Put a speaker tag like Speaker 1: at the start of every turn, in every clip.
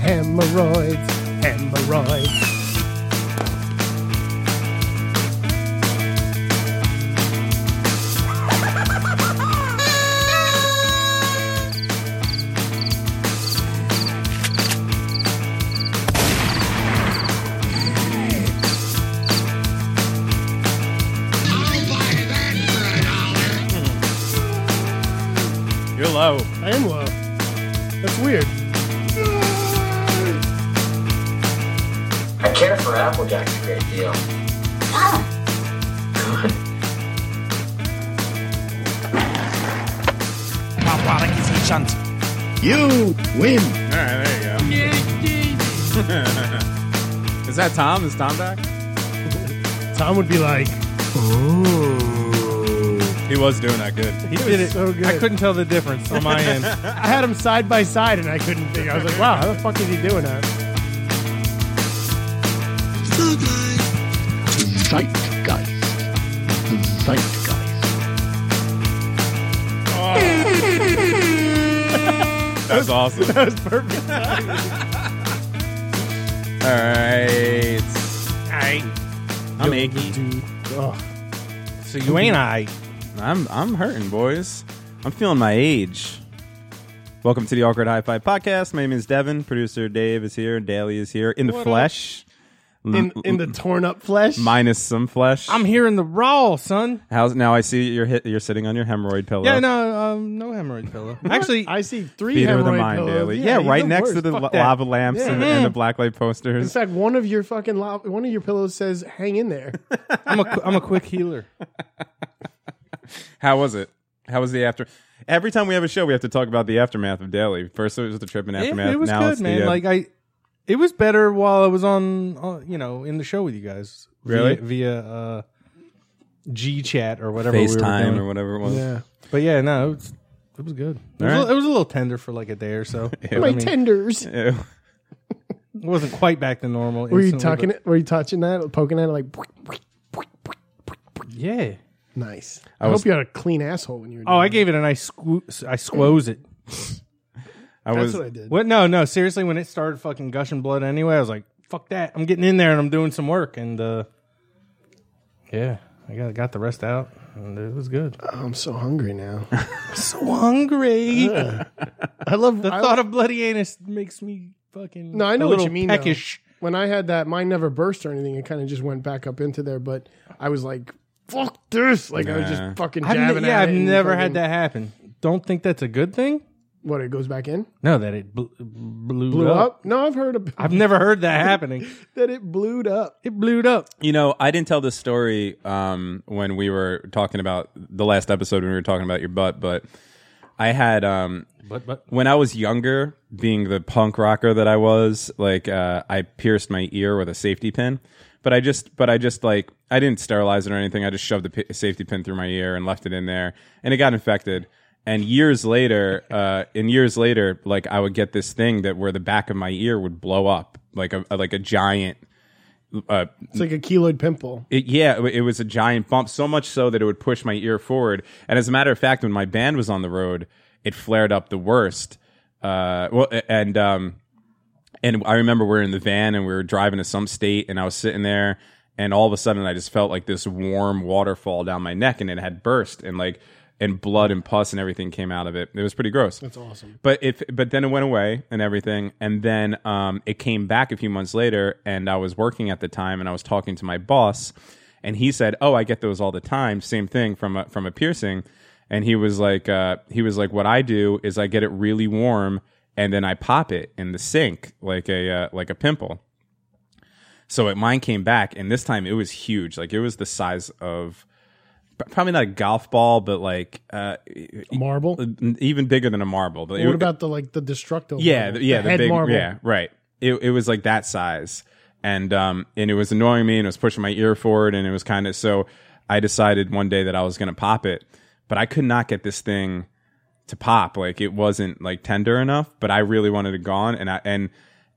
Speaker 1: Hemorrhoids, hemorrhoids.
Speaker 2: You're low.
Speaker 1: I am low. That's weird.
Speaker 3: I care for Applejack's a great deal.
Speaker 4: My product is a shunt.
Speaker 5: You win.
Speaker 2: All right, there you go. Is that Tom? Is Tom back?
Speaker 1: Tom would be like,
Speaker 2: He was doing that good.
Speaker 1: he did it so good.
Speaker 6: I couldn't tell the difference on my end.
Speaker 1: I had him side by side and I couldn't figure. I was like, wow, how the fuck is he doing that?
Speaker 5: Zeitgeist. Zeitgeist.
Speaker 2: That's awesome. All
Speaker 1: That was perfect.
Speaker 2: right.
Speaker 6: I,
Speaker 2: I'm achy.
Speaker 1: Oh,
Speaker 6: so you ain't I.
Speaker 2: I'm I'm hurting, boys. I'm feeling my age. Welcome to the Awkward High Five Podcast. My name is Devin. Producer Dave is here. Daly is here in the flesh,
Speaker 1: in, in the torn up flesh.
Speaker 2: minus some flesh.
Speaker 6: I'm here in the raw, son.
Speaker 2: How's now? I see you're hit, you're sitting on your hemorrhoid pillow.
Speaker 6: Yeah, no, um, no hemorrhoid pillow. Actually,
Speaker 1: I see three
Speaker 2: Theater of the
Speaker 1: hemorrhoid
Speaker 2: mind,
Speaker 1: pillows.
Speaker 2: Daly. Yeah,
Speaker 1: he's
Speaker 2: right next
Speaker 1: worst.
Speaker 2: to the
Speaker 1: Fuck
Speaker 2: la-
Speaker 1: that.
Speaker 2: lava lamps and, the, and the blacklight
Speaker 1: In
Speaker 2: posters.
Speaker 1: fact, one of your fucking lo- one of your pillows says "hang in there."
Speaker 6: I'm a qu- I'm a quick healer.
Speaker 2: How was it? How was the after? Every time we have a show, we have to talk about the aftermath of Daly. First, it was the trip and
Speaker 6: It,
Speaker 2: aftermath.
Speaker 6: it was
Speaker 2: now
Speaker 6: good,
Speaker 2: it's
Speaker 6: man.
Speaker 2: The, uh,
Speaker 6: Like I, it was better while I was on, uh, you know, in the show with you guys. via-
Speaker 2: Really?
Speaker 6: Via, uh, G chat or whatever we were
Speaker 2: FaceTime
Speaker 6: doing.
Speaker 2: or whatever it was.
Speaker 6: Yeah, but yeah, no, it was, it was good. It was,
Speaker 2: All
Speaker 6: a-
Speaker 2: right.
Speaker 6: it was a little tender for like a day or so. I
Speaker 1: My
Speaker 6: mean,
Speaker 1: tenders.
Speaker 2: Ew.
Speaker 6: it wasn't quite back to normal.
Speaker 1: Were you
Speaker 6: instantly,
Speaker 1: talking?
Speaker 6: but-
Speaker 1: It, were you touching that? Poking at it? Like,
Speaker 6: Yeah.
Speaker 1: nice.
Speaker 2: I
Speaker 1: I,
Speaker 2: was-
Speaker 1: hope you had a clean asshole when you were. Doing
Speaker 6: Oh, I gave it a nice squo- I squoze it.
Speaker 2: I
Speaker 1: That's
Speaker 2: was.
Speaker 1: what I did.
Speaker 6: What? No, no. Seriously, when it started fucking gushing blood anyway, I was like, "Fuck that! I'm getting in there and I'm doing some work." And uh, yeah, I got got the rest out, and it was good.
Speaker 1: Oh, I'm so hungry now.
Speaker 6: so hungry.
Speaker 1: I love
Speaker 6: the
Speaker 1: I-
Speaker 6: thought of bloody anus makes me fucking.
Speaker 1: No, I know
Speaker 6: a
Speaker 1: what
Speaker 6: little
Speaker 1: you mean, though.
Speaker 6: Peckish.
Speaker 1: when I had that, mine never burst or anything. It kind of just went back up into there. But I was like, "Fuck this!" Like I was
Speaker 2: Nah.
Speaker 1: just fucking
Speaker 6: I've
Speaker 1: jabbing.
Speaker 6: ne- yeah,
Speaker 1: at
Speaker 6: I've
Speaker 1: it and
Speaker 6: never had
Speaker 1: fucking-
Speaker 6: that happen. Don't think that's a good thing.
Speaker 1: What it goes back in,
Speaker 6: No, that it bl- blew,
Speaker 1: blew
Speaker 6: up.
Speaker 1: up. No, I've heard of,
Speaker 6: I've never heard that happening.
Speaker 1: that it blewed up.
Speaker 6: It blew up.
Speaker 2: You know, I didn't tell this story um, when we were talking about the last episode when we were talking about your butt, but I had um,
Speaker 6: But but
Speaker 2: when I was younger, being the punk rocker that I was, like uh, I pierced my ear with a safety pin. But I just, but I just like I didn't sterilize it or anything. I just shoved the pi- safety pin through my ear and left it in there, and it got infected. And years later, uh, and years later, like I would get this thing that where the back of my ear would blow up, like a like a giant
Speaker 1: It's like a keloid pimple.
Speaker 2: it, yeah, it, wa- it was a giant bump, so much so that it would push my ear forward. And as a matter of fact, when my band was on the road, it flared up the worst. Uh, well, a- and um, and I remember we were in the van and we were driving to some state, and I was sitting there, and all of a sudden I just felt like this warm waterfall down my neck, and it had burst, and like and blood and pus and everything came out of it. It was pretty gross. That's
Speaker 1: awesome.
Speaker 2: But if but then it went away and everything, and then um, it came back a few months later, and I was working at the time, and I was talking to my boss, and he said, "Oh, I get those all the time. Same thing from a, from a piercing." And he was like, uh, he was like, "What I do is I get it really warm." And then I pop it in the sink like a uh, like a pimple. So it, mine came back, and this time it was huge. Like it was the size of probably not a golf ball, but like uh,
Speaker 1: Marble.
Speaker 2: even bigger than a marble. But it-
Speaker 1: what about the like the destructo?
Speaker 2: yeah,
Speaker 1: marble?
Speaker 2: the, yeah, the,
Speaker 1: head
Speaker 2: big,
Speaker 1: marble.
Speaker 2: yeah, right. It, it was like that size, and um, and it was annoying me, and it was pushing my ear forward, and it was kind of so. I decided one day that I was gonna pop it, but I could not get this thing to pop. Like it wasn't like tender enough, but I really wanted it gone, and I and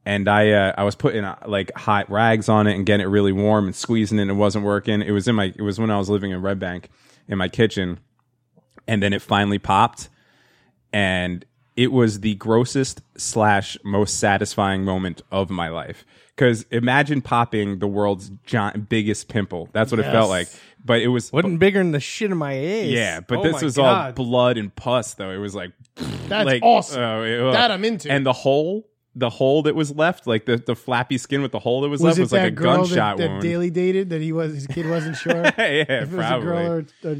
Speaker 2: and I uh, I was putting uh, like hot rags on it and getting it really warm and squeezing it, and it wasn't working. It was in my it was when I was living in Red Bank in my kitchen, and then it finally popped and it was the grossest slash most satisfying moment of my life. Because imagine popping the world's giant, biggest pimple. That's what it felt like. But it was
Speaker 6: Wasn't bigger than the shit in my ass.
Speaker 2: yeah, but
Speaker 6: Oh
Speaker 2: this
Speaker 6: my
Speaker 2: was
Speaker 6: God.
Speaker 2: all blood and pus, though. It was like
Speaker 1: That's
Speaker 2: like,
Speaker 1: awesome.
Speaker 2: oh, it- oh.
Speaker 1: That I'm into.
Speaker 2: And the hole, the hole that was left, like the, the flappy skin with the hole that was,
Speaker 1: Was
Speaker 2: left,
Speaker 1: it
Speaker 2: was
Speaker 1: that
Speaker 2: like a
Speaker 1: girl
Speaker 2: gunshot
Speaker 1: that, that
Speaker 2: wound.
Speaker 1: daily dated that he was his kid wasn't sure if
Speaker 2: yeah,
Speaker 1: it was
Speaker 2: probably.
Speaker 1: a girl or or,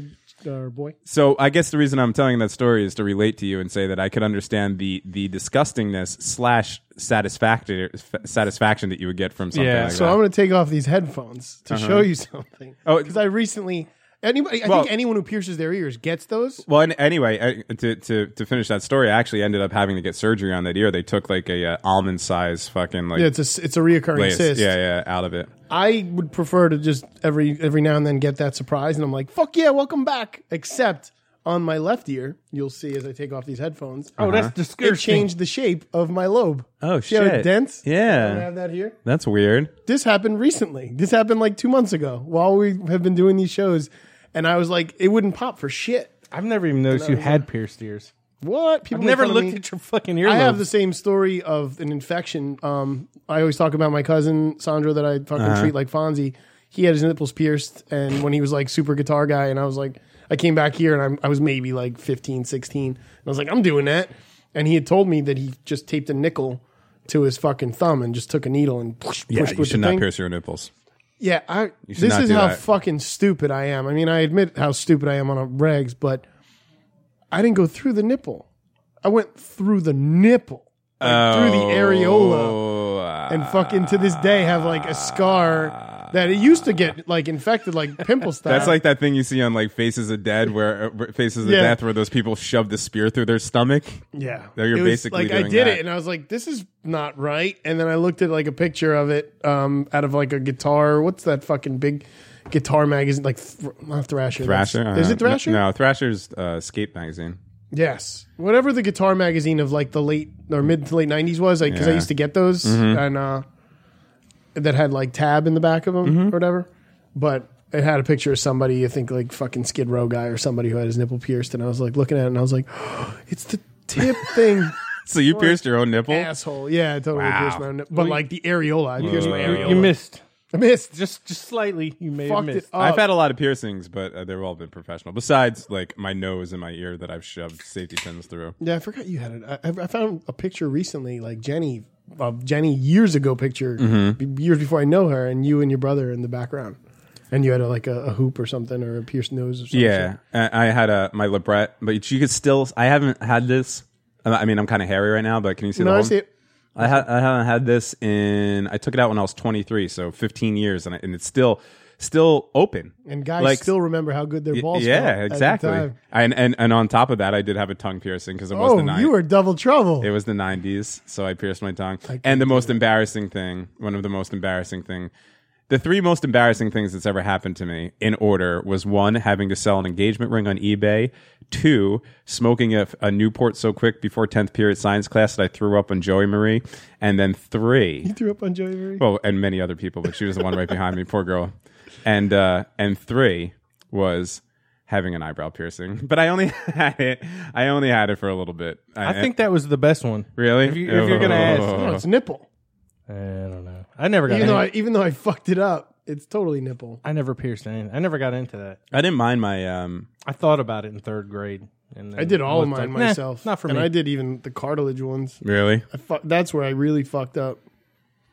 Speaker 1: or boy?
Speaker 2: so I guess the reason I'm telling that story is to relate to you and say that I could understand the the disgustingness slash satisfaction satisfaction that you would get from something
Speaker 6: Yeah.
Speaker 2: like
Speaker 1: So
Speaker 2: that.
Speaker 1: I'm going to take off these headphones to show you something.
Speaker 2: Uh-huh. Oh,
Speaker 1: because I recently anybody I
Speaker 2: Well-
Speaker 1: think anyone who pierces their ears gets those.
Speaker 2: Well, an- anyway, uh, to, to to finish that story, I actually ended up having to get surgery on that ear. They took like a uh, almond size fucking like
Speaker 1: Yeah, it's a it's a reoccurring
Speaker 2: lace.
Speaker 1: cyst.
Speaker 2: yeah, yeah, out of it.
Speaker 1: I would prefer to just every every now and then get that surprise, and I'm like, "Fuck yeah, welcome back!" Except on my left ear, you'll see as I take off these headphones,
Speaker 6: Oh,
Speaker 2: Uh-huh.
Speaker 6: that's
Speaker 1: it
Speaker 6: disgusting.
Speaker 1: changed the shape of my lobe.
Speaker 2: Oh
Speaker 1: See how it dents? I
Speaker 2: Yeah,
Speaker 1: have that here.
Speaker 2: that's weird.
Speaker 1: This happened recently. This happened like two months ago while we have been doing these shows, and I was like, it wouldn't pop for shit.
Speaker 6: I've never even noticed you had pierced ears.
Speaker 1: What? People
Speaker 6: I've never
Speaker 1: looked
Speaker 6: looked at your fucking earlobe.
Speaker 1: I have the same story of an infection. Um, I always talk about my cousin Sandro that I fucking
Speaker 2: Uh-huh.
Speaker 1: treat like Fonzie. He had his nipples pierced, and when he was like super guitar guy, and I was like, I came back here and I'm, I was maybe like 15, 16. And I was like, I'm doing that. And he had told me that he just taped a nickel to his fucking thumb and just took a needle and pushed,
Speaker 2: Yeah,
Speaker 1: pushed
Speaker 2: you
Speaker 1: with
Speaker 2: should
Speaker 1: the
Speaker 2: not
Speaker 1: thing.
Speaker 2: pierce your nipples.
Speaker 1: Yeah, I,
Speaker 2: should
Speaker 1: this
Speaker 2: not
Speaker 1: is
Speaker 2: do
Speaker 1: how
Speaker 2: that.
Speaker 1: fucking stupid I am. I mean, I admit how stupid I am on a regs, but I didn't go through the nipple. I went through the nipple, like through the areola,
Speaker 2: Oh, uh,
Speaker 1: and fucking to this day have like a scar that it used to get like infected, like pimple style.
Speaker 2: that's like that thing you see on like Faces of Dead, where uh, Faces of
Speaker 1: Yeah.
Speaker 2: Death, where those people shove the spear through their stomach.
Speaker 1: yeah,
Speaker 2: There you're
Speaker 1: It was,
Speaker 2: basically
Speaker 1: like I
Speaker 2: doing
Speaker 1: did
Speaker 2: that.
Speaker 1: it, and I was like, this is not right. And then I looked at like a picture of it um, out of like a guitar. What's that fucking big? Guitar magazine, like thr not Thrasher. that's-
Speaker 2: Thrasher?
Speaker 1: is
Speaker 2: Uh,
Speaker 1: it Thrasher?
Speaker 2: No, Thrasher's uh, Skate magazine.
Speaker 1: Yes, whatever the guitar magazine of like the late or mid to late nineties was, like because I
Speaker 2: Yeah.
Speaker 1: used to get those and uh, that had like tab in the back of them or whatever. But it had a picture of somebody, I think like fucking Skid Row guy or somebody who had his nipple pierced, and I was like looking at it and I was like, it's the tip thing,
Speaker 2: So you pierced your own nipple?
Speaker 1: asshole. Yeah, I totally
Speaker 2: Wow.
Speaker 1: pierced my own nip- but like the areola, I pierced my
Speaker 6: You,
Speaker 1: areola.
Speaker 6: you missed.
Speaker 1: I missed,
Speaker 6: Just just slightly. You may have
Speaker 1: fucked it
Speaker 6: missed.
Speaker 1: up.
Speaker 2: I've had a lot of piercings, but uh, they've all been professional. Besides, like my nose and my ear that I've shoved safety pins through.
Speaker 1: Yeah, I forgot you had it. I- I, I found a picture recently, like Jenny, of Jenny years ago picture, b- years before I know her, and you and your brother in the background, and you had a, like a, a hoop or something or a pierced nose or something.
Speaker 2: Yeah, I I had a my libret, but you could still. I haven't had this. Um, I mean, I'm kind of hairy right now, but can you see the
Speaker 1: no, I
Speaker 2: hole?
Speaker 1: see it.
Speaker 2: I, ha- I haven't had this in. I took it out when I was 23, so 15 years, and, I, and it's still still open.
Speaker 1: And guys
Speaker 2: Like,
Speaker 1: still remember how good their
Speaker 2: y-
Speaker 1: balls. felt at
Speaker 2: yeah,
Speaker 1: the
Speaker 2: exactly.
Speaker 1: time.
Speaker 2: And, and and on top of that, I did have a tongue piercing because it was
Speaker 1: Oh,
Speaker 2: the nine.
Speaker 1: you were double trouble.
Speaker 2: It was the 90s, so I pierced my tongue. And the most embarrassing thing, one of the most embarrassing thing, the three most embarrassing things that's ever happened to me in order was one, having to sell an engagement ring on eBay, two, smoking a, a Newport so quick before 10th period science class that I threw up on Joey Marie, and then three,
Speaker 1: you threw up on Joey Marie.
Speaker 2: well, and many other people, but she was the one right behind me, poor girl. And uh, and three was having an eyebrow piercing, but I only had it. I only had it for a little bit.
Speaker 6: I think that was the best one.
Speaker 2: Really? Oh.
Speaker 6: If, you, if you're gonna ask,
Speaker 2: Uh-huh.
Speaker 1: no, it's nipple.
Speaker 6: I don't know. I never got.
Speaker 1: Even
Speaker 6: Any,
Speaker 1: though
Speaker 6: I,
Speaker 1: I, even though I fucked it up, it's totally nipple.
Speaker 6: never pierced anything. I never got into that.
Speaker 2: I didn't mind my um
Speaker 6: I thought about it in third grade. And then
Speaker 1: I did all of
Speaker 6: was
Speaker 1: mine
Speaker 6: like, nah,
Speaker 1: myself.
Speaker 6: not for
Speaker 1: and
Speaker 6: me.
Speaker 1: I did even the cartilage ones.
Speaker 2: really.
Speaker 1: I fu- that's where I really fucked up.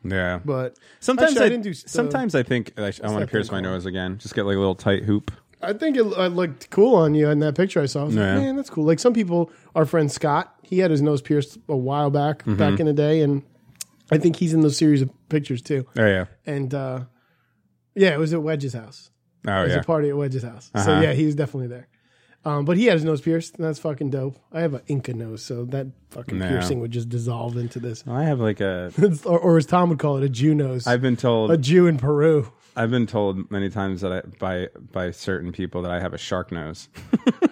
Speaker 2: Yeah.
Speaker 1: But
Speaker 2: sometimes
Speaker 1: Actually,
Speaker 2: I,
Speaker 1: I didn't do uh, st-
Speaker 2: sometimes I think I, sh- I want to
Speaker 1: that
Speaker 2: pierce
Speaker 1: thing
Speaker 2: my
Speaker 1: called?
Speaker 2: nose again. Just get like a little tight hoop.
Speaker 1: I think it I looked cool on you in that picture I saw. I was
Speaker 2: Yeah.
Speaker 1: like, man, that's cool. Like some people, our friend Scott, he had his nose pierced a while back,
Speaker 2: Mm-hmm.
Speaker 1: back in the day, and I think he's in those series of pictures too.
Speaker 2: Oh yeah.
Speaker 1: And uh, yeah, it was at Wedge's house.
Speaker 2: Oh
Speaker 1: It was
Speaker 2: yeah.
Speaker 1: a party at Wedge's house. So
Speaker 2: Uh-huh.
Speaker 1: yeah, he was definitely there. Um, but he had his nose pierced, and that's fucking dope. I have an Inca nose, so that fucking
Speaker 2: Yeah.
Speaker 1: piercing would just dissolve into this.
Speaker 2: I have like a.
Speaker 1: or, or as Tom would call it, a Jew nose.
Speaker 2: I've been
Speaker 1: a
Speaker 2: told.
Speaker 1: Jew in Peru.
Speaker 2: I've been told many times that I by by certain people that I have a shark nose.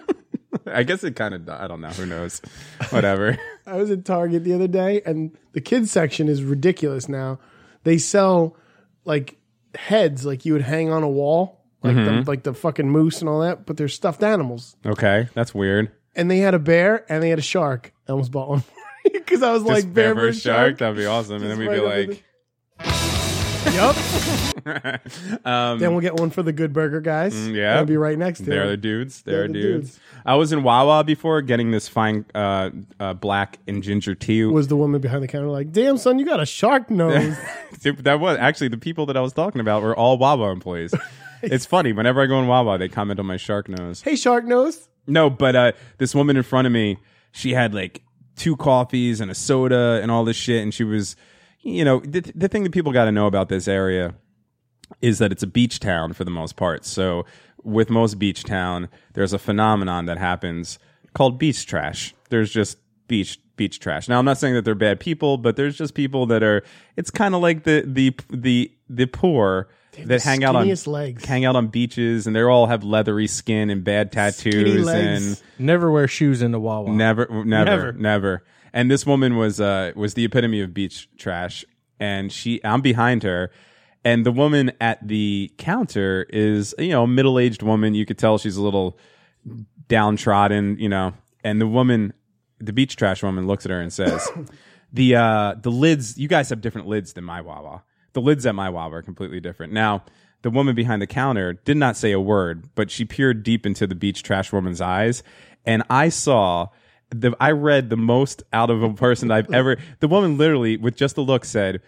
Speaker 2: I guess it kind of. I don't know. Who knows? Whatever.
Speaker 1: I was at Target the other day, and the kids section is ridiculous now. They sell like heads, like you would hang
Speaker 2: Mm-hmm.
Speaker 1: on a wall, like the, like the fucking moose and all that, but they're stuffed animals.
Speaker 2: okay, that's weird.
Speaker 1: and they had a bear and they had a shark. I almost bought one because I was like
Speaker 2: Just
Speaker 1: bear versus
Speaker 2: versus
Speaker 1: shark.
Speaker 2: That'd be awesome. and
Speaker 1: Just
Speaker 2: then we'd
Speaker 1: right
Speaker 2: be
Speaker 1: under
Speaker 2: like,
Speaker 1: Yep.
Speaker 2: um, Mm,
Speaker 1: then we'll get one for the Good Burger guys.
Speaker 2: yeah.
Speaker 1: That'll be right next to
Speaker 2: They're the
Speaker 1: it.
Speaker 2: dudes. They're,
Speaker 1: They're the
Speaker 2: dudes.
Speaker 1: dudes.
Speaker 2: I was in Wawa before getting this fine uh, uh, black and ginger tea.
Speaker 1: Was the woman behind the counter like, "Damn son, you got a shark nose."
Speaker 2: that was actually the people that I was talking about were all Wawa employees. it's funny. Whenever I go in Wawa, they comment on my shark nose.
Speaker 1: hey, shark nose.
Speaker 2: No, but uh, this woman in front of me, she had like two coffees and a soda and all this shit, and she was, you know, the, the thing that people got to know about this area is that it's a beach town for the most part. So, with most beach town, there's a phenomenon that happens called beach trash. There's just beach beach trash. Now, I'm not saying that they're bad people, but there's just people that are. It's kind of like the the the the poor. That
Speaker 1: the
Speaker 2: hang out on
Speaker 1: skinniest legs.
Speaker 2: hang out on beaches, and they all have leathery skin and bad tattoos,
Speaker 1: legs.
Speaker 2: and
Speaker 6: Never wear shoes in the Wawa.
Speaker 2: Never, never, never,
Speaker 6: Never.
Speaker 2: And this woman was uh, was the epitome of beach trash, and she I'm behind her, and the woman at the counter is you know a middle aged woman. You could tell she's a little downtrodden, you know. And the woman, the beach trash woman, looks at her and says, "The uh, the lids. You guys have different lids than my Wawa. The lids at my Wawa are completely different." Now. The woman behind the counter did not say a word, but she peered deep into the beach trash woman's eyes, and I saw the I read the most out of a person I've ever. The woman literally, with just a look, said,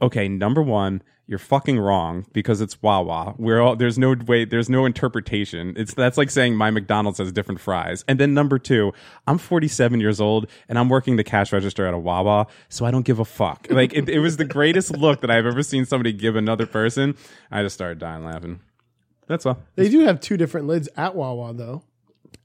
Speaker 2: "Okay, number one, you're fucking wrong because it's Wawa. We're all there's no way, there's no interpretation. It's that's like saying my McDonald's has different fries. And then number two, I'm 47 years old and I'm working the cash register at a Wawa, so I don't give a fuck. Like it, it was the greatest look that I've ever seen somebody give another person. I just started dying laughing. That's all.
Speaker 1: They do have two different lids at Wawa though.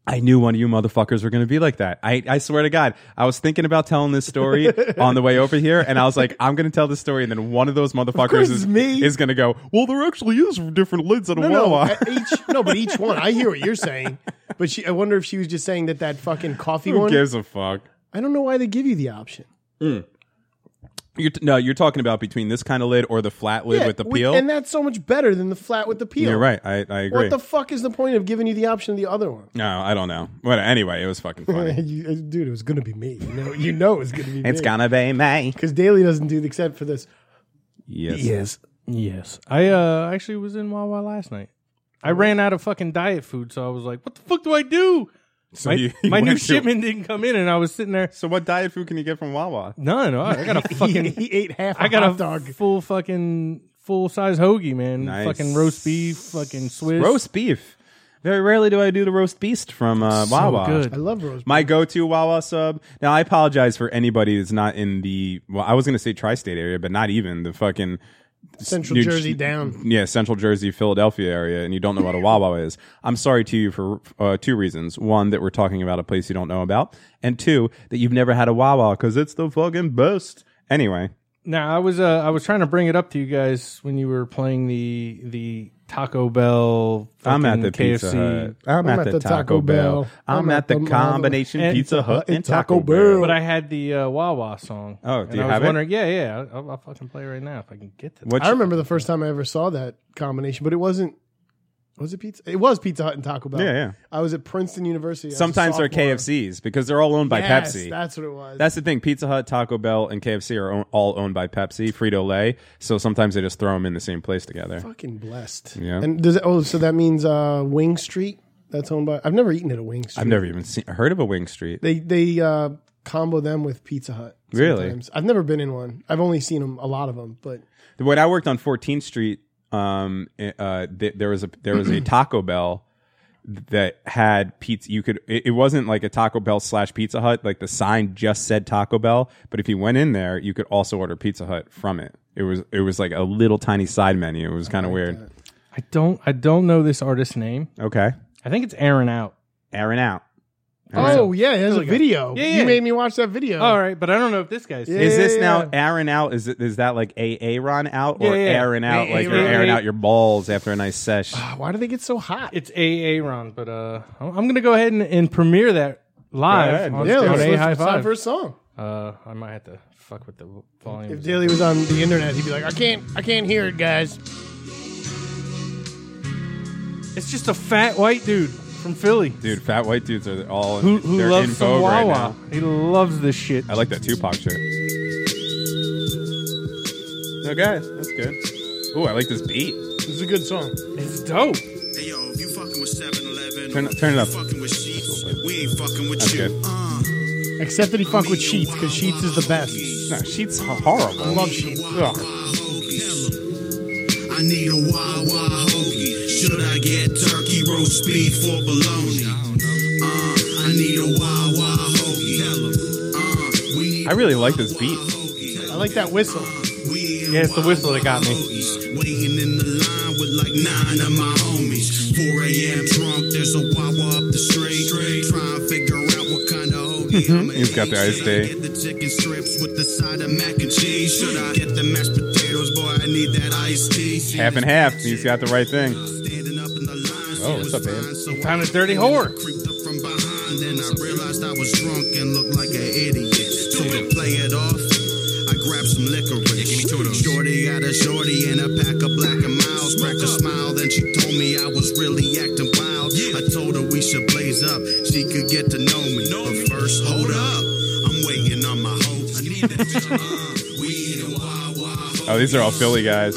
Speaker 2: I knew one of you motherfuckers were going to be like that. I, I swear to God, I was thinking about telling this story on the way over here, and I was like, I'm going to tell this story, and then one of those motherfuckers
Speaker 1: course
Speaker 2: is
Speaker 1: it's me.
Speaker 2: is going to go, well, there actually is different lids on a
Speaker 1: No, no,
Speaker 2: Wawa.
Speaker 1: at each no, but each one. I hear what you're saying, but she. I wonder if she was just saying that that fucking coffee
Speaker 2: Who
Speaker 1: one.
Speaker 2: gives a fuck?
Speaker 1: I don't know why they give you the option.
Speaker 2: You're t- no, you're talking about between this kind of lid or the flat lid
Speaker 1: Yeah,
Speaker 2: with the
Speaker 1: we-
Speaker 2: peel.
Speaker 1: and that's so much better than the flat with the peel.
Speaker 2: you're right. I, I agree.
Speaker 1: What the fuck is the point of giving you the option of the other one?
Speaker 2: no, I don't know. But anyway, it was fucking funny.
Speaker 1: You- uh, dude, it was gonna be me. You know, you know it's gonna be me.
Speaker 2: it's gonna be me.
Speaker 1: because Daly doesn't do the except for this.
Speaker 2: Yes.
Speaker 1: Yes,
Speaker 6: Yes. I uh actually was in Wawa last night. I ran out of fucking diet food, so I was like, what the fuck do I do?
Speaker 2: So
Speaker 6: my
Speaker 2: you- you
Speaker 6: my new
Speaker 2: went to-
Speaker 6: shipment didn't come in, and I was sitting there.
Speaker 2: So what diet food can you get from Wawa?
Speaker 6: No, no, I got a
Speaker 1: he,
Speaker 6: fucking,
Speaker 1: he ate half. I
Speaker 6: I got a
Speaker 1: hot dog.
Speaker 6: full fucking full size hoagie, man.
Speaker 2: Nice.
Speaker 6: Fucking roast beef, fucking Swiss
Speaker 2: Roast beef. Very rarely do I do the roast beast from uh,
Speaker 6: So
Speaker 2: Wawa.
Speaker 6: good.
Speaker 1: I love rose.
Speaker 2: My go-to Wawa sub. Now I apologize for anybody that's not in the. Well, I was going to say tri-state area, but not even the fucking
Speaker 1: Central
Speaker 2: New-
Speaker 1: Jersey down.
Speaker 2: Yeah, Central Jersey, Philadelphia area, and you don't know what a Wawa is. I'm sorry to you for uh, two reasons: one, that we're talking about a place you don't know about, and two, that you've never had a Wawa because it's the fucking best. Anyway,
Speaker 6: Now I was uh, I was trying to bring it up to you guys when you were playing the the Taco Bell.
Speaker 2: I'm at
Speaker 6: fucking
Speaker 2: the
Speaker 6: KFC.
Speaker 2: Pizza Hut. I'm, at, the Taco, Bell. I'm at the,
Speaker 1: Mother-
Speaker 2: combination
Speaker 6: And-
Speaker 2: Pizza Hut
Speaker 1: and
Speaker 2: and Taco
Speaker 1: Taco
Speaker 2: Bell.
Speaker 1: Bell.
Speaker 6: But I had the uh, Wawa song.
Speaker 2: Oh, do
Speaker 6: And
Speaker 2: you
Speaker 6: I was
Speaker 2: have it?
Speaker 6: wondering, Yeah, yeah. I'll, I'll fucking play right now if I can get to.
Speaker 2: What's-
Speaker 1: I remember the first time I ever saw that combination, but it wasn't. Was it pizza? It was Pizza Hut and Taco Bell.
Speaker 2: Yeah, yeah.
Speaker 1: I was at Princeton University. I was a
Speaker 2: Sometimes they're
Speaker 1: sophomore.
Speaker 2: KFCs because they're all owned by
Speaker 1: Yes,
Speaker 2: Pepsi.
Speaker 1: That's what it was.
Speaker 2: That's the thing. Pizza Hut, Taco Bell, and KFC are own, all owned by Pepsi, Frito Lay. So sometimes they just throw them in the same place together.
Speaker 1: fucking blessed.
Speaker 2: Yeah.
Speaker 1: And does it, oh, so that means uh, Wing Street? That's owned by. I've never eaten at a Wing Street.
Speaker 2: I've never even seen, heard of a Wing Street.
Speaker 1: They they uh, combo them with Pizza Hut.
Speaker 2: Really?
Speaker 1: sometimes. I've never been in one. I've only seen them a lot of them, but
Speaker 2: When I worked on 14th Street, um, uh, th- there was a there was a Taco Bell that had pizza. You could it, it wasn't like a Taco Bell slash Pizza Hut. Like the sign just said Taco Bell, but if you went in there, you could also order Pizza Hut from it. It was it was like a little tiny side menu. It was kind of weird.
Speaker 6: I don't I don't know this artist's name.
Speaker 2: Okay,
Speaker 6: I think it's Aaron Out.
Speaker 2: Aaron out.
Speaker 1: oh yeah, it has a video.
Speaker 6: Yeah,
Speaker 1: You
Speaker 6: yeah.
Speaker 1: made me watch that video.
Speaker 6: All right, but I don't know if this guy's.
Speaker 1: Oh. Yeah.
Speaker 2: Is this now
Speaker 1: yeah.
Speaker 2: Aaron out? Is it is that like a Aaron out or
Speaker 6: Yeah, yeah.
Speaker 2: Aaron out? Like you're
Speaker 6: Aaron.
Speaker 2: airing out your balls after a nice sesh.
Speaker 1: Ah, Why do they get so hot?
Speaker 6: It's Aaron, but uh, I'm I'm gonna go ahead and, and premiere that live
Speaker 2: ahead.
Speaker 6: on,
Speaker 1: yeah,
Speaker 6: on
Speaker 1: let's,
Speaker 6: A
Speaker 1: let's,
Speaker 6: High
Speaker 1: it's time
Speaker 6: Five.
Speaker 1: for a song.
Speaker 6: Uh, I might have to fuck with the volume.
Speaker 1: If Daly was on the internet, he'd be like, "I can't, I can't hear it, guys."
Speaker 6: It's just a fat white dude from from Philly.
Speaker 2: Dude, fat white dudes are all
Speaker 6: Who, who
Speaker 2: they're in
Speaker 6: loves some
Speaker 2: vogue right
Speaker 6: Wawa?
Speaker 2: now.
Speaker 6: he loves this shit.
Speaker 2: I like that Tupac shirt. Okay, that's good. Ooh, I like this beat.
Speaker 1: This is a good song.
Speaker 6: It's dope.
Speaker 7: Hey yo, if you fucking with 7-Eleven,
Speaker 2: Turn- turn it up.
Speaker 7: you fucking with sheets, we ain't fucking with
Speaker 2: That's
Speaker 7: you.
Speaker 2: good.
Speaker 7: Uh,
Speaker 1: Except that he fucked with Sheets because Sheets is the best.
Speaker 2: No, sheets are horrible.
Speaker 1: I love Sheets.
Speaker 2: Ugh.
Speaker 7: I need a Wawa hoagie. Should I get turkey roast beef for bologna? Uh, I need a Wawa hoagie. Uh, we need
Speaker 2: I really like this beat.
Speaker 1: I like that whistle.
Speaker 6: Yeah, it's the whistle that got me.
Speaker 7: Waiting in the line with like nine of my homies. 4 a.m. drunk, there's a Wawa up the street. Trying to figure out what kind of hoagie I'ma
Speaker 2: Mm-hmm. He's got the
Speaker 7: eat.
Speaker 2: iced
Speaker 7: Should
Speaker 2: tea.
Speaker 7: I get the chicken strips with the side of mac and cheese? Should I get the mashed potatoes? Boy, I need that iced tea. See
Speaker 2: Half
Speaker 7: this
Speaker 2: and half.
Speaker 7: bad
Speaker 2: He's
Speaker 7: chick
Speaker 2: got the right thing.
Speaker 7: Standing up in the line.
Speaker 2: Oh, what's up, babe?
Speaker 7: babe?
Speaker 6: Found a dirty whore.
Speaker 7: Creeped up from behind, and I realized I was drunk and looked like an idiot. So to play it off, I grabbed some licorice. Shorty got a shorty and a pack of black and miles. Cracked a smile, then she told me I was really acting wild. I told her we should blaze up, she could get to know me. But first, hold up, I'm waiting on my hopes. We in a Wawa hoagie.
Speaker 2: Oh, these are all Philly guys.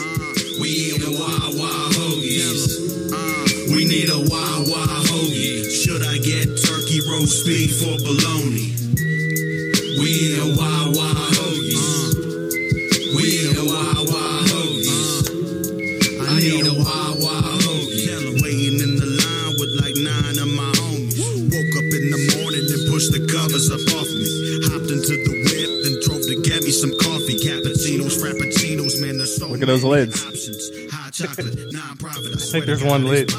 Speaker 7: We in a Wawa hoagies. Uh, we need a Wawa hoagie. Should I get turkey roast beef for bologna? We in a Wawa hoagies. Uh, we in a Wawa hoagies. Uh, I need a Wawa hoagie. Waiting in the line with like nine of my homies. Woke up in the morning and pushed the covers up off me. Hopped into the whip and drove to get me some coffee. Cappuccinos, frappuccinos, man, there's so
Speaker 2: Look at those
Speaker 7: many
Speaker 2: lids.
Speaker 7: options. Hot chocolate, non-profit. I,
Speaker 6: think there's one lid.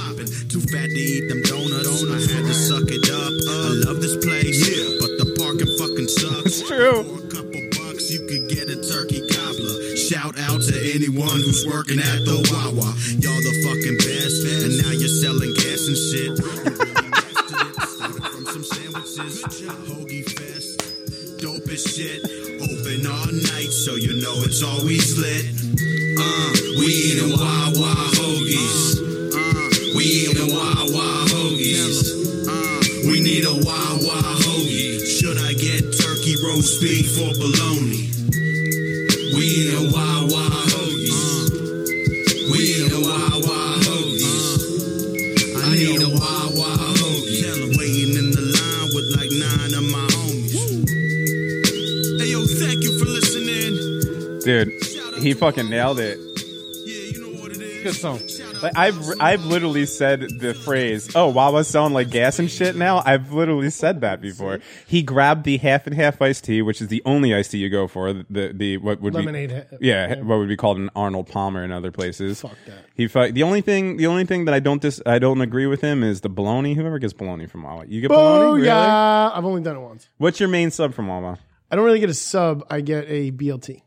Speaker 7: Too fat to eat them donuts. I had to suck it up. I love this place, yeah, but the parking fucking sucks.
Speaker 2: It's true.
Speaker 7: For a couple bucks, you could get a turkey gobbler. Shout out to anyone who's working at the Wawa. Y'all the fucking best, and now you're selling gas and shit. You really mastered it. Started from some sandwiches. Hoagie Fest, dope as shit. Open all night, so you know it's always lit. Uh, we in a Wawa hoagies. Uh, we in a Wawa hoagies. Uh, we need a Wawa hoagie. Should I get turkey roast beef for bologna? We in a Wawa hoagies. Uh, we in a Wawa hoagies. Uh, I need a Wawa hoagie. Tell 'em waiting in the line with like nine of my homies. Hey yo, thank you for listening.
Speaker 2: Dude, he fucking nailed it.
Speaker 7: Yeah, you know what it is.
Speaker 6: Good song.
Speaker 7: Shout out
Speaker 2: Like I've I've literally said the phrase, "Oh, Wawa's selling like gas and shit now." I've literally said that before. He grabbed the half and half iced tea, which is the only iced tea you go for. The the what would
Speaker 1: Lemonade,
Speaker 2: be
Speaker 1: ha-
Speaker 2: yeah, what would be called an Arnold Palmer in other places.
Speaker 1: Fuck that.
Speaker 2: He fu- the only thing the only thing that I don't dis- I don't agree with him is the bologna. Whoever gets bologna from Wawa, you get bologna. Really?
Speaker 1: Booyah! Oh, I've only done it once.
Speaker 2: What's your main sub from Wawa?
Speaker 1: I don't really get a sub. I get a BLT.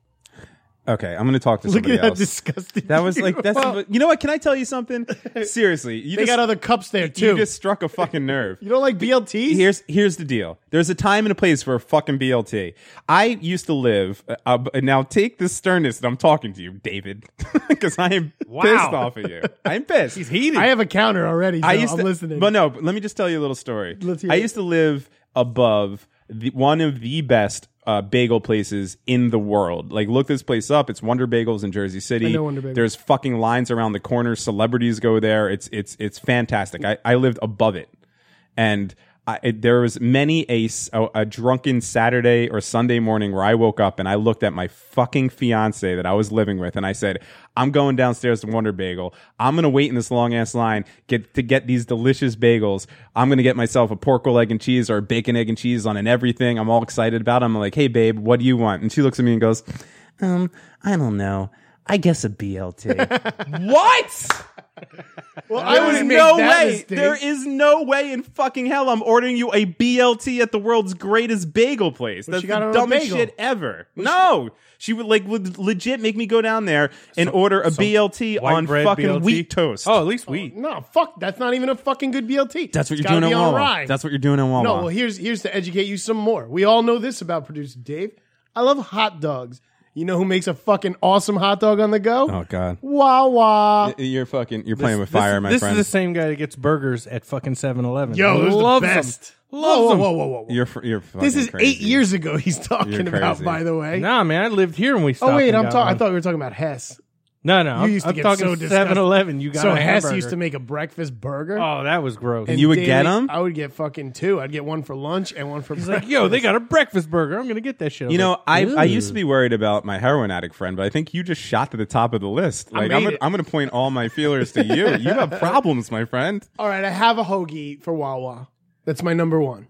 Speaker 2: Okay, I'm gonna talk to
Speaker 1: Look
Speaker 2: somebody
Speaker 1: at how
Speaker 2: else.
Speaker 1: disgusting.
Speaker 2: that was
Speaker 1: you
Speaker 2: like that's
Speaker 1: are.
Speaker 2: you know what? Can I tell you something? Seriously, you
Speaker 1: they
Speaker 2: just
Speaker 1: got other cups there too.
Speaker 2: you just struck a fucking nerve.
Speaker 1: You don't like BLTs?
Speaker 2: here's here's the deal. There's a time and a place for a fucking BLT. I used to live. Uh, uh, and now take this sternness that I'm talking to you, David, because I am pissed off at you. I'm pissed. He's heated.
Speaker 1: I have a counter already. So
Speaker 2: I used
Speaker 1: I'm
Speaker 2: to,
Speaker 1: listening.
Speaker 2: But no, but let me just tell you a little story.
Speaker 1: Let's hear
Speaker 2: I
Speaker 1: it.
Speaker 2: used to live above the, one of the best uh, bagel places in the world. Like, look this place up. It's Wonder Bagels in Jersey City.
Speaker 1: I know Wonder Bagels.
Speaker 2: There's fucking lines around the corner. Celebrities go there. It's it's it's fantastic. I, I lived above it, and. I, it, there was many a, s- a- a drunken Saturday or Sunday morning where I woke up and I looked at my fucking fiance that I was living with and I said, "I'm going downstairs to Wonder Bagel. I'm gonna wait in this long ass line get to get these delicious bagels. I'm gonna get myself a pork roll egg and cheese or a bacon egg and cheese on an everything. I'm all excited about. it. I'm like, hey babe, what do you want? And she looks at me and goes, um, I don't know. I guess a BLT. what?
Speaker 1: well,
Speaker 2: There is
Speaker 1: wouldn't make
Speaker 2: no
Speaker 1: that
Speaker 2: way.
Speaker 1: mistake.
Speaker 2: There is no way in fucking hell I'm ordering you a BLT at the world's greatest bagel place. That's
Speaker 1: she got
Speaker 2: the
Speaker 1: her own
Speaker 2: dumbest
Speaker 1: bagel.
Speaker 2: shit ever. no, she would like would legit make me go down there and order a BLT
Speaker 6: White
Speaker 2: on
Speaker 6: bread
Speaker 2: fucking
Speaker 6: BLT.
Speaker 2: wheat toast.
Speaker 6: Oh, at least wheat.
Speaker 1: no fuck. That's not even a fucking good BLT.
Speaker 2: that's what
Speaker 1: It's
Speaker 2: you're
Speaker 1: gotta
Speaker 2: doing
Speaker 1: be
Speaker 2: on
Speaker 1: on
Speaker 2: Wawa.
Speaker 1: rye.
Speaker 2: That's what you're doing on Wawa.
Speaker 1: No, well, here's here's to educate you some more. We all know this about producer Dave. I love hot dogs. You know who makes a fucking awesome hot dog on the go?
Speaker 2: Oh God,
Speaker 1: Wawa.
Speaker 2: you're fucking, you're playing with fire,
Speaker 6: this,
Speaker 2: my
Speaker 6: this
Speaker 2: friend.
Speaker 6: is the same guy that gets burgers at fucking 7-Eleven.
Speaker 1: Yo, those are the
Speaker 6: Loves 'em.
Speaker 1: best.
Speaker 6: Loves
Speaker 1: whoa,
Speaker 6: 'em.
Speaker 1: whoa, whoa, whoa, whoa.
Speaker 2: you're, fr- you're fucking
Speaker 1: This is eight
Speaker 2: crazy.
Speaker 1: years ago. He's talking
Speaker 2: You're
Speaker 1: about,
Speaker 2: crazy.
Speaker 1: by the way.
Speaker 6: Nah, man, I lived here and we stopped.
Speaker 1: oh wait,
Speaker 6: and
Speaker 1: I'm
Speaker 6: got
Speaker 1: talking. I
Speaker 6: one.
Speaker 1: thought we were talking about Hess.
Speaker 6: No, no, I'm,
Speaker 1: you used to
Speaker 6: I'm
Speaker 1: get
Speaker 6: talking
Speaker 1: so disgusted.
Speaker 6: 7-Eleven. You got
Speaker 1: So
Speaker 6: a
Speaker 1: Hess
Speaker 6: hamburger.
Speaker 1: used to make a breakfast burger.
Speaker 6: Oh, that was gross.
Speaker 1: and
Speaker 2: you would
Speaker 1: daily-
Speaker 2: get 'em?
Speaker 1: I would get fucking two. I'd get one for lunch and one for
Speaker 6: He's
Speaker 1: breakfast.
Speaker 6: like, yo, they got a breakfast burger. I'm gonna get that shit. I'm
Speaker 2: You know,
Speaker 6: like,
Speaker 2: I, I used
Speaker 6: "Ooh."
Speaker 2: to be worried about my heroin addict friend, but I think you just shot to the top of the list. Like
Speaker 1: made
Speaker 2: I'm, gonna,
Speaker 1: it.
Speaker 2: I'm going to point all my feelers to you. You have problems, my friend.
Speaker 1: All right, I have a hoagie for Wawa. That's my number one.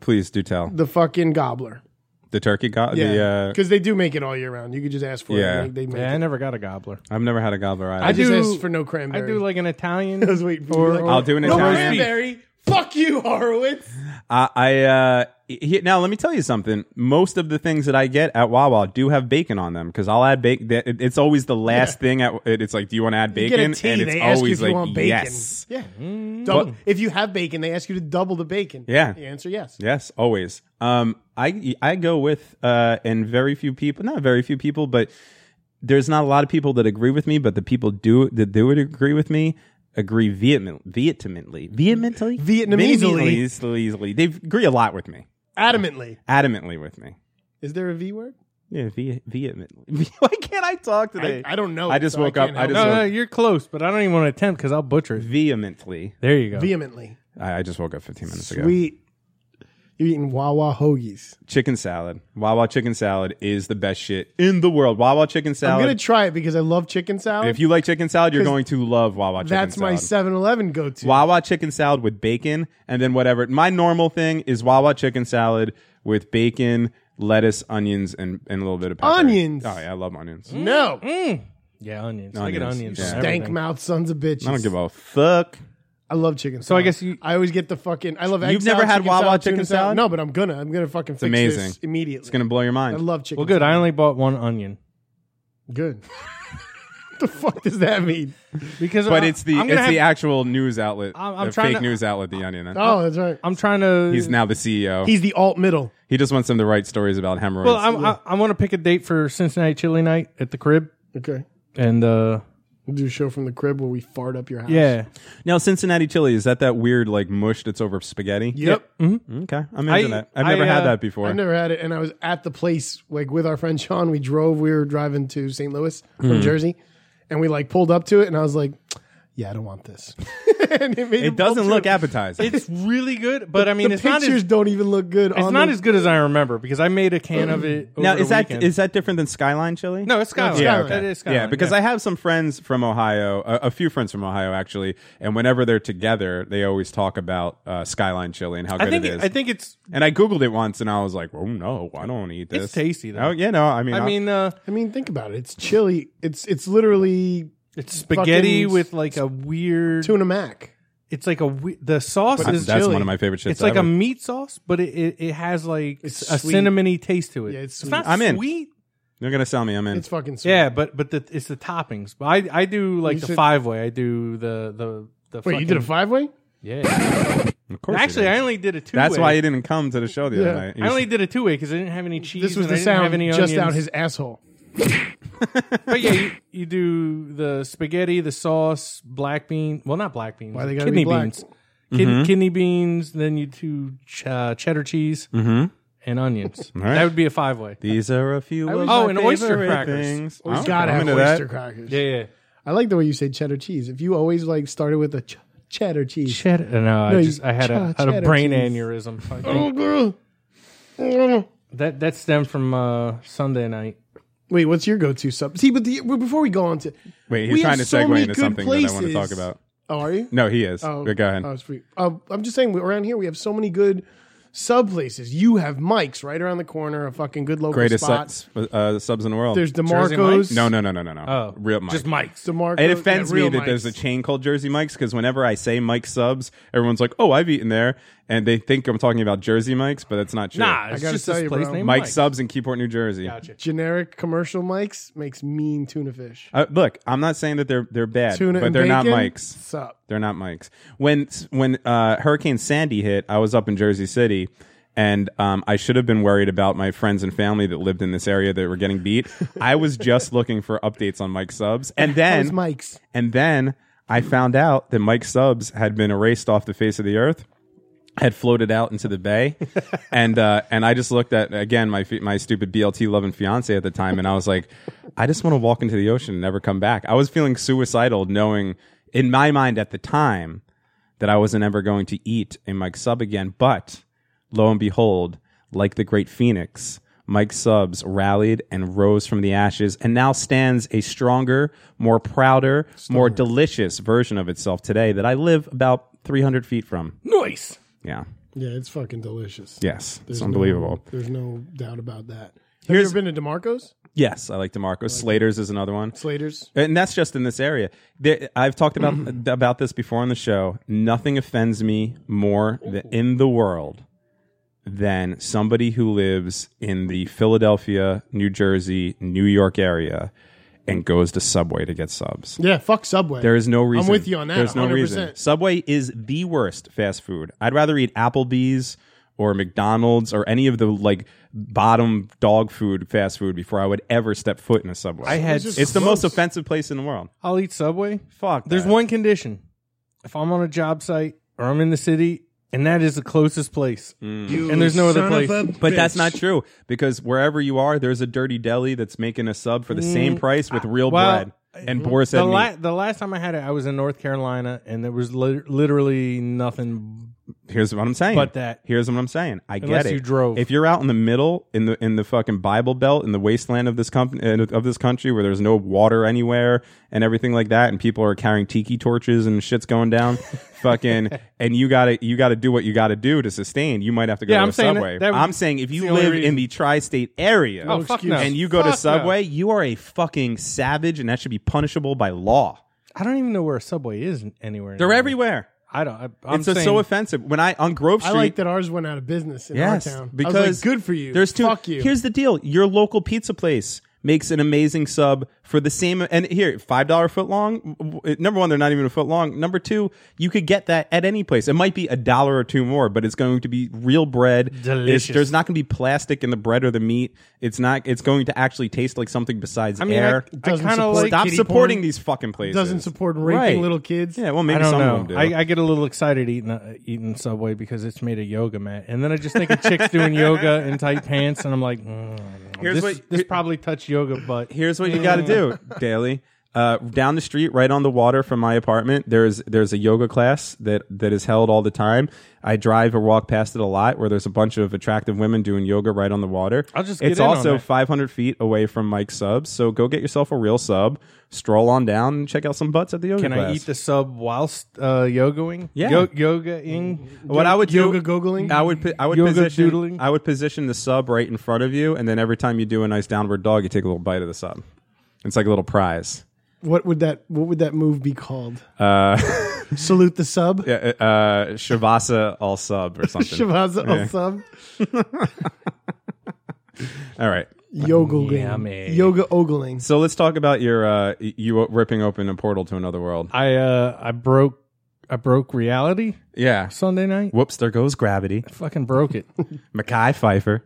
Speaker 2: Please do tell
Speaker 1: The fucking gobbler.
Speaker 2: the turkey got the.
Speaker 1: Yeah,
Speaker 2: Uh,
Speaker 1: because they do make it all year round. You could just ask for
Speaker 2: Yeah.
Speaker 1: it. and They, they make
Speaker 6: Yeah, I
Speaker 1: it.
Speaker 6: never got a gobbler.
Speaker 2: I've never had a gobbler either.
Speaker 1: I, just
Speaker 6: do-
Speaker 1: asked for no
Speaker 6: I
Speaker 1: cranberry.
Speaker 6: do like an Italian.
Speaker 1: I was waiting for you,
Speaker 6: or,
Speaker 1: like-
Speaker 6: or-
Speaker 2: I'll do an
Speaker 1: no
Speaker 2: Italian.
Speaker 1: cranberry. Fuck you, Horowitz.
Speaker 2: I, I uh, he, now let me tell you something. Most of the things that I get at Wawa do have bacon on them because I'll add bacon. It's always the last thing at. it- It's like, do you want to add
Speaker 1: You get
Speaker 2: bacon?
Speaker 1: a tea.
Speaker 2: and it's
Speaker 1: they
Speaker 2: always
Speaker 1: ask you if
Speaker 2: like,
Speaker 1: you want bacon.
Speaker 2: yes,
Speaker 1: Yeah.
Speaker 6: Mm-hmm.
Speaker 1: Double, if you have bacon, they ask you to double the bacon.
Speaker 2: Yeah.
Speaker 1: The answer yes.
Speaker 2: yes, always. Um, I I go with uh, and very few people, not very few people, but there's not a lot of people that agree with me. But the people do that do would agree with me agree vehemently, vehemently, vehemently,
Speaker 1: Vietnamese-ly.
Speaker 2: Vehemently, easily. They agree a lot with me,
Speaker 1: Adamantly.
Speaker 2: adamantly with me.
Speaker 1: Is there a V word?
Speaker 2: Yeah, ve- vehemently. Why can't I talk today?
Speaker 1: I don't know.
Speaker 2: I just
Speaker 1: so
Speaker 2: woke
Speaker 1: can't
Speaker 2: up.
Speaker 1: help
Speaker 2: I just
Speaker 1: it.
Speaker 6: no, no,
Speaker 2: woke,
Speaker 6: you're close, but I don't even want to attempt because I'll butcher it.
Speaker 2: vehemently.
Speaker 6: There you go.
Speaker 1: vehemently.
Speaker 2: I, I just woke up 15 minutes ago.
Speaker 1: Sweet. You're eating Wawa hoagies.
Speaker 2: Chicken salad. Wawa chicken salad is the best shit in the world. Wawa chicken
Speaker 1: I'm
Speaker 2: salad.
Speaker 1: gonna try it because I love chicken salad.
Speaker 2: if you like chicken salad, you're
Speaker 1: 'Cause
Speaker 2: going to love Wawa chicken
Speaker 1: that's my
Speaker 2: salad.
Speaker 1: 7-Eleven go-to.
Speaker 2: Wawa chicken salad with bacon and then whatever. My normal thing is Wawa chicken salad with bacon, lettuce, onions, and, and a little bit of pepper.
Speaker 1: Onions.
Speaker 2: Oh, yeah, I love onions.
Speaker 1: No,
Speaker 6: Mm. Yeah, onions. I get
Speaker 2: Onions,
Speaker 6: onions.
Speaker 2: yeah.
Speaker 6: on
Speaker 2: Stank
Speaker 1: dank
Speaker 6: everything.
Speaker 1: mouth sons of bitches.
Speaker 2: I don't give a fuck.
Speaker 1: I love chicken.
Speaker 6: So I
Speaker 1: salad.
Speaker 6: guess you-
Speaker 1: I always get the fucking. I love. egg
Speaker 2: You've never
Speaker 1: salad,
Speaker 2: had
Speaker 1: chicken
Speaker 2: Wawa
Speaker 1: salad,
Speaker 2: chicken
Speaker 1: tuna
Speaker 2: salad?
Speaker 1: No, but I'm gonna. I'm gonna fucking. It's fix
Speaker 2: amazing.
Speaker 1: This immediately.
Speaker 2: It's going to blow your
Speaker 1: I
Speaker 2: mind.
Speaker 1: love chicken.
Speaker 6: Well, good. I only bought one onion
Speaker 1: salad. Good. the fuck does that mean?
Speaker 6: because.
Speaker 2: but
Speaker 6: I-
Speaker 2: it's the
Speaker 6: I'm
Speaker 2: it's
Speaker 6: gonna
Speaker 2: the
Speaker 6: have-
Speaker 2: actual news outlet,
Speaker 6: I'm- I'm
Speaker 2: the
Speaker 6: trying
Speaker 2: fake
Speaker 6: to-
Speaker 2: news outlet, The Onion. huh?
Speaker 1: Oh, that's right.
Speaker 6: I'm trying to.
Speaker 2: He's now the CEO.
Speaker 1: He's the alt middle.
Speaker 2: he just wants them to write stories about hemorrhoids.
Speaker 6: Well, I'm, I, I want to pick a date for Cincinnati Chili Night at the crib,
Speaker 1: Okay.
Speaker 6: and uh,
Speaker 1: We'll do a show from the crib where we fart up your house.
Speaker 6: yeah,
Speaker 2: now, Cincinnati chili is that that weird like mush that's over spaghetti?
Speaker 1: Yep.
Speaker 2: Okay, I'm into
Speaker 6: I-
Speaker 2: that. I've never
Speaker 6: I,
Speaker 2: had
Speaker 6: uh,
Speaker 2: that before.
Speaker 1: I've never had it, and I was at the place like with our friend Sean. We drove. We were driving to St. Louis from Jersey, and we like pulled up to it, and I was like, "Yeah, I don't want this." and it, made
Speaker 2: it doesn't look appetizing.
Speaker 6: it's really good. But I mean,
Speaker 1: The
Speaker 6: it's not
Speaker 1: pictures
Speaker 6: as
Speaker 1: don't even look good.
Speaker 6: it's
Speaker 1: on
Speaker 6: not
Speaker 1: the,
Speaker 6: as good as I remember because I made a can of it. Over
Speaker 2: now, is
Speaker 6: the
Speaker 2: that
Speaker 6: weekend.
Speaker 2: is that different than skyline chili?
Speaker 6: no? It's Skyline.
Speaker 1: Skyline.
Speaker 6: Yeah, That is Skyline.
Speaker 2: Yeah, because I have some friends from Ohio, a, a few friends from Ohio actually, and whenever they're together, they always talk about uh, skyline chili and how good
Speaker 6: I think
Speaker 2: it
Speaker 6: it-
Speaker 2: is.
Speaker 6: I think it's
Speaker 2: and I googled it once, and I was like, "Oh no, I don't want to eat this."
Speaker 6: It's tasty, though.
Speaker 2: Oh yeah, no, I mean,
Speaker 6: I
Speaker 2: I'll-
Speaker 6: mean uh,
Speaker 1: I mean, think about it. It's chili. It's it's literally
Speaker 6: it's spaghetti
Speaker 1: fucking-
Speaker 6: with like a weird.
Speaker 1: tuna mac.
Speaker 6: It's like a we- the sauce
Speaker 2: I-
Speaker 6: is
Speaker 2: that's
Speaker 6: chili.
Speaker 2: one of my favorite shits.
Speaker 6: It's like a
Speaker 2: ever.
Speaker 6: meat sauce, but it, it, it has like
Speaker 1: It's
Speaker 6: a
Speaker 1: sweet.
Speaker 6: cinnamony taste to it.
Speaker 1: Yeah, it's sweet.
Speaker 6: not
Speaker 2: I'm in.
Speaker 6: sweet.
Speaker 2: They're gonna sell me. I'm in.
Speaker 1: It's fucking sweet.
Speaker 6: Yeah, but but the, it's the toppings. But I I do like
Speaker 1: You
Speaker 6: the
Speaker 1: said-
Speaker 6: five way. I do the the the.
Speaker 1: Wait, you did a
Speaker 6: fucking-
Speaker 1: five way?
Speaker 6: Yeah.
Speaker 2: Of course it
Speaker 6: Actually,
Speaker 2: is.
Speaker 6: I only did a two.
Speaker 2: That's why you didn't come to the show the other
Speaker 1: Yeah.
Speaker 2: night. You
Speaker 6: I only did a two way because I didn't have any cheese.
Speaker 1: This was
Speaker 6: and I
Speaker 1: the
Speaker 6: didn't have
Speaker 1: sound
Speaker 6: any
Speaker 1: just
Speaker 6: onions.
Speaker 1: out his asshole.
Speaker 6: But yeah, you, you do the spaghetti, the sauce, black bean. Well, not black beans.
Speaker 1: Why they gotta be
Speaker 6: kidney
Speaker 1: black?
Speaker 6: beans? Kid,
Speaker 2: Mm-hmm.
Speaker 6: Kidney beans. Then you do ch- uh, cheddar cheese and onions.
Speaker 2: Mm-hmm. right.
Speaker 6: That would be a five way.
Speaker 2: These are a few.
Speaker 1: was-
Speaker 2: Of
Speaker 1: Oh,
Speaker 2: my
Speaker 6: and oyster
Speaker 2: favorite
Speaker 6: crackers.
Speaker 2: Things.
Speaker 1: We
Speaker 2: Oh,
Speaker 1: gotta
Speaker 2: I'm
Speaker 1: have
Speaker 2: into that.
Speaker 1: oyster crackers.
Speaker 6: Yeah, yeah.
Speaker 1: I like the way you say cheddar cheese. If you always like started with a ch- cheddar cheese.
Speaker 6: Cheddar. uh, No,
Speaker 1: No,
Speaker 6: I
Speaker 1: you-
Speaker 6: just I had a
Speaker 1: ch-
Speaker 6: had a
Speaker 1: cheddar
Speaker 6: brain
Speaker 1: cheese.
Speaker 6: aneurysm. I think.
Speaker 1: Oh, girl.
Speaker 6: That that stemmed from uh, Sunday night.
Speaker 1: Wait, what's your go-to sub? See, but the, well, before we go on to
Speaker 2: Wait, he's
Speaker 1: we
Speaker 2: trying
Speaker 1: have
Speaker 2: to
Speaker 1: so
Speaker 2: segue
Speaker 1: many
Speaker 2: into
Speaker 1: good
Speaker 2: something that I want to talk
Speaker 1: places.
Speaker 2: about.
Speaker 1: Oh, are you?
Speaker 2: No, he is.
Speaker 1: Oh,
Speaker 2: But go ahead.
Speaker 1: Oh, sweet. Uh, I'm just saying, we- around here we have so many good sub places. You have Mike's right around the corner, a fucking good local
Speaker 2: Greatest
Speaker 1: spot.
Speaker 2: subs, uh, subs in the world.
Speaker 1: There's
Speaker 6: Jersey Mike's?
Speaker 1: Demarco's.
Speaker 2: no, no, no, no, no, no.
Speaker 6: Oh,
Speaker 2: real Mike.
Speaker 6: Just Mike's.
Speaker 1: Demarco's.
Speaker 2: It offends
Speaker 1: yeah, real
Speaker 2: me that
Speaker 1: Mike's.
Speaker 2: there's a chain called Jersey Mike's because whenever I say Mike subs, everyone's like, "Oh, I've eaten there," and they think I'm talking about Jersey Mike's, but that's not true.
Speaker 6: Nah, it's
Speaker 1: gotta
Speaker 6: just
Speaker 1: tell
Speaker 6: this
Speaker 1: you,
Speaker 6: place
Speaker 1: bro.
Speaker 6: named
Speaker 2: Mike
Speaker 6: Mike's.
Speaker 2: subs in Keyport, New Jersey.
Speaker 6: Gotcha.
Speaker 1: generic commercial Mike's makes mean tuna fish.
Speaker 2: Uh, look, I'm not saying that they're they're bad,
Speaker 1: Tuna
Speaker 2: but
Speaker 1: and
Speaker 2: they're not
Speaker 1: bacon?
Speaker 2: Mike's.
Speaker 1: Sup.
Speaker 2: They're not Mike's. When when uh, Hurricane Sandy hit, I was up in Jersey City, And um, I should have been worried about my friends and family that lived in this area that were getting beat. I was just looking for updates on Mike Subs, and then
Speaker 1: How's Mike's?
Speaker 2: and then I found out that Mike Subs had been erased off the face of the earth, had floated out into the bay, and uh, and I just looked at again my fi- my stupid BLT loving fiance at the time, and I was like, I just want to walk into the ocean and never come back. I was feeling suicidal, knowing in my mind at the time that I wasn't ever going to eat a Mike Sub again, but lo and behold, like the great phoenix, Mike Subs rallied and rose from the ashes and now stands a stronger, more prouder, more delicious version of itself today that I live about 300 feet from.
Speaker 6: Nice.
Speaker 2: Yeah.
Speaker 1: Yeah, it's fucking delicious.
Speaker 2: Yes.
Speaker 1: There's
Speaker 2: it's
Speaker 1: no-
Speaker 2: unbelievable.
Speaker 1: there's no doubt about that. Have
Speaker 2: Here's-
Speaker 1: you ever been to DeMarco's?
Speaker 2: Yes. I like DeMarco. Slater's is another one.
Speaker 1: Slater's?
Speaker 2: and that's just in this area. There, I've talked about about this before on the show. Nothing offends me more th- in the world than somebody who lives in the Philadelphia, New Jersey, New York area and goes to Subway to get subs.
Speaker 1: Yeah, fuck Subway.
Speaker 2: There is no reason.
Speaker 1: I'm with you on that.
Speaker 2: There's no
Speaker 1: 100%.
Speaker 2: reason. Subway is the worst fast food. I'd rather eat Applebee's or McDonald's or any of the like bottom dog food fast food before I would ever step foot in a Subway.
Speaker 6: I had.
Speaker 1: just-
Speaker 2: it's the
Speaker 1: Gross.
Speaker 2: most offensive place in the world.
Speaker 6: I'll eat Subway.
Speaker 2: Fuck.
Speaker 6: There's
Speaker 2: that.
Speaker 6: one condition. If I'm on a job site or I'm in the city, and that is the closest place,
Speaker 2: Mm.
Speaker 6: and there's no other place.
Speaker 2: But that's not true because wherever you are, there's a dirty deli that's making a sub for the same price with real
Speaker 6: Mm, well, mm,
Speaker 2: bread. And Boris said,
Speaker 6: The, la- the last time I had it, I was in North Carolina, and there was lit literally nothing.
Speaker 2: "Here's what I'm saying."
Speaker 6: But that-
Speaker 2: here's what I'm saying. I
Speaker 6: Unless
Speaker 2: get it.
Speaker 6: you drove.
Speaker 2: If you're out in the middle in the in the fucking Bible Belt in the wasteland of this company of this country where there's no water anywhere and everything like that, and people are carrying tiki torches and shit's going down, fucking, and you gotta you gotta do what you gotta do to sustain. You might have to go
Speaker 6: Yeah,
Speaker 2: to
Speaker 6: I'm
Speaker 2: a
Speaker 6: saying that-
Speaker 2: subway.
Speaker 6: that would-
Speaker 2: I'm saying if
Speaker 6: it's
Speaker 2: you
Speaker 6: the only
Speaker 2: live in
Speaker 6: reason.
Speaker 2: the tri-state area,
Speaker 6: Oh, fuck no.
Speaker 2: and you go to
Speaker 6: Fuck no.
Speaker 2: Subway, you are a fucking savage, and that should be punishable by law.
Speaker 6: I don't even know where a Subway is anywhere.
Speaker 2: They're
Speaker 6: anymore.
Speaker 2: everywhere.
Speaker 6: I don't. I, I'm
Speaker 2: It's just
Speaker 6: saying-
Speaker 2: so offensive. When I on Grove
Speaker 1: I
Speaker 2: Street,
Speaker 1: like that ours went out of business in
Speaker 2: yes,
Speaker 1: our town.
Speaker 2: because
Speaker 1: I was like, good for you.
Speaker 2: There's two.
Speaker 1: Fuck you.
Speaker 2: Here's the deal: your local pizza place makes an amazing sub for the same. And here, five dollar foot long. w- w- Number one, they're not even a foot long. Number two, you could get that at any place. It might be a dollar or two more, but it's going to be real bread. It's-
Speaker 6: Delicious.
Speaker 2: there's not going to be plastic in the bread or the meat. It's not. It's going to actually taste like something besides
Speaker 6: I mean, I-
Speaker 2: air.
Speaker 6: I,
Speaker 1: Doesn't
Speaker 6: kind of
Speaker 1: support
Speaker 6: like.
Speaker 2: Stop
Speaker 1: kitty
Speaker 2: supporting
Speaker 1: porn
Speaker 2: these fucking places.
Speaker 1: doesn't support raping
Speaker 2: Right.
Speaker 1: little kids.
Speaker 2: Yeah, well,
Speaker 6: I
Speaker 2: maybe
Speaker 6: don't
Speaker 2: some
Speaker 6: know.
Speaker 2: of them do.
Speaker 6: I, I get a little excited eating uh, eating Subway because it's made of yoga mat, and then I just think of chicks doing yoga in tight pants, and I'm like, mm,
Speaker 2: Here's
Speaker 6: this,
Speaker 2: what-
Speaker 6: this
Speaker 2: here-
Speaker 6: probably touched yoga, but
Speaker 2: here's what you got to do daily. Uh, down the street, right on the water from my apartment, there's there's a yoga class that that is held all the time. I drive or walk past it a lot, where there's a bunch of attractive women doing yoga right on the water.
Speaker 6: I'll just
Speaker 2: it's
Speaker 6: get in on
Speaker 2: also
Speaker 6: that.
Speaker 2: 500 feet away from Mike's subs, so go get yourself a real sub, stroll on down, and check out some butts at the yoga
Speaker 6: Can
Speaker 2: class.
Speaker 6: I eat the sub whilst uh, yogaing?
Speaker 2: Yeah.
Speaker 6: Yo- yogaing.
Speaker 2: What I would do,
Speaker 1: Yoga googling?
Speaker 2: I would pi- I would
Speaker 6: Yoga
Speaker 2: position
Speaker 6: doodling?
Speaker 2: I would position the sub right in front of you, and then every time you do a nice downward dog, you take a little bite of the sub. It's like a little prize.
Speaker 1: What would that what would that move be called? Uh, Salute the sub.
Speaker 2: uh, uh, Shavasa all sub or something.
Speaker 1: Shavazza al sub.
Speaker 2: All right.
Speaker 1: Yoga
Speaker 6: Yummy.
Speaker 1: Yoga ogling.
Speaker 2: So let's talk about your uh, you ripping open a portal to another world.
Speaker 6: I uh, I broke I broke reality
Speaker 2: Yeah.
Speaker 6: Sunday night.
Speaker 2: Whoops, there goes gravity.
Speaker 6: Fucking broke it.
Speaker 2: Mackay Pfeiffer.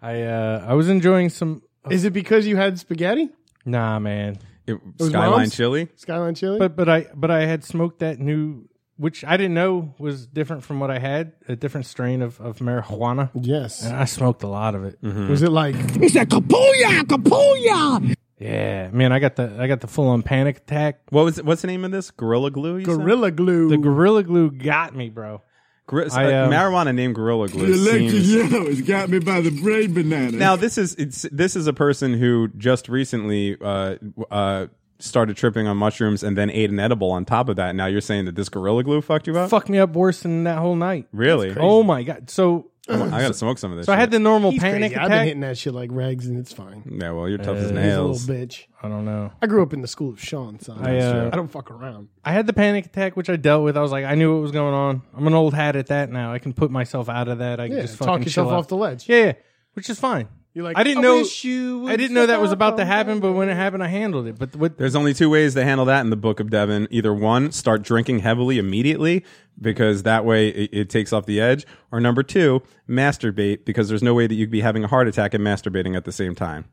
Speaker 6: I uh, I was enjoying some.
Speaker 1: Is it because you had spaghetti?
Speaker 6: Nah, man.
Speaker 2: It-
Speaker 1: was
Speaker 2: Skyline
Speaker 1: mom's?
Speaker 2: Chili.
Speaker 1: Skyline chili?
Speaker 6: But but I but I had smoked that new, which I didn't know was different from what I had. A different strain of of marijuana.
Speaker 1: yes.
Speaker 6: And I smoked a lot of it.
Speaker 1: Was it like
Speaker 5: He said, Kapuya! Kapuya!
Speaker 6: Yeah, man. I got the I got the full on panic attack.
Speaker 2: What was what's the name of this? Gorilla glue. you said?
Speaker 1: gorilla glue?
Speaker 6: The gorilla glue got me, bro.
Speaker 2: Gri-
Speaker 6: I,
Speaker 2: uh,
Speaker 6: um,
Speaker 2: marijuana named Gorilla glue. seems-
Speaker 5: yellow has got me by the braid banana.
Speaker 2: Now this is it's this is a person who just recently uh, w- uh, started tripping on mushrooms and then ate an edible on top of that. Now you're saying that this Gorilla glue fucked you up?
Speaker 6: Fucked me up worse than that whole night.
Speaker 2: Really?
Speaker 6: Oh my god. So
Speaker 2: I gotta smoke some of this.
Speaker 6: so I had the normal
Speaker 1: He's
Speaker 6: panic
Speaker 1: crazy. I've been
Speaker 6: attack.
Speaker 1: hitting that shit like rags and it's fine.
Speaker 2: Yeah, well, you're tough as
Speaker 1: He's a
Speaker 2: nails.
Speaker 1: little bitch.
Speaker 6: I don't know.
Speaker 1: I grew up in the school of Sean, son.
Speaker 6: I, uh,
Speaker 1: I don't fuck around.
Speaker 6: I had the panic attack, which I dealt with. I was like, I knew what was going on. I'm an old hat at that now. I can put myself out of that. I can
Speaker 1: Yeah,
Speaker 6: just
Speaker 1: talk
Speaker 6: fucking
Speaker 1: yourself
Speaker 6: chill out.
Speaker 1: off the ledge.
Speaker 6: Yeah, yeah, which is fine.
Speaker 1: You're like,
Speaker 6: I didn't
Speaker 1: "I
Speaker 6: know.
Speaker 1: wish you would
Speaker 6: I didn't know that was
Speaker 1: stop
Speaker 6: about to
Speaker 1: on
Speaker 6: happen,
Speaker 1: that."
Speaker 6: but when it happened, I handled it. But what?
Speaker 2: There's only two ways to handle that in the Book of Devon. Either one, start drinking heavily immediately because that way it, it takes off the edge, or number two, masturbate because there's no way that you'd be having a heart attack and masturbating at the same time.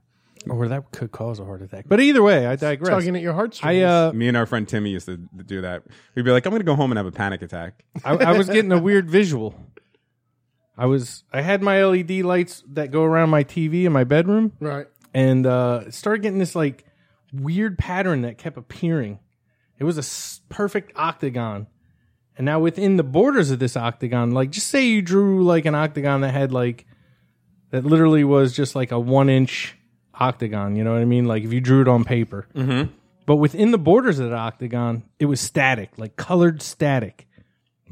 Speaker 6: Or that could cause a heart attack. But either way, I digress.
Speaker 1: tugging at your
Speaker 6: I
Speaker 1: heartstrings.
Speaker 6: uh,
Speaker 2: Me and our friend Timmy used to do that. We'd be like, "I'm going to go home and have a panic attack."
Speaker 6: I, I was getting a weird visual. I was I had my LED lights that go around my TV in my bedroom,
Speaker 1: right.
Speaker 6: and uh, it started getting this like weird pattern that kept appearing. It was a s- perfect octagon, and now within the borders of this octagon, like just say you drew like an octagon that had like that literally was just like a one inch octagon. You know what I mean? Like if you drew it on paper, mm-hmm. but within the borders of the octagon, it was static, like colored static.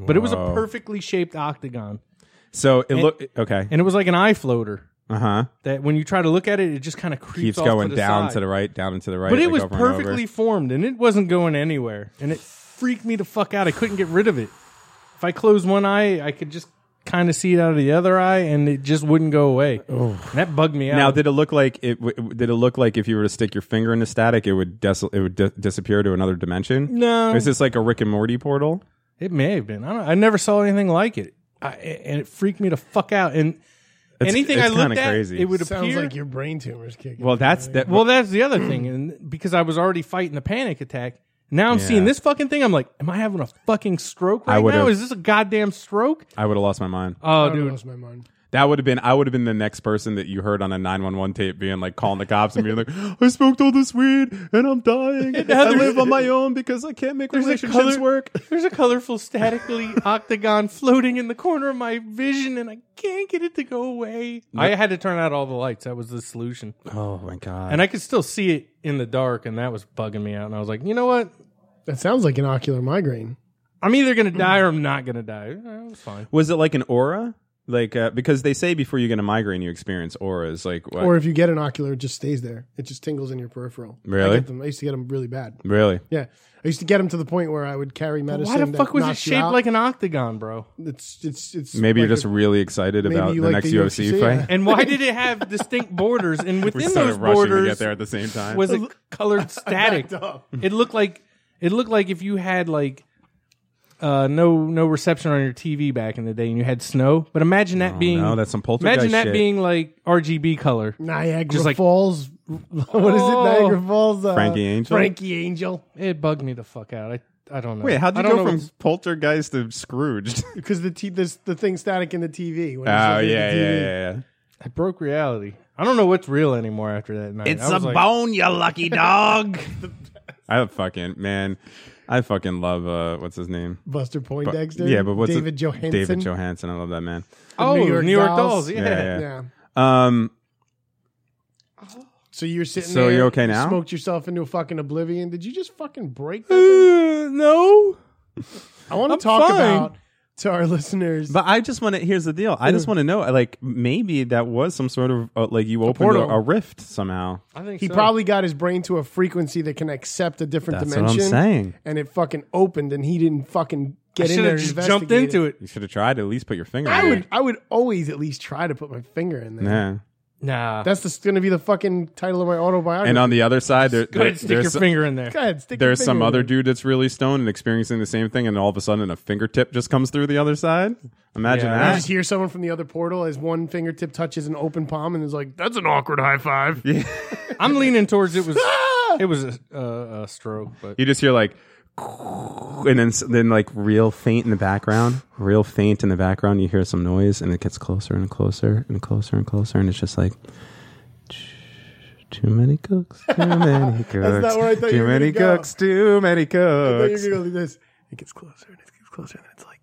Speaker 6: But it was a
Speaker 2: Whoa.
Speaker 6: perfectly shaped octagon,
Speaker 2: So it look okay,
Speaker 6: and it was like an eye floater.
Speaker 2: uh huh.
Speaker 6: That when you try to look at it, it just kind of
Speaker 2: Keeps
Speaker 6: creeps
Speaker 2: going
Speaker 6: off to the
Speaker 2: down
Speaker 6: side
Speaker 2: to the right, down and to the right.
Speaker 6: but
Speaker 2: like
Speaker 6: it was
Speaker 2: over and over.
Speaker 6: perfectly formed and it wasn't going anywhere and it freaked me the fuck out i couldn't get rid of it if i closed one eye i could just kind of see it out of the other eye and it just wouldn't go away And that bugged me out
Speaker 2: Now, did it look like it? w- w- Did it look like if you were to stick your finger in the static, it would des- it would di- disappear to another dimension?
Speaker 6: No.
Speaker 2: Is this like a Rick and Morty portal?
Speaker 6: it may have been i, don't, I never saw anything like it I, and it freaked me the fuck out and anything
Speaker 2: it's
Speaker 6: i looked
Speaker 2: kinda
Speaker 6: at
Speaker 2: crazy.
Speaker 6: it would
Speaker 1: Sounds
Speaker 6: appear
Speaker 1: like your brain tumor's kicking.
Speaker 2: Well, that's that.
Speaker 6: well that's the other thing and because i was already fighting the panic attack now i'm seeing this fucking thing i'm like am i having a fucking stroke
Speaker 2: I
Speaker 6: right now
Speaker 2: would've-
Speaker 6: is this a goddamn stroke
Speaker 2: I would have lost my mind.
Speaker 6: oh
Speaker 1: I
Speaker 6: dude
Speaker 1: lost my mind.
Speaker 2: That would have been I would have been the next person that you heard on a nine one one tape being like calling the cops and being like, I smoked all this weed and I'm dying. I live on my own because I can't make
Speaker 6: a
Speaker 2: relationships
Speaker 6: color-
Speaker 2: work.
Speaker 6: There's a colorful, statically octagon floating in the corner of my vision, and I can't get it to go away. I had to turn out all the lights. That was the solution.
Speaker 2: Oh my god!
Speaker 6: And I could still see it in the dark, and that was bugging me out. And I was like, you know what?
Speaker 1: That sounds like an ocular migraine.
Speaker 6: I'm either going to die or I'm not going to die. Eh, It's fine.
Speaker 2: was it like an aura? Like uh, because they say before you get a migraine, you experience auras. Like what?
Speaker 1: Or if you get an ocular, it just stays there. It just tingles in your peripheral. I,
Speaker 2: Really?
Speaker 1: get them. I used to get them really bad.
Speaker 2: really?
Speaker 1: Yeah, I used to get them to the point where I would carry medicine.
Speaker 6: Why the
Speaker 1: that
Speaker 6: fuck was it
Speaker 1: knocks you
Speaker 6: shaped
Speaker 1: out.
Speaker 6: like an octagon, bro?
Speaker 1: It's it's it's.
Speaker 2: Maybe
Speaker 1: like
Speaker 2: you're just
Speaker 1: a-
Speaker 2: really excited
Speaker 1: maybe
Speaker 2: about
Speaker 1: you
Speaker 2: the
Speaker 1: like
Speaker 2: next
Speaker 1: the
Speaker 2: UFC,
Speaker 1: UFC,
Speaker 2: fight.
Speaker 1: yeah.
Speaker 6: And why did it have distinct borders? And
Speaker 2: We
Speaker 6: within
Speaker 2: started
Speaker 6: those
Speaker 2: rushing to get
Speaker 6: borders,
Speaker 2: there at the same time.
Speaker 6: was it colored static?
Speaker 1: up.
Speaker 6: It looked like it looked like if you had like uh, no no reception on your TV back in the day and you had snow. But imagine that being
Speaker 2: Oh, no, that's some poltergeist
Speaker 6: imagine that
Speaker 2: shit.
Speaker 6: being like RGB color.
Speaker 1: Niagara
Speaker 6: Just like-
Speaker 1: Falls. what is it?
Speaker 6: Oh.
Speaker 1: Niagara Falls. Uh,
Speaker 2: Frankie Angel?
Speaker 1: Frankie Angel.
Speaker 6: It bugged me the fuck out. I I don't know.
Speaker 2: Wait, how'd
Speaker 6: I
Speaker 2: you
Speaker 6: don't
Speaker 2: go
Speaker 6: know
Speaker 2: from
Speaker 6: what's-
Speaker 2: poltergeist to Scrooged? oh
Speaker 1: Because the t- this, the thing static in the TV. When it's
Speaker 2: yeah,
Speaker 1: looking
Speaker 2: Oh, yeah,
Speaker 1: at the TV.
Speaker 2: yeah, yeah.
Speaker 6: I broke reality? I don't know what's real anymore after that night. I was like,
Speaker 2: bone, you lucky dog. I fucking man, I fucking love uh, what's his name?
Speaker 1: Buster Poindexter.
Speaker 2: yeah, but what's
Speaker 1: David
Speaker 2: it-
Speaker 1: Johansen?
Speaker 2: David Johansen, I love that man.
Speaker 6: Oh, New York, Dolls. Yeah.
Speaker 2: Yeah,
Speaker 1: Yeah.
Speaker 2: Um,
Speaker 1: So you're sitting.
Speaker 2: So
Speaker 1: there,
Speaker 2: you're okay now?
Speaker 1: Smoked yourself into a fucking oblivion. Did you just fucking break?
Speaker 6: Uh,
Speaker 1: That?
Speaker 6: no.
Speaker 1: I want to
Speaker 6: I'm
Speaker 1: talk
Speaker 6: fine.
Speaker 1: about to our listeners.
Speaker 2: but I just want to. Here's the deal. I just want to know, like, maybe that was some sort of uh, like you opened a,
Speaker 6: portal.
Speaker 2: a rift somehow.
Speaker 6: I think
Speaker 1: he probably got his brain to a frequency that can accept a different
Speaker 2: That's what I'm
Speaker 1: dimension.
Speaker 2: saying.
Speaker 1: And it fucking opened, and he didn't fucking get in
Speaker 6: should
Speaker 1: there.
Speaker 6: have
Speaker 1: and
Speaker 6: just
Speaker 1: investigate
Speaker 6: jumped into it.
Speaker 2: You should have tried to at least put your finger.
Speaker 1: I
Speaker 2: in
Speaker 1: would.
Speaker 2: It.
Speaker 1: I would always at least try to put my finger in there.
Speaker 2: Yeah.
Speaker 6: Nah.
Speaker 1: That's just going to be the fucking title of my autobiography.
Speaker 2: And on the other side, there,
Speaker 6: Go ahead
Speaker 2: there,
Speaker 6: and stick your
Speaker 2: there's some-
Speaker 6: finger in there.
Speaker 1: Go ahead, stick your
Speaker 2: there's some
Speaker 1: finger in
Speaker 2: other
Speaker 1: there.
Speaker 2: dude that's really stoned and experiencing the same thing, and all of a sudden a fingertip just comes through the other side. Imagine
Speaker 6: Yeah.
Speaker 1: You
Speaker 2: that.
Speaker 1: just hear someone from the other portal as one fingertip touches an open palm and is like, "That's an awkward high five.
Speaker 6: I'm leaning towards it was it was a, uh, a stroke, but
Speaker 2: You just hear like, and then then like real faint in the background, real faint in the background. You hear some noise, and it gets closer and closer and closer and closer, and it's just like. Too many cooks, too many cooks.
Speaker 1: where I thought
Speaker 2: too
Speaker 1: you were
Speaker 2: many
Speaker 1: gonna go.
Speaker 2: cooks, too
Speaker 1: You're
Speaker 2: many cooks.
Speaker 1: gonna do this. It gets closer and it gets closer, and it's like,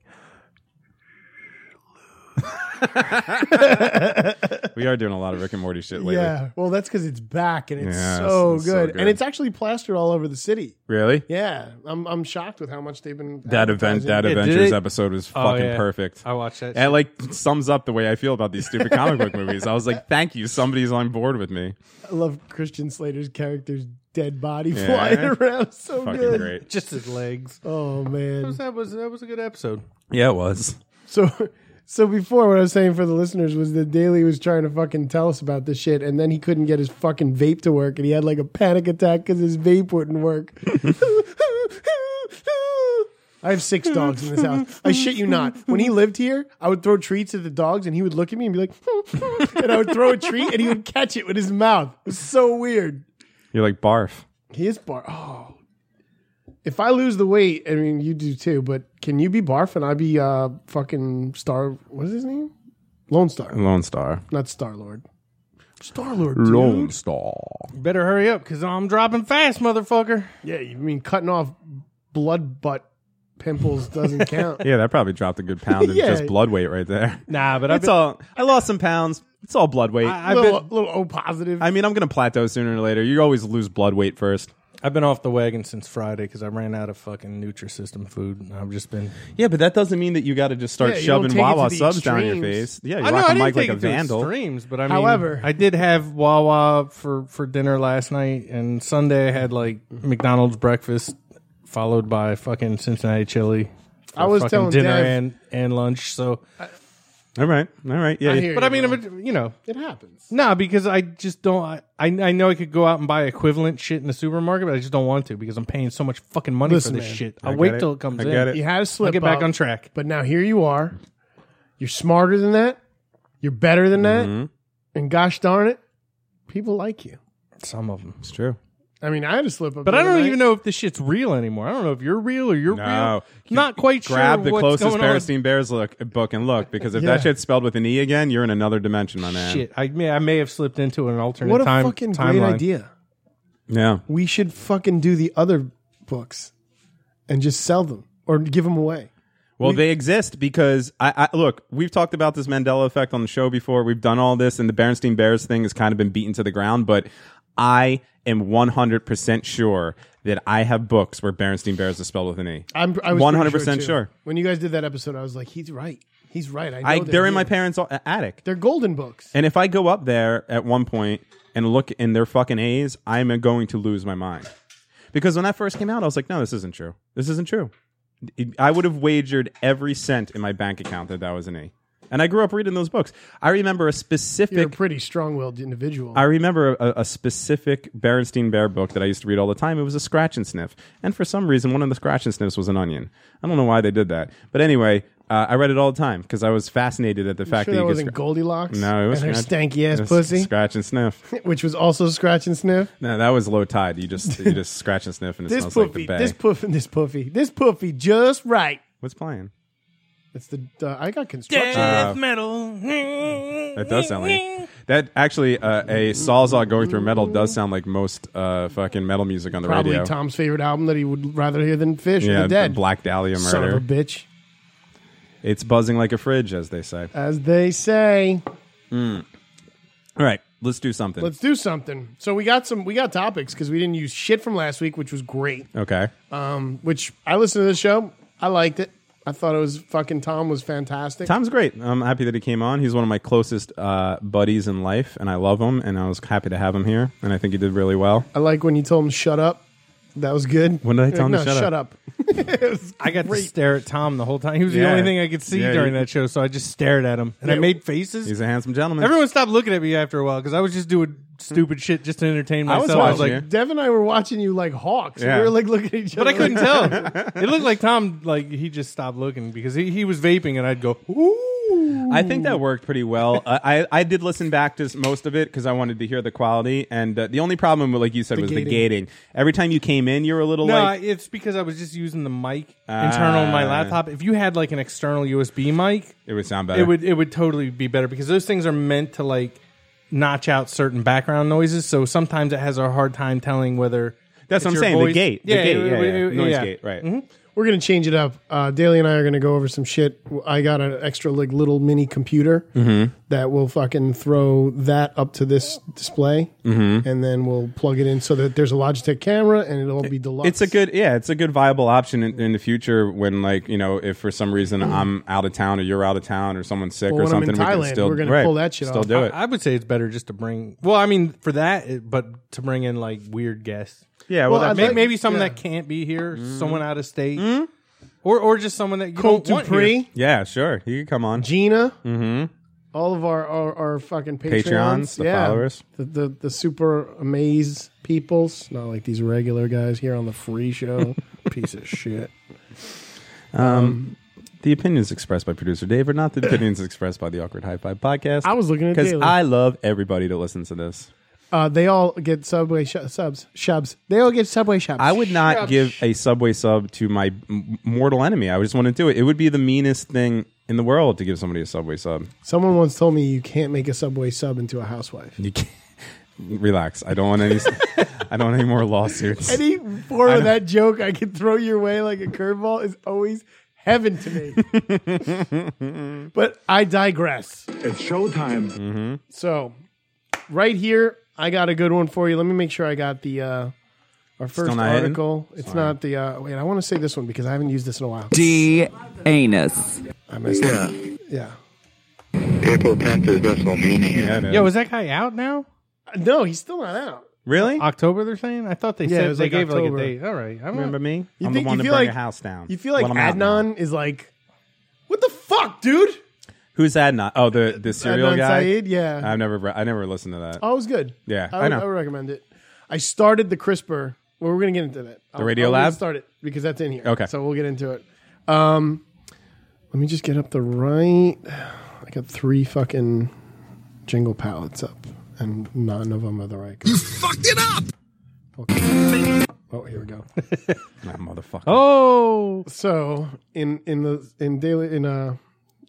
Speaker 2: We are doing a lot of Rick and Morty shit lately.
Speaker 1: yeah. Well, that's because it's back and it's
Speaker 2: Yeah, it's-
Speaker 1: so,
Speaker 2: it's so
Speaker 1: good.
Speaker 2: good.
Speaker 1: and it's actually plastered all over the city.
Speaker 2: Really?
Speaker 1: Yeah, I'm I'm shocked with how much they've been
Speaker 2: That event, that
Speaker 1: advertising.
Speaker 6: did
Speaker 2: Avengers
Speaker 6: it-
Speaker 2: episode was
Speaker 6: Oh,
Speaker 2: fucking
Speaker 6: yeah.
Speaker 2: perfect.
Speaker 6: I watched that.
Speaker 2: It like sums up the way I feel about these stupid comic book movies. I was like, thank you, somebody's on board with me.
Speaker 1: I love Christian Slater's character's dead body
Speaker 2: Yeah.
Speaker 1: flying around. So
Speaker 2: Fucking
Speaker 1: good.
Speaker 2: great.
Speaker 6: just his legs.
Speaker 1: Oh man.
Speaker 6: That was that was a good episode.
Speaker 2: Yeah, it was.
Speaker 1: So So before, what I was saying for the listeners was that Daly was trying to fucking tell us about this shit, and then he couldn't get his fucking vape to work, and he had like a panic attack because his vape wouldn't work. I have six dogs in this house. I shit you not. When he lived here, I would throw treats at the dogs, and he would look at me and be like, and I would throw a treat, and he would catch it with his mouth. It was so weird.
Speaker 2: You're like barf.
Speaker 1: He is bar. Oh, if I lose the weight, I mean you do too. But can you be barf and I be uh fucking star? What is his name? Lone Star,
Speaker 2: Lone Star.
Speaker 1: not Star Lord. Star Lord.
Speaker 2: Lone Star.
Speaker 6: Better hurry up, cause I'm dropping fast, motherfucker.
Speaker 1: Yeah, you mean cutting off blood butt pimples doesn't count.
Speaker 2: Yeah, that probably dropped a good pound of
Speaker 1: Yeah.
Speaker 2: just blood weight right there.
Speaker 6: Nah, but I
Speaker 2: That's
Speaker 6: bet,
Speaker 2: all. I lost some pounds. It's all blood weight. I,
Speaker 6: I- I've
Speaker 1: little,
Speaker 6: been-
Speaker 1: little O positive.
Speaker 2: mean, I'm gonna plateau sooner or later. You always lose blood weight first.
Speaker 6: I've been off the wagon since Friday because I ran out of fucking Nutrisystem food, and I've just been.
Speaker 2: Yeah, but that doesn't mean that you got to just start
Speaker 1: Yeah, you don't
Speaker 2: shoving
Speaker 1: take it to
Speaker 2: Wawa
Speaker 1: the
Speaker 2: subs down your
Speaker 1: extremes.
Speaker 2: face. Yeah,
Speaker 6: I
Speaker 2: you're
Speaker 6: know
Speaker 2: rocking Mike
Speaker 6: I didn't
Speaker 2: like
Speaker 6: take
Speaker 2: a
Speaker 6: it to
Speaker 2: vandal.
Speaker 6: extremes, but I mean,
Speaker 1: However-
Speaker 6: I did have Wawa for for dinner last night, and Sunday I had like McDonald's breakfast, followed by fucking Cincinnati chili. for
Speaker 1: I was
Speaker 6: fucking
Speaker 1: telling
Speaker 6: dinner
Speaker 1: Dev-
Speaker 6: and and lunch. So,
Speaker 2: All right, all right, yeah.
Speaker 1: I
Speaker 2: yeah.
Speaker 1: hear
Speaker 6: but I
Speaker 1: you,
Speaker 6: mean,
Speaker 1: man.
Speaker 6: if it- you know,
Speaker 1: it happens.
Speaker 6: Nah, because I just don't. I, I I know I could go out and buy equivalent shit in the supermarket, but I just don't want to because I'm paying so much fucking money
Speaker 1: Listen,
Speaker 6: for this
Speaker 1: man,
Speaker 6: shit.
Speaker 2: I
Speaker 6: I'll
Speaker 2: get
Speaker 6: wait till
Speaker 2: it.
Speaker 6: it comes
Speaker 2: I
Speaker 6: in.
Speaker 2: get it.
Speaker 1: You had a slip.
Speaker 6: I'll get back
Speaker 1: up,
Speaker 6: on track.
Speaker 1: But now here you are. You're smarter than that. You're better than that.
Speaker 6: Mm-hmm.
Speaker 1: And gosh darn it, people like you.
Speaker 6: Some of them.
Speaker 2: It's true.
Speaker 1: I mean, I had a slip up,
Speaker 6: But
Speaker 1: the
Speaker 6: I
Speaker 1: other
Speaker 6: don't
Speaker 1: night.
Speaker 6: even know if this shit's real anymore. I don't know if you're real or you're
Speaker 2: No.
Speaker 6: real. Not quite sure.
Speaker 2: Grab the
Speaker 6: what's
Speaker 2: closest
Speaker 6: going on.
Speaker 2: Bearstein Bears look book and look because if
Speaker 1: Yeah.
Speaker 2: that shit's spelled with an e again, you're in another dimension, my man.
Speaker 6: Shit, I may I may have slipped into an alternate
Speaker 1: What a
Speaker 6: time
Speaker 1: fucking great
Speaker 6: timeline.
Speaker 1: idea.
Speaker 2: Yeah,
Speaker 1: we should fucking do the other books and just sell them or give them away.
Speaker 2: Well, they exist because I, I look. We've talked about this Mandela effect on the show before. We've done all this, and the Berenstein Bears thing has kind of been beaten to the ground. But I am one hundred percent sure that I have books where Berenstein Bears is spelled with an e.
Speaker 1: I'm I was
Speaker 2: one
Speaker 1: pretty
Speaker 2: hundred percent
Speaker 1: too.
Speaker 2: sure.
Speaker 1: When you guys did that episode, I was like, he's right. He's right. I know
Speaker 2: I,
Speaker 1: they're,
Speaker 2: they're in my
Speaker 1: here.
Speaker 2: parents' a- attic,
Speaker 1: They're golden books.
Speaker 2: and if I go up there at one point and look in their fucking A's, I'm going to lose my mind. Because when that first came out, I was like, "No, this isn't true. This isn't true." I would have wagered every cent in my bank account that that was an E. And I grew up reading those books. I remember a
Speaker 1: You're a
Speaker 2: specific.
Speaker 1: pretty strong-willed individual.
Speaker 2: I remember a, a specific Berenstein Bear book that I used to read all the time. It was a scratch and sniff, and for some reason, one of the scratch and sniffs was an onion. I don't know why they did that, but anyway, uh, I read it all the time because I was fascinated at the fact
Speaker 1: sure
Speaker 2: that
Speaker 1: that
Speaker 2: you could
Speaker 1: wasn't
Speaker 2: scra-
Speaker 1: Goldilocks.
Speaker 2: No, it was
Speaker 1: and her
Speaker 2: scratch-
Speaker 1: stanky
Speaker 2: it
Speaker 1: ass
Speaker 2: was
Speaker 1: pussy,
Speaker 2: Scratch and sniff.
Speaker 1: which was also scratch and sniff.
Speaker 2: No, that was low tide. You just you just scratch and sniff, and it
Speaker 1: This
Speaker 2: smells like
Speaker 1: puffy,
Speaker 2: the bay.
Speaker 1: this puffy, this puffy, this puffy, just right.
Speaker 2: What's playing?
Speaker 1: It's the uh, I got construction.
Speaker 6: Death metal. That
Speaker 2: That does sound like that. Actually, uh, a sawzall going through metal does sound like most uh, fucking metal music on the
Speaker 1: Probably
Speaker 2: radio.
Speaker 1: Tom's favorite album that he would rather hear than Fish or
Speaker 2: yeah,
Speaker 1: the Dead.
Speaker 2: Black Dahlia
Speaker 1: Son of a
Speaker 2: murder.
Speaker 1: bitch,
Speaker 2: It's buzzing like a fridge, as they say.
Speaker 1: as they say.
Speaker 2: All right, let's do something.
Speaker 1: Let's do something. So we got some we got topics because we didn't use shit from last week, which was great.
Speaker 2: okay.
Speaker 1: Um, which I listened to the show. I liked it. I thought it was fucking Tom was fantastic.
Speaker 2: Tom's great. I'm happy that he came on. He's one of my closest uh, buddies in life, and I love him. And I was happy to have him here. And I think he did really well.
Speaker 1: I like when you told him shut up. That was good.
Speaker 2: When did I tell him
Speaker 1: no,
Speaker 2: to shut up?
Speaker 1: up?
Speaker 6: I got to stare at Tom the whole time. He was the
Speaker 2: Yeah.
Speaker 6: only thing I could see
Speaker 2: Yeah,
Speaker 6: during
Speaker 2: you-
Speaker 6: that show, so I just stared at him and I made faces.
Speaker 2: He's a handsome gentleman.
Speaker 6: Everyone stopped looking at me after a while because I was just doing stupid shit just to entertain
Speaker 2: I was
Speaker 6: myself. I was,
Speaker 2: watching
Speaker 6: like,
Speaker 2: you.
Speaker 1: Dev and I were watching you like hawks.
Speaker 2: Yeah.
Speaker 1: We were like looking at each other.
Speaker 6: but I couldn't
Speaker 1: like,
Speaker 6: tell. It looked like Tom, like he just stopped looking because he, he was vaping, and I'd go, "Ooh,
Speaker 2: I think that worked pretty well. I, I I did listen back to s- most of it because I wanted to hear the quality. And uh, the only problem, like you said, was the
Speaker 1: gating.
Speaker 2: gating. Every time you came in, you were a little
Speaker 6: No,
Speaker 2: like.
Speaker 6: I- it's because I was just using the mic internal on my
Speaker 2: Ah.
Speaker 6: laptop. If you had like an external USB mic,
Speaker 2: It would sound better.
Speaker 6: it would it would totally be better because those things are meant to like notch out certain background noises. So sometimes it has a hard time telling whether
Speaker 2: That's
Speaker 6: it's
Speaker 2: what I'm
Speaker 6: your
Speaker 2: saying. The
Speaker 6: voice-
Speaker 2: gate. The
Speaker 6: Yeah,
Speaker 2: gate.
Speaker 6: it-
Speaker 2: yeah,
Speaker 6: it-
Speaker 2: yeah.
Speaker 6: it-
Speaker 2: Noise
Speaker 6: yeah.
Speaker 2: gate. Right.
Speaker 1: We're gonna change it up. Uh, Daly and I are gonna go over some shit. I got an extra like little mini computer
Speaker 2: Mm-hmm.
Speaker 1: that will fucking throw that up to this display,
Speaker 2: Mm-hmm.
Speaker 1: and then we'll plug it in so that there's a Logitech camera and it'll be deluxe.
Speaker 2: It's a good, yeah, it's a good viable option in, in the future when, like, you know, if for some reason I'm out of town or you're out of town or someone's sick
Speaker 1: Well,
Speaker 2: or
Speaker 1: when I'm in
Speaker 2: something, we can
Speaker 1: Thailand,
Speaker 2: still
Speaker 1: we're gonna
Speaker 2: right,
Speaker 1: pull that shit
Speaker 2: Still
Speaker 1: off.
Speaker 2: do it.
Speaker 6: I would say it's better just to bring. Well, I mean for that, it- but to bring in like weird guests,
Speaker 2: yeah. Well,
Speaker 1: Well,
Speaker 2: that
Speaker 1: I'd
Speaker 2: may-
Speaker 1: like-
Speaker 6: maybe, maybe someone
Speaker 1: yeah.
Speaker 2: Mm-hmm.
Speaker 6: that can't be here, someone out of state. or or just someone that you
Speaker 1: Colt
Speaker 6: don't want here.
Speaker 1: Dupree,
Speaker 2: Yeah, sure. You could come on.
Speaker 1: Gina, all of our our, our fucking Patreons,
Speaker 2: Mm-hmm. Patreons, the
Speaker 1: yeah.
Speaker 2: followers.
Speaker 1: the, the the super amaze peoples, not like these regular guys here on the free show. Piece of shit.
Speaker 2: The opinions expressed by producer Dave are not the opinions expressed by the Awkward High Five podcast.
Speaker 1: I was looking at
Speaker 2: because
Speaker 1: Daily.
Speaker 2: I love everybody that listens to this.
Speaker 1: Uh, they all get subway sh- subs, shubs. They all get subway shubs.
Speaker 2: I would not give a Subway sub to my m- mortal enemy. I would just want to do it. It would be the meanest thing in the world to give somebody a Subway sub.
Speaker 1: Someone once told me you can't make a subway sub into a housewife.
Speaker 2: You can't. Relax. I don't want any. I don't want any more lawsuits.
Speaker 1: Any form of that joke I could throw your way like a curveball is always heaven to me. but I digress.
Speaker 5: It's showtime.
Speaker 1: Mm-hmm. So, right here, I got a good one for you. Let me make sure I got the uh, our first
Speaker 2: not hitting?
Speaker 1: article. It's not the uh, wait. I want to say this one because I haven't used this in a while.
Speaker 8: D. Anus.
Speaker 1: I missed it. Yeah.
Speaker 9: April 10th is WrestleMania.
Speaker 2: Yeah, it is.
Speaker 6: Yo, is that guy out now?
Speaker 1: No, he's still not out.
Speaker 2: really?
Speaker 6: October they're saying. I thought they
Speaker 1: Yeah, it
Speaker 6: said
Speaker 1: was
Speaker 6: they
Speaker 1: like
Speaker 6: gave
Speaker 1: October.
Speaker 6: like a date. All right, I'm
Speaker 2: Remember
Speaker 6: remember.
Speaker 2: me?
Speaker 1: You think-
Speaker 2: I'm the
Speaker 1: you
Speaker 2: one that
Speaker 1: feel
Speaker 2: burned
Speaker 1: like-
Speaker 2: your house down.
Speaker 1: You feel like
Speaker 2: Well, I'm out now.
Speaker 1: Adnan is like, what the fuck, dude?
Speaker 2: Who's Adnan? Oh, the the serial
Speaker 1: Adnan
Speaker 2: guy.
Speaker 1: Syed, yeah.
Speaker 2: I've never. I never listened to that.
Speaker 1: oh, it was good.
Speaker 2: Yeah,
Speaker 1: I,
Speaker 2: I
Speaker 1: would-
Speaker 2: know.
Speaker 1: I would recommend it. I started the CRISPR. Well, we're gonna get into that. The
Speaker 2: Radio
Speaker 1: I'll
Speaker 2: Lab?
Speaker 1: Start it because that's in here.
Speaker 2: Okay.
Speaker 1: So we'll get into it. Um, let me just get up the right. I got three fucking jingle palettes up, and none of them are the right.
Speaker 7: You fucked it up!
Speaker 1: Oh, here we go.
Speaker 2: Ah, motherfucker.
Speaker 6: Oh,
Speaker 1: So in in the in daily in uh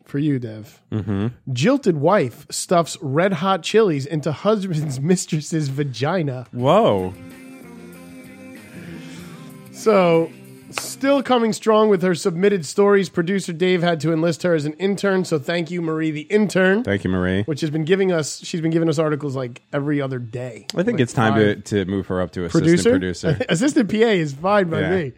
Speaker 1: for you, Dev,
Speaker 2: Mm-hmm.
Speaker 1: jilted wife stuffs red hot chilies into husband's mistress's vagina.
Speaker 2: Whoa.
Speaker 1: So, still coming strong with her submitted stories. Producer Dave had to enlist her as an intern, so thank you, Marie, the intern,
Speaker 2: Thank you, Marie.
Speaker 1: which has been giving us. She's been giving us articles like every other day.
Speaker 2: I think
Speaker 1: Like
Speaker 2: it's time to,
Speaker 1: five.
Speaker 2: to move her up to assistant
Speaker 1: producer.
Speaker 2: producer.
Speaker 1: assistant PA is fine by
Speaker 2: Yeah.
Speaker 1: me.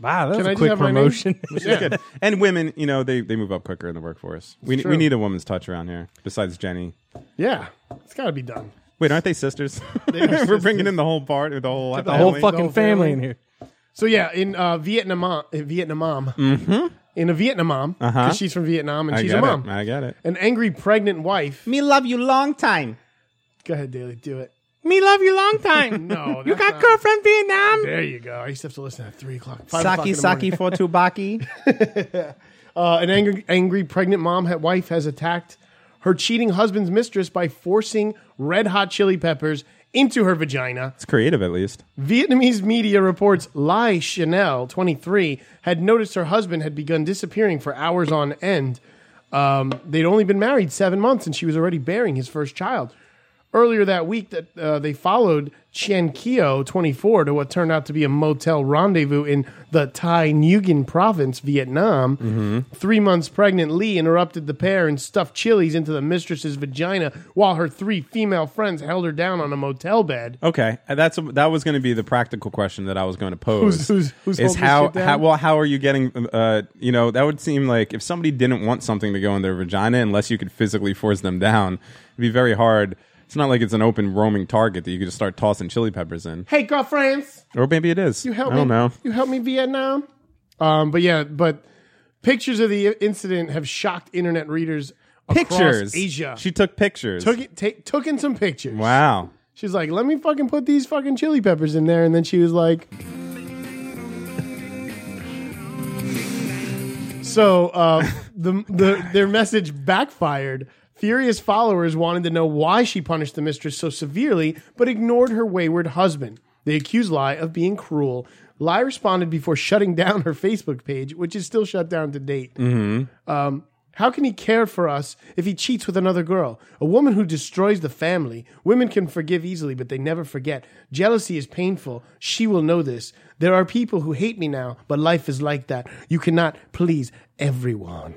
Speaker 6: wow, that
Speaker 1: Can
Speaker 6: was
Speaker 1: I
Speaker 6: a
Speaker 1: just
Speaker 6: quick
Speaker 1: have my name?
Speaker 6: promotion.
Speaker 2: It's good. And women, you know, they, they move up quicker in the workforce. We,
Speaker 1: true.
Speaker 2: we need a woman's touch around here. Besides Jenny.
Speaker 1: Yeah, it's got to be done.
Speaker 2: Wait, aren't they sisters?
Speaker 1: are
Speaker 2: We're
Speaker 1: sisters.
Speaker 2: bringing in the whole part, the whole
Speaker 6: The whole
Speaker 2: family.
Speaker 6: fucking
Speaker 1: whole family.
Speaker 6: family in here.
Speaker 1: So yeah, in uh, Vietnam, uh, Vietnam, mm-hmm. in a Vietnam, mom,
Speaker 2: Uh-huh.
Speaker 1: she's from Vietnam and
Speaker 2: I
Speaker 1: she's a
Speaker 2: get it.
Speaker 1: mom.
Speaker 2: I get it.
Speaker 1: An angry pregnant wife.
Speaker 6: Me love you long time.
Speaker 1: Go ahead, Daly, do it.
Speaker 6: Me love you long time.
Speaker 1: No,
Speaker 6: you
Speaker 1: that's
Speaker 6: got
Speaker 1: not-
Speaker 6: girlfriend Vietnam.
Speaker 1: There you go. I used to have to listen at three o'clock. five o'clock in the morning.
Speaker 6: for Tubaki.
Speaker 1: Uh, an angry, angry pregnant mom had, wife has attacked her cheating husband's mistress by forcing red hot chili peppers into her vagina.
Speaker 2: It's creative, at least.
Speaker 1: Vietnamese media reports Lai Chanel, 23, had noticed her husband had begun disappearing for hours on end. Um, they'd only been married seven months and she was already bearing his first child. Earlier that week, that uh, they followed Chen Kio, 24, to what turned out to be a motel rendezvous in the Thai Nguyen province, Vietnam. Three months pregnant, Lee interrupted the pair and stuffed chilies into the mistress's vagina while her three female friends held her down on a motel bed.
Speaker 2: Okay, Uh, that's that was going to be the practical question that I was going to
Speaker 1: Who's-
Speaker 2: pose.
Speaker 1: who's- who's holding this
Speaker 2: is how,
Speaker 1: shit down?
Speaker 2: how well how are you getting? Uh, you know, that would seem like if somebody didn't want something to go in their vagina, unless you could physically force them down, it'd be very hard. It's not like it's an open roaming target that you could just start tossing chili peppers in,
Speaker 1: Hey, girlfriends!
Speaker 2: or maybe it is.
Speaker 1: You help
Speaker 2: I don't
Speaker 1: me.
Speaker 2: know.
Speaker 1: You help me, Vietnam. Um, but yeah, but pictures of the incident have shocked internet readers across
Speaker 2: Pictures.
Speaker 1: Asia.
Speaker 2: She took pictures.
Speaker 1: took it, take, took in some pictures.
Speaker 2: Wow.
Speaker 1: She's like, let me fucking put these fucking chili peppers in there, and then she was like. So uh, the, the their message backfired. Furious followers wanted to know why she punished the mistress so severely, but ignored her wayward husband. They accused Lai of being cruel. Lai responded before shutting down her Facebook page, which is still shut down to date. How can he care for us if he cheats with another girl? A woman who destroys the family. Women can forgive easily, but they never forget. Jealousy is painful. She will know this. There are people who hate me now, but life is like that. You cannot please everyone.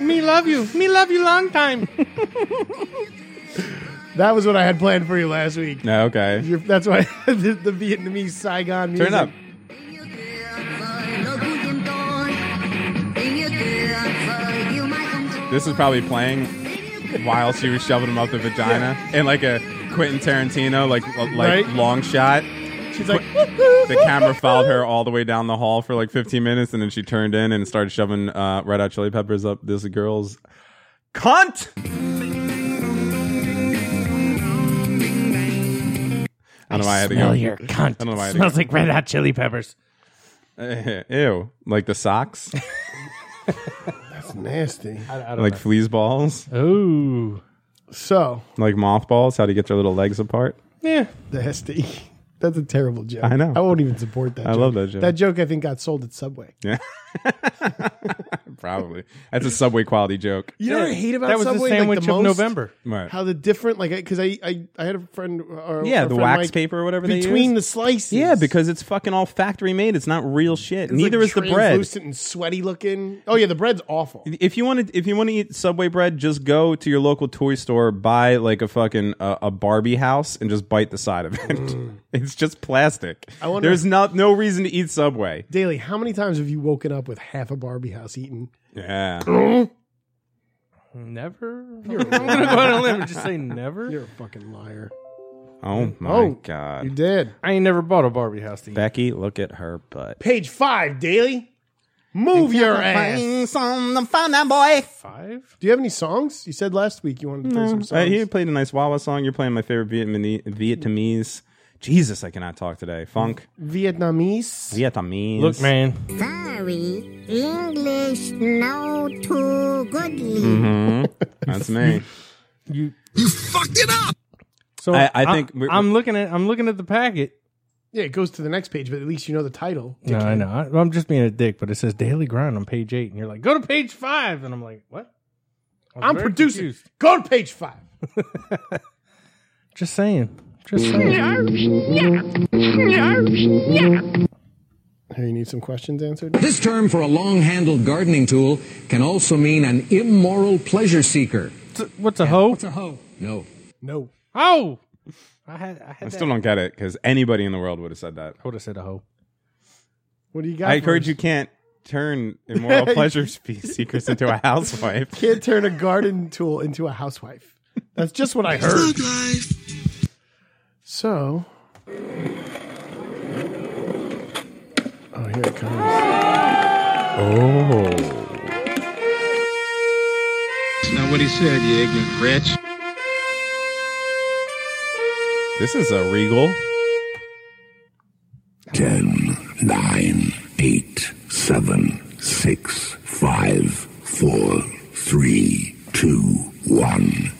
Speaker 6: Me love you. Me love you long time.
Speaker 1: That was what I had planned for you last week.
Speaker 2: No, okay.
Speaker 1: You're- that's why the, the Vietnamese Saigon music.
Speaker 2: Turn up. This is probably playing while she was shoving him up the vagina in like a Quentin Tarantino like like
Speaker 1: Right?
Speaker 2: long shot.
Speaker 1: She's like,
Speaker 2: The camera followed her all the way down the hall for like 15 minutes, and then she turned in and started shoving uh, Red Hot Chili Peppers up this girl's cunt. I don't know why I had to go.
Speaker 6: Smell your cunt.
Speaker 2: I don't know why I
Speaker 6: It
Speaker 2: did
Speaker 6: smells like red hot chili peppers.
Speaker 2: Eh, Ew, like the socks,
Speaker 1: that's nasty.
Speaker 2: like fleas balls,
Speaker 6: Oh,
Speaker 1: So
Speaker 2: like mothballs. How to get their little legs apart?
Speaker 6: yeah.
Speaker 1: nasty. That's a terrible joke.
Speaker 2: I know.
Speaker 1: I won't even support that.
Speaker 2: I love that joke.
Speaker 1: That joke I think got sold at Subway.
Speaker 2: Probably. That's a Subway quality joke.
Speaker 1: You know what I hate about
Speaker 6: That was
Speaker 1: Subway?
Speaker 6: the
Speaker 1: Like,
Speaker 6: sandwich of
Speaker 1: most-
Speaker 6: November.
Speaker 2: Right.
Speaker 1: How the different like because I, I I had a friend uh, or
Speaker 2: Yeah,
Speaker 1: a
Speaker 2: the
Speaker 1: friend,
Speaker 2: wax
Speaker 1: Mike,
Speaker 2: paper or whatever they
Speaker 1: between
Speaker 2: use.
Speaker 1: the slices.
Speaker 2: yeah, because it's fucking all factory made. It's not real shit.
Speaker 1: It's,
Speaker 2: Neither
Speaker 1: like,
Speaker 2: is the bread.
Speaker 1: translucent and sweaty looking. Oh yeah, the bread's awful.
Speaker 2: If you want to, if you want to eat Subway bread, just go to your local toy store, buy like a fucking uh, a Barbie house, and just bite the side of it. it's just plastic.
Speaker 1: Mm. I wonder-
Speaker 2: There's not no reason to eat Subway.
Speaker 1: Daily, how many times have you woken up with half a Barbie house eaten?
Speaker 2: Yeah. Oh
Speaker 6: Never. I'm gonna go out on a limb and just say never.
Speaker 1: You're a fucking liar.
Speaker 2: Oh my
Speaker 1: Oh,
Speaker 2: god.
Speaker 1: You did.
Speaker 6: I ain't never bought a Barbie house to eat.
Speaker 2: Becky, look at her butt.
Speaker 1: Page five, Daily. Move your ass. Do
Speaker 6: Five.
Speaker 1: you have any songs? You said last week you wanted to play some
Speaker 2: Uh,
Speaker 1: songs.
Speaker 2: you played a nice Wawa song. You're playing my favorite Vietnamese. Vietnamese. Jesus, I cannot talk today. Funk.
Speaker 1: Vietnamese.
Speaker 2: Vietnamese.
Speaker 6: Look, man.
Speaker 10: Sorry, English no too goodly.
Speaker 2: Mm-hmm. That's me.
Speaker 7: You fucked it up.
Speaker 6: So
Speaker 2: I- I think we're-
Speaker 6: I'm looking at I'm looking at the packet.
Speaker 1: Yeah, it goes to the next page, but at least you know the title.
Speaker 6: No, I know. I- I'm just being a dick, but it says daily grind on page eight, and you're like, go to page five, and I'm like, what? I was
Speaker 1: I'm
Speaker 6: very
Speaker 1: producing.
Speaker 6: confused.
Speaker 1: Go to page five.
Speaker 6: Just saying. Just saying.
Speaker 1: Here, you need some questions answered.
Speaker 11: This term for a long handled gardening tool can also mean an immoral pleasure seeker.
Speaker 6: What's a hoe?
Speaker 11: a hoe? No.
Speaker 1: No.
Speaker 6: Oh, I had I had
Speaker 2: I
Speaker 6: that.
Speaker 2: still don't get it because anybody in the world would have said that.
Speaker 6: I would have said a hoe.
Speaker 1: What do you got?
Speaker 2: I heard
Speaker 1: for us?
Speaker 2: you can't turn immoral pleasure spe- seekers into a housewife.
Speaker 1: Can't turn a garden tool into a housewife. That's just what I heard.
Speaker 7: life.
Speaker 1: So. Oh, here it comes.
Speaker 2: Oh.
Speaker 5: Now what he said, you ignorant wretch.
Speaker 2: This is a regal.
Speaker 5: Ten, nine, eight, seven, six, five, four, three, two, one,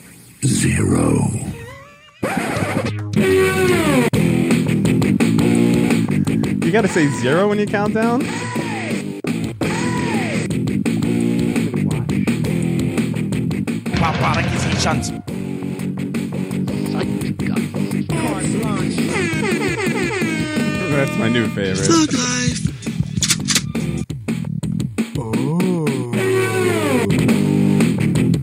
Speaker 5: zero.
Speaker 2: You got to say zero when you count down?
Speaker 4: Papa, da geht's nicht ans.
Speaker 2: That's my new favorite.
Speaker 7: life.
Speaker 2: Oh.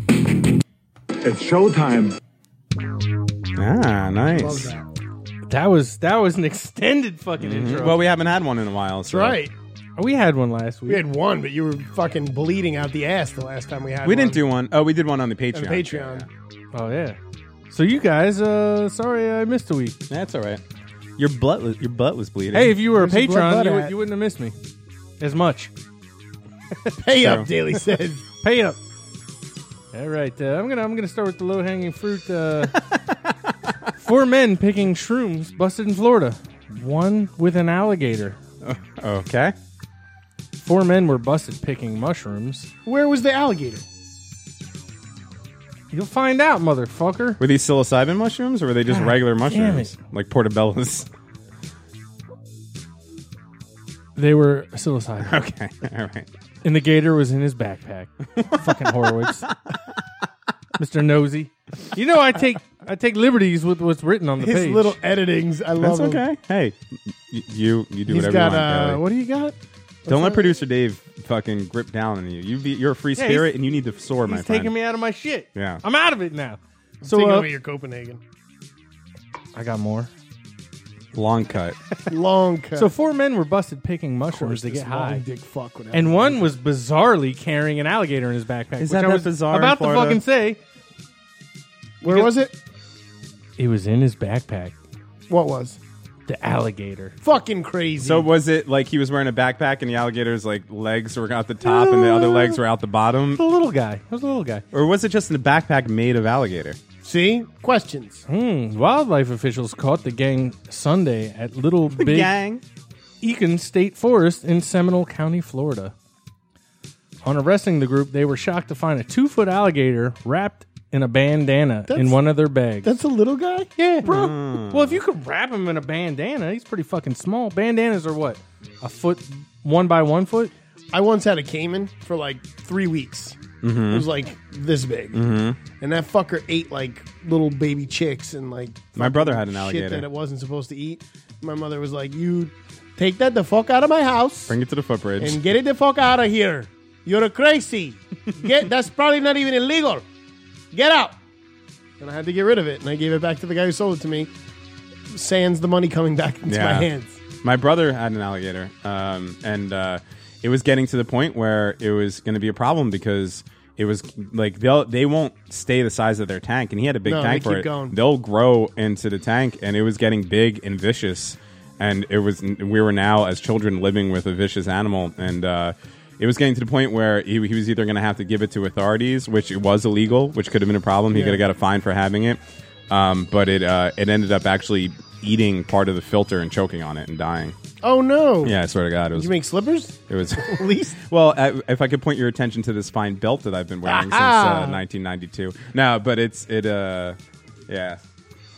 Speaker 5: It's showtime.
Speaker 2: Ah,
Speaker 1: Love
Speaker 2: nice.
Speaker 1: that.
Speaker 6: That was that was an extended fucking
Speaker 1: Mm-hmm.
Speaker 6: intro.
Speaker 2: Well, we haven't had one in a while. So.
Speaker 1: Right.
Speaker 6: we had one last week.
Speaker 1: We had one, but you were fucking bleeding out the ass the last time we had
Speaker 2: We
Speaker 1: one.
Speaker 2: didn't do one. Oh, we did one on the
Speaker 1: on
Speaker 2: Patreon.
Speaker 1: Patreon.
Speaker 6: Oh yeah. So you guys, uh, sorry I missed a week.
Speaker 2: That's all right. Your butt was your butt was bleeding.
Speaker 6: Hey, if you were a
Speaker 1: Where's the blood
Speaker 6: patron, you,
Speaker 1: at?
Speaker 6: would, you wouldn't have missed me as much.
Speaker 1: Pay
Speaker 2: So-
Speaker 1: up, Daily says.
Speaker 6: Pay up. All right, uh, I'm gonna I'm gonna start with the low hanging fruit. Uh, four men picking shrooms busted in Florida. One with an alligator.
Speaker 2: okay.
Speaker 6: Four men were busted picking mushrooms.
Speaker 1: Where was the alligator?
Speaker 6: You'll find out, motherfucker.
Speaker 2: Were these psilocybin mushrooms or were they just regular
Speaker 6: damn
Speaker 2: mushrooms? Like portobello's?
Speaker 6: They were psilocybin.
Speaker 2: Okay. All right.
Speaker 6: And the gator was in his backpack. Fucking Horowitz. Mr. Nosy. You know I take I take liberties with what's written on the
Speaker 1: His
Speaker 6: page.
Speaker 1: little editings. I love them.
Speaker 2: That's okay. Hey, y- you you do
Speaker 1: He's
Speaker 2: whatever
Speaker 1: got,
Speaker 2: you want.
Speaker 1: uh,
Speaker 2: Kelly.
Speaker 1: what do you got?
Speaker 2: Don't let
Speaker 1: that?
Speaker 2: producer Dave fucking grip down on you. You be, you're a free
Speaker 6: he's-
Speaker 2: spirit and you need to soar, my
Speaker 6: He's
Speaker 2: friend.
Speaker 6: taking me out of my shit.
Speaker 2: Yeah.
Speaker 6: I'm out of it now. So
Speaker 1: Taking
Speaker 6: uh,
Speaker 1: away your Copenhagen.
Speaker 6: I got more.
Speaker 2: Long cut.
Speaker 1: Long cut.
Speaker 6: So four men were busted picking
Speaker 1: Of course,
Speaker 6: mushrooms to
Speaker 1: this
Speaker 6: get
Speaker 1: long
Speaker 6: high.
Speaker 1: Dick fuck would have
Speaker 6: And one was bizarrely carrying an alligator in his backpack.
Speaker 2: Is
Speaker 6: which
Speaker 2: that
Speaker 6: I
Speaker 2: that
Speaker 6: was
Speaker 2: bizarre in
Speaker 6: about to
Speaker 2: Florida?
Speaker 6: fucking say
Speaker 1: Where was it?
Speaker 6: it was in his backpack.
Speaker 1: What was?
Speaker 6: The alligator.
Speaker 1: Fucking crazy.
Speaker 2: So was it like he was wearing a backpack and the alligator's like legs were out the top and the other legs were out the bottom?
Speaker 6: The little guy. It was a little guy.
Speaker 2: Or was it just a backpack made of alligator?
Speaker 1: See? Questions.
Speaker 6: Hmm. Wildlife officials caught the gang Sunday at Little Big
Speaker 2: gang.
Speaker 6: Eakin State Forest in Seminole County, Florida. On arresting the group, they were shocked to find a two foot alligator wrapped in a bandana in
Speaker 1: That's-
Speaker 6: one of their bags.
Speaker 1: That's Mm. a little guy?
Speaker 6: yeah, bro. Well, if you could wrap him in a bandana, he's pretty fucking small. Bandanas are what? A foot, one by one foot?
Speaker 1: I once had a caiman for like three weeks. It was like this big, and that fucker ate like little baby chicks and like
Speaker 2: My brother had an
Speaker 1: shit
Speaker 2: alligator.
Speaker 1: that it wasn't supposed to eat. My mother was like, "You take that the fuck out of my house
Speaker 2: Bring it to the footbridge.
Speaker 1: and get it the fuck out of here. You're a crazy. Get that's probably not even illegal. Get out." And I had to get rid of it, and I gave it back to the guy who sold it to me. Sans the money coming back into my hands.
Speaker 2: My brother had an alligator, um, and uh, it was getting to the point where it was going to be a problem because it was like they'll they won't stay the size of their tank, and he had a big
Speaker 1: No,
Speaker 2: tank
Speaker 1: they
Speaker 2: for
Speaker 1: keep
Speaker 2: it.
Speaker 1: going.
Speaker 2: They'll grow into the tank, and it was getting big and vicious, and it was we were now as children living with a vicious animal, and. Uh, it was getting to the point where he, he was either going to have to give it to authorities, which it was illegal, which could have been a problem. He could have got a fine for having it, um, but it uh, it ended up actually eating part of the filter and choking on it and dying.
Speaker 1: Oh no!
Speaker 2: Yeah, I swear to God, it
Speaker 1: Did
Speaker 2: was.
Speaker 1: you make slippers?
Speaker 2: it was.
Speaker 1: least?
Speaker 2: well, I, if I could point your attention to this fine belt that I've been wearing
Speaker 1: Aha!
Speaker 2: since uh, 1992. No, but it's it. Uh, yeah,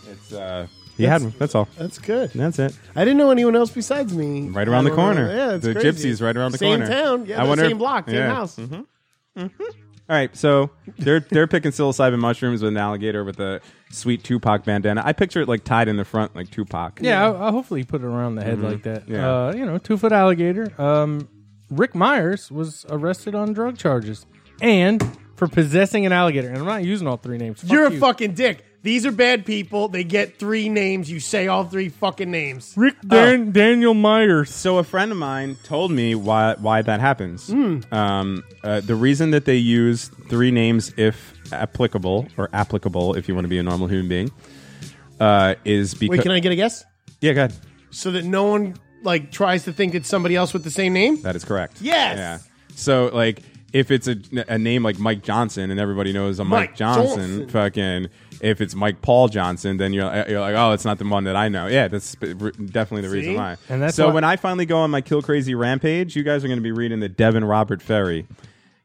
Speaker 2: it's. Uh, he had one. That's all.
Speaker 1: That's good.
Speaker 2: That's it.
Speaker 1: I didn't know anyone else besides me.
Speaker 2: Right around the
Speaker 1: I don't know.
Speaker 2: corner.
Speaker 1: Yeah, it's
Speaker 2: the
Speaker 1: crazy.
Speaker 2: gypsies right around the
Speaker 1: same
Speaker 2: corner.
Speaker 1: town. Yeah,
Speaker 2: I
Speaker 1: the
Speaker 2: wonder
Speaker 1: same block, same
Speaker 2: yeah. Mm-hmm.
Speaker 1: house.
Speaker 2: All right, so they're they're picking psilocybin mushrooms with an alligator with a sweet Tupac bandana. I picture it like tied in the front, like Tupac.
Speaker 6: Yeah, I, I hopefully put it around the head
Speaker 1: Mm-hmm.
Speaker 6: like that.
Speaker 2: Yeah.
Speaker 6: Uh, you know, two foot alligator. Um, Rick Myers was arrested on drug charges and for possessing an alligator. And I'm not using all three names. Fuck
Speaker 1: You're a
Speaker 6: you.
Speaker 1: fucking dick. These are bad people. They get three names. You say all three fucking names. Oh.
Speaker 6: Rick Dan- Daniel Myers.
Speaker 2: Oh. So a friend of mine told me why why that happens.
Speaker 1: Hmm.
Speaker 2: Um, uh, the reason that they use three names, if applicable or applicable, if you want to be a normal human being, uh, is because
Speaker 1: Wait, can I get a guess?
Speaker 2: yeah, go ahead.
Speaker 1: So that no one like tries to think it's somebody else with the same name.
Speaker 2: That is correct.
Speaker 1: Yes!
Speaker 2: Yeah. So like if it's a, a name like Mike Johnson and everybody knows a Mike,
Speaker 1: Mike
Speaker 2: Johnson,
Speaker 1: Johnson.
Speaker 2: fucking if it's Mike Paul Johnson, then you're you're like, oh, it's not the one that I know. Yeah, that's sp- r- definitely the reason
Speaker 1: See?
Speaker 2: why.
Speaker 6: And that's
Speaker 2: so
Speaker 6: why-
Speaker 2: when I finally go on my kill crazy rampage, you guys are going to be reading that Devin Robert Ferry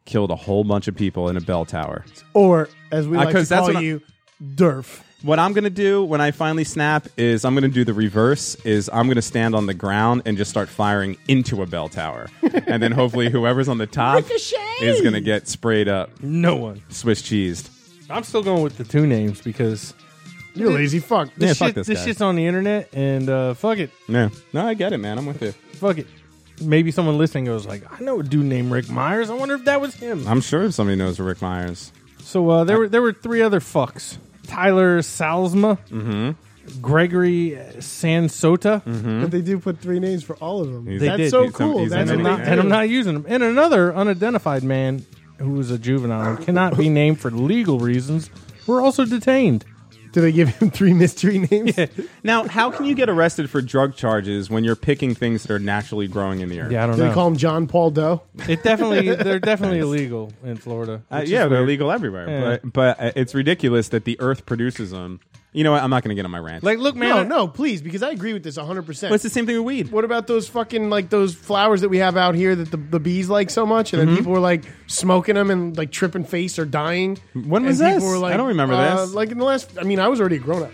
Speaker 2: killed a whole bunch of people in a bell tower.
Speaker 1: Or as we
Speaker 2: Uh,
Speaker 1: like to
Speaker 2: 'cause that's
Speaker 1: call
Speaker 2: what I-
Speaker 1: you, Durf.
Speaker 2: What I'm gonna do when I finally snap is I'm gonna do the reverse. Is I'm gonna stand on the ground and just start firing into a bell tower, and then hopefully whoever's on the top
Speaker 1: Ricochet!
Speaker 2: is gonna get sprayed up,
Speaker 6: No one.
Speaker 2: Swiss cheesed.
Speaker 6: I'm still going with the two names because
Speaker 1: You lazy fuck.
Speaker 2: Yeah,
Speaker 6: this,
Speaker 2: fuck
Speaker 6: shit,
Speaker 2: this
Speaker 6: this
Speaker 2: guy.
Speaker 6: shit's on the internet and uh, fuck it.
Speaker 2: No, no, I get it, man. I'm with you.
Speaker 6: Fuck it. Maybe someone listening goes like, I know a dude named Rick Myers. I wonder if that was him.
Speaker 2: I'm sure somebody knows Rick Myers.
Speaker 6: So uh, there were there were three other fucks: Tyler Salzma,
Speaker 1: Mm-hmm.
Speaker 6: Gregory Sansota,
Speaker 1: But they do put three names for all of them.
Speaker 2: He's- Mm-hmm. They
Speaker 1: that's
Speaker 6: did.
Speaker 1: so
Speaker 2: He's-
Speaker 1: cool.
Speaker 2: he's
Speaker 1: that's
Speaker 2: in
Speaker 1: what
Speaker 6: and, I'm
Speaker 1: they
Speaker 6: not,
Speaker 1: do.
Speaker 6: and I'm not using him, and another unidentified man who was a juvenile and cannot be named for legal reasons. Were also detained.
Speaker 1: Do they give him three mystery names?
Speaker 2: Now, how can you get arrested for drug charges when you're picking things that are naturally growing in the earth?
Speaker 6: Yeah, I don't
Speaker 1: Do they
Speaker 6: know.
Speaker 1: call him John Paul Doe?
Speaker 6: it definitely they're definitely illegal in Florida.
Speaker 2: Uh,
Speaker 6: which is
Speaker 2: yeah, they're
Speaker 6: weird.
Speaker 2: legal everywhere,
Speaker 6: Yeah.
Speaker 2: but but uh, it's ridiculous that the Earth produces them. You know what? I'm not gonna get on my rant.
Speaker 6: Like, look, man,
Speaker 1: No,
Speaker 6: I-
Speaker 1: no, please, because I agree with this 100%.
Speaker 2: Well, it's the same thing with weed?
Speaker 1: What about those fucking like those flowers that we have out here that the, the bees like so much, and
Speaker 2: Mm-hmm.
Speaker 1: then people were like smoking them and like tripping face or dying.
Speaker 2: When was
Speaker 1: and people
Speaker 2: this? I don't remember
Speaker 1: uh,
Speaker 2: this.
Speaker 1: Like in the last, I mean, I was already a grown up,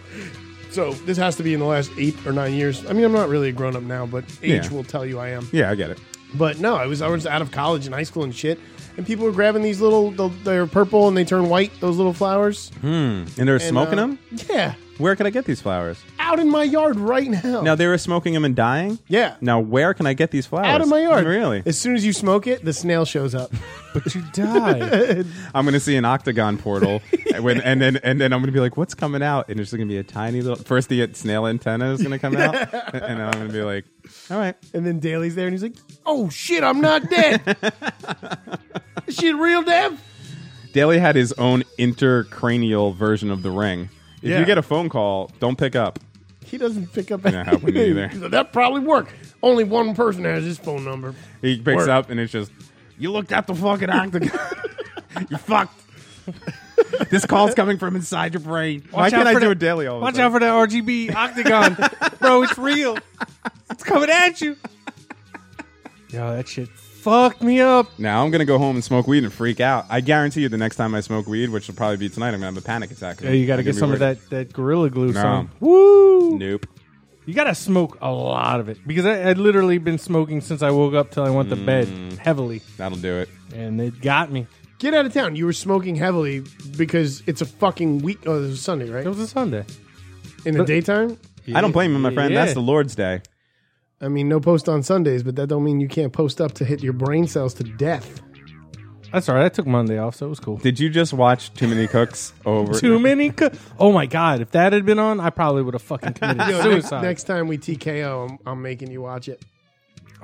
Speaker 1: so this has to be in the last eight or nine years. I mean, I'm not really a grown up now, but age
Speaker 2: Yeah.
Speaker 1: will tell you I am.
Speaker 2: Yeah, I get it.
Speaker 1: But no, I was I was out of college and high school and shit, and people were grabbing these little the, they're purple and they turn white those little flowers.
Speaker 2: And they're smoking
Speaker 1: uh,
Speaker 2: them.
Speaker 1: Yeah,
Speaker 2: Where can I get these flowers?
Speaker 1: out in my yard right now.
Speaker 2: Now they were smoking them and dying.
Speaker 1: Yeah.
Speaker 2: Now where can I get these flowers?
Speaker 1: out of my yard.
Speaker 2: Really?
Speaker 1: As soon as you smoke it, the snail shows up.
Speaker 6: but you die.
Speaker 2: I'm gonna see an octagon portal, and, when, and then and then I'm gonna be like, "What's coming out?" And there's gonna be a tiny little. First, the snail antenna is gonna come out, and then I'm gonna be like, "All right,
Speaker 1: And then Daly's there, and he's like, "Oh shit, I'm not dead. Is shit real, Dev."
Speaker 2: Daly had his own intercranial version of the ring. If
Speaker 1: Yeah.
Speaker 2: you get a phone call, don't pick up.
Speaker 1: He doesn't pick up.
Speaker 2: Not helping me either.
Speaker 1: anything. that probably worked. Only one person has his phone number.
Speaker 2: He picks
Speaker 1: Work.
Speaker 2: up and it's just, you looked at the fucking octagon. you fucked. this call's coming from inside your brain. Why
Speaker 6: Watch out
Speaker 2: can't I
Speaker 6: for
Speaker 2: do
Speaker 6: the-
Speaker 2: it daily all the
Speaker 6: Watch
Speaker 2: time?
Speaker 6: out for that RGB octagon, bro. It's real. It's coming at you. Yo, that shit fucked me up.
Speaker 2: Now I'm gonna go home and smoke weed and freak out. I guarantee you, the next time I smoke weed, which will probably be tonight, I'm gonna have a panic attack.
Speaker 6: Yeah, you got to
Speaker 2: I'm gonna
Speaker 6: get
Speaker 2: be
Speaker 6: some of
Speaker 2: worried.
Speaker 6: that that gorilla glue.
Speaker 2: No.
Speaker 6: Son. Woo!
Speaker 2: Nope.
Speaker 6: You got to smoke a lot of it because I, I'd literally been smoking since I woke up till I went to bed heavily,
Speaker 2: That'll do it.
Speaker 6: and it got me.
Speaker 1: Get out of town. You were smoking heavily because it's a fucking week. Oh, it was Sunday, right?
Speaker 6: It was a Sunday.
Speaker 1: In the daytime.
Speaker 2: I don't blame him, my friend. That's
Speaker 6: Yeah.
Speaker 2: the Lord's day.
Speaker 1: I mean, no post on Sundays, but that don't mean you can't post up to hit your brain cells to death.
Speaker 6: That's all right. I took Monday off, so it was cool.
Speaker 2: Did you just watch Too Many Cooks over?
Speaker 6: Too many. Co- oh my god! If that had been on, I probably would have fucking committed
Speaker 1: Yo, next,
Speaker 6: suicide.
Speaker 1: next time we TKO, I'm, I'm making you watch it.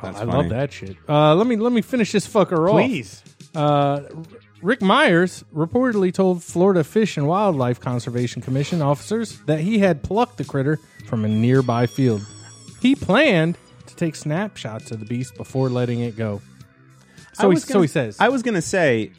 Speaker 2: That's
Speaker 6: I
Speaker 2: funny.
Speaker 6: love that shit. Uh, let me let me finish this fucker off.
Speaker 1: Please.
Speaker 6: Uh, R- Rick Myers reportedly told Florida Fish and Wildlife Conservation Commission officers that he had plucked the critter from a nearby field. He planned to take snapshots of the beast before letting it go. So,
Speaker 2: I
Speaker 6: he,
Speaker 2: was
Speaker 6: so
Speaker 2: gonna-
Speaker 6: he says.
Speaker 2: I was going to say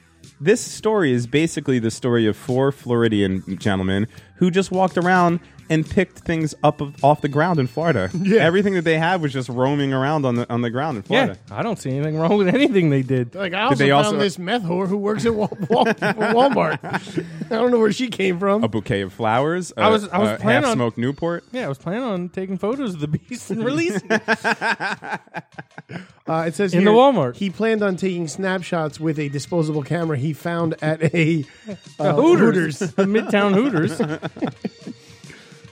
Speaker 2: this story is basically the story of four Floridian gentlemen who just walked around and picked things up of, off the ground in Florida. Yeah. Everything that they had was just roaming around on the on the ground in
Speaker 6: yeah,
Speaker 2: Florida.
Speaker 6: I don't see anything wrong with anything they did.
Speaker 1: Like I also
Speaker 2: they
Speaker 1: found
Speaker 2: also-
Speaker 1: this meth whore who works at Wal- Wal- Walmart. I don't know where she came from.
Speaker 2: A bouquet of flowers.
Speaker 6: I was- I was planning on-
Speaker 2: half smoked Newport.
Speaker 6: Yeah, I was planning on taking photos of the beast and releasing it.
Speaker 1: Uh, it says
Speaker 6: In
Speaker 1: here,
Speaker 6: the Walmart.
Speaker 1: He planned on taking snapshots with a disposable camera he found at a uh, Hooters.
Speaker 6: Hooters. The Midtown Hooters.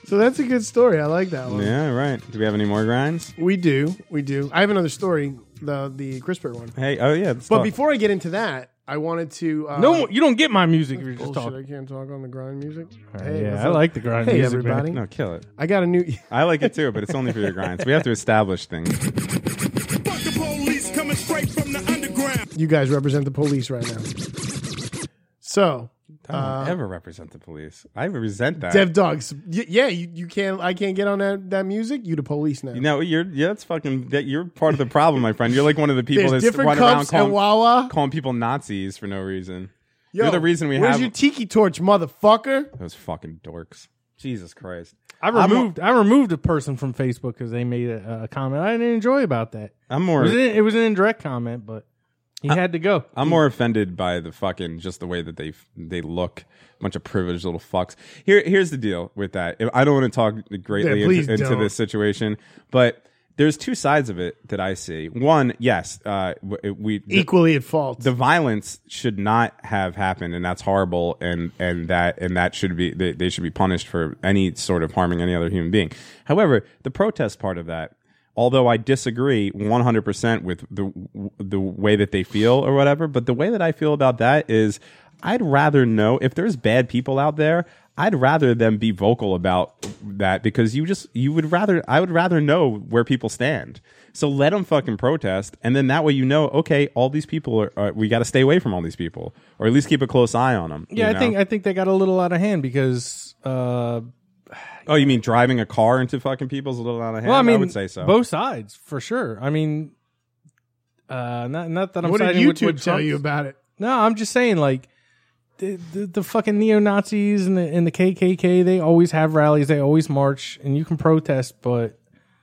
Speaker 1: So that's a good story. I like that one.
Speaker 2: Yeah, right. Do we have any more grinds?
Speaker 1: We do, we do. I have another story, the the CRISPR one.
Speaker 2: Hey, oh yeah.
Speaker 1: But before I get into that, I wanted to. Uh,
Speaker 6: No, more- you don't get my music if you're just
Speaker 1: bullshit.
Speaker 6: talking.
Speaker 1: I can't talk on the grind music.
Speaker 2: Uh,
Speaker 6: yeah,
Speaker 1: what's
Speaker 6: I
Speaker 1: up?
Speaker 6: like the grind
Speaker 1: Hey,
Speaker 6: music, man.
Speaker 1: everybody.
Speaker 2: no, kill it.
Speaker 1: I got a new.
Speaker 2: I like it too, but it's only for your grinds. We have to establish things.
Speaker 7: Fuck the police coming straight from the underground.
Speaker 1: You guys represent the police right now. So,
Speaker 2: I don't
Speaker 6: Uh,
Speaker 2: ever represent the police. I resent that.
Speaker 1: Dev Dogs. Y- yeah, you, you can't. I can't get on that, that music. You the police now.
Speaker 2: No, you're yeah, that's fucking that you're part of the problem, my friend. You're like one of the people
Speaker 1: There's
Speaker 2: that's
Speaker 1: different
Speaker 2: running around
Speaker 1: cups and
Speaker 2: calling,
Speaker 1: Wawa.
Speaker 2: calling people Nazis for no reason.
Speaker 1: Yo,
Speaker 2: you're the reason we
Speaker 1: where's
Speaker 2: have
Speaker 1: your tiki torch, motherfucker?
Speaker 2: those fucking dorks. Jesus Christ.
Speaker 6: I
Speaker 2: I'm-
Speaker 6: removed I removed a person from Facebook because they made a, a comment I didn't enjoy about that.
Speaker 2: I'm
Speaker 6: It
Speaker 2: more
Speaker 6: was, an, it was an indirect comment, but he had to go.
Speaker 2: I'm more offended by the fucking just the way that they they look. Bunch of privileged little fucks. Here here's the deal with that. If- I don't want to talk greatly
Speaker 1: Yeah,
Speaker 2: into-
Speaker 1: please
Speaker 2: into,
Speaker 1: don't.
Speaker 2: this situation, but there's two sides of it that I see. One, yes, uh, w- we
Speaker 1: Equally at fault.
Speaker 2: the violence should not have happened and that's horrible and and that and that should be they, they should be punished for any sort of harming any other human being however the protest part of that although i disagree 100% with the the way that they feel or whatever but the way that i feel about that is i'd rather know if there's bad people out there I'd rather them be vocal about that because you just you would rather I would rather know where people stand. So let them fucking protest, and then that way you know, okay, all these people are, are we got to stay away from all these people, or at least keep a close eye on them.
Speaker 6: Yeah, I think I think they got a little out of hand because uh,
Speaker 2: oh, you mean driving a car into fucking people's a little out of hand?
Speaker 6: well, I mean,
Speaker 2: would say so.
Speaker 6: both sides for sure. I mean, uh, not not that I'm
Speaker 1: what did
Speaker 6: siding with-
Speaker 1: YouTube
Speaker 6: with
Speaker 1: tell
Speaker 6: Trump's-
Speaker 1: you about it?
Speaker 6: No, I'm just saying like. The, the, the fucking neo Nazis and the, and the KKK, they always have rallies, they always march, and you can protest, but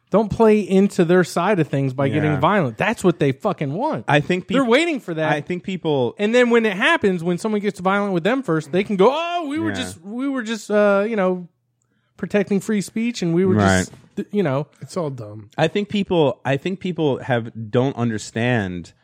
Speaker 6: don't play into their side of things by
Speaker 2: Yeah.
Speaker 6: getting violent. That's what they fucking want.
Speaker 2: I think
Speaker 6: they're
Speaker 2: peop-
Speaker 6: waiting for that.
Speaker 2: I think people.
Speaker 6: And then when it happens, when someone gets violent with them first, they can go, "Oh, we were
Speaker 2: Yeah.
Speaker 6: just, we were just, uh, you know, protecting free speech, and we were just, th- you know,
Speaker 1: It's all dumb.
Speaker 2: I think people. I think people have don't understand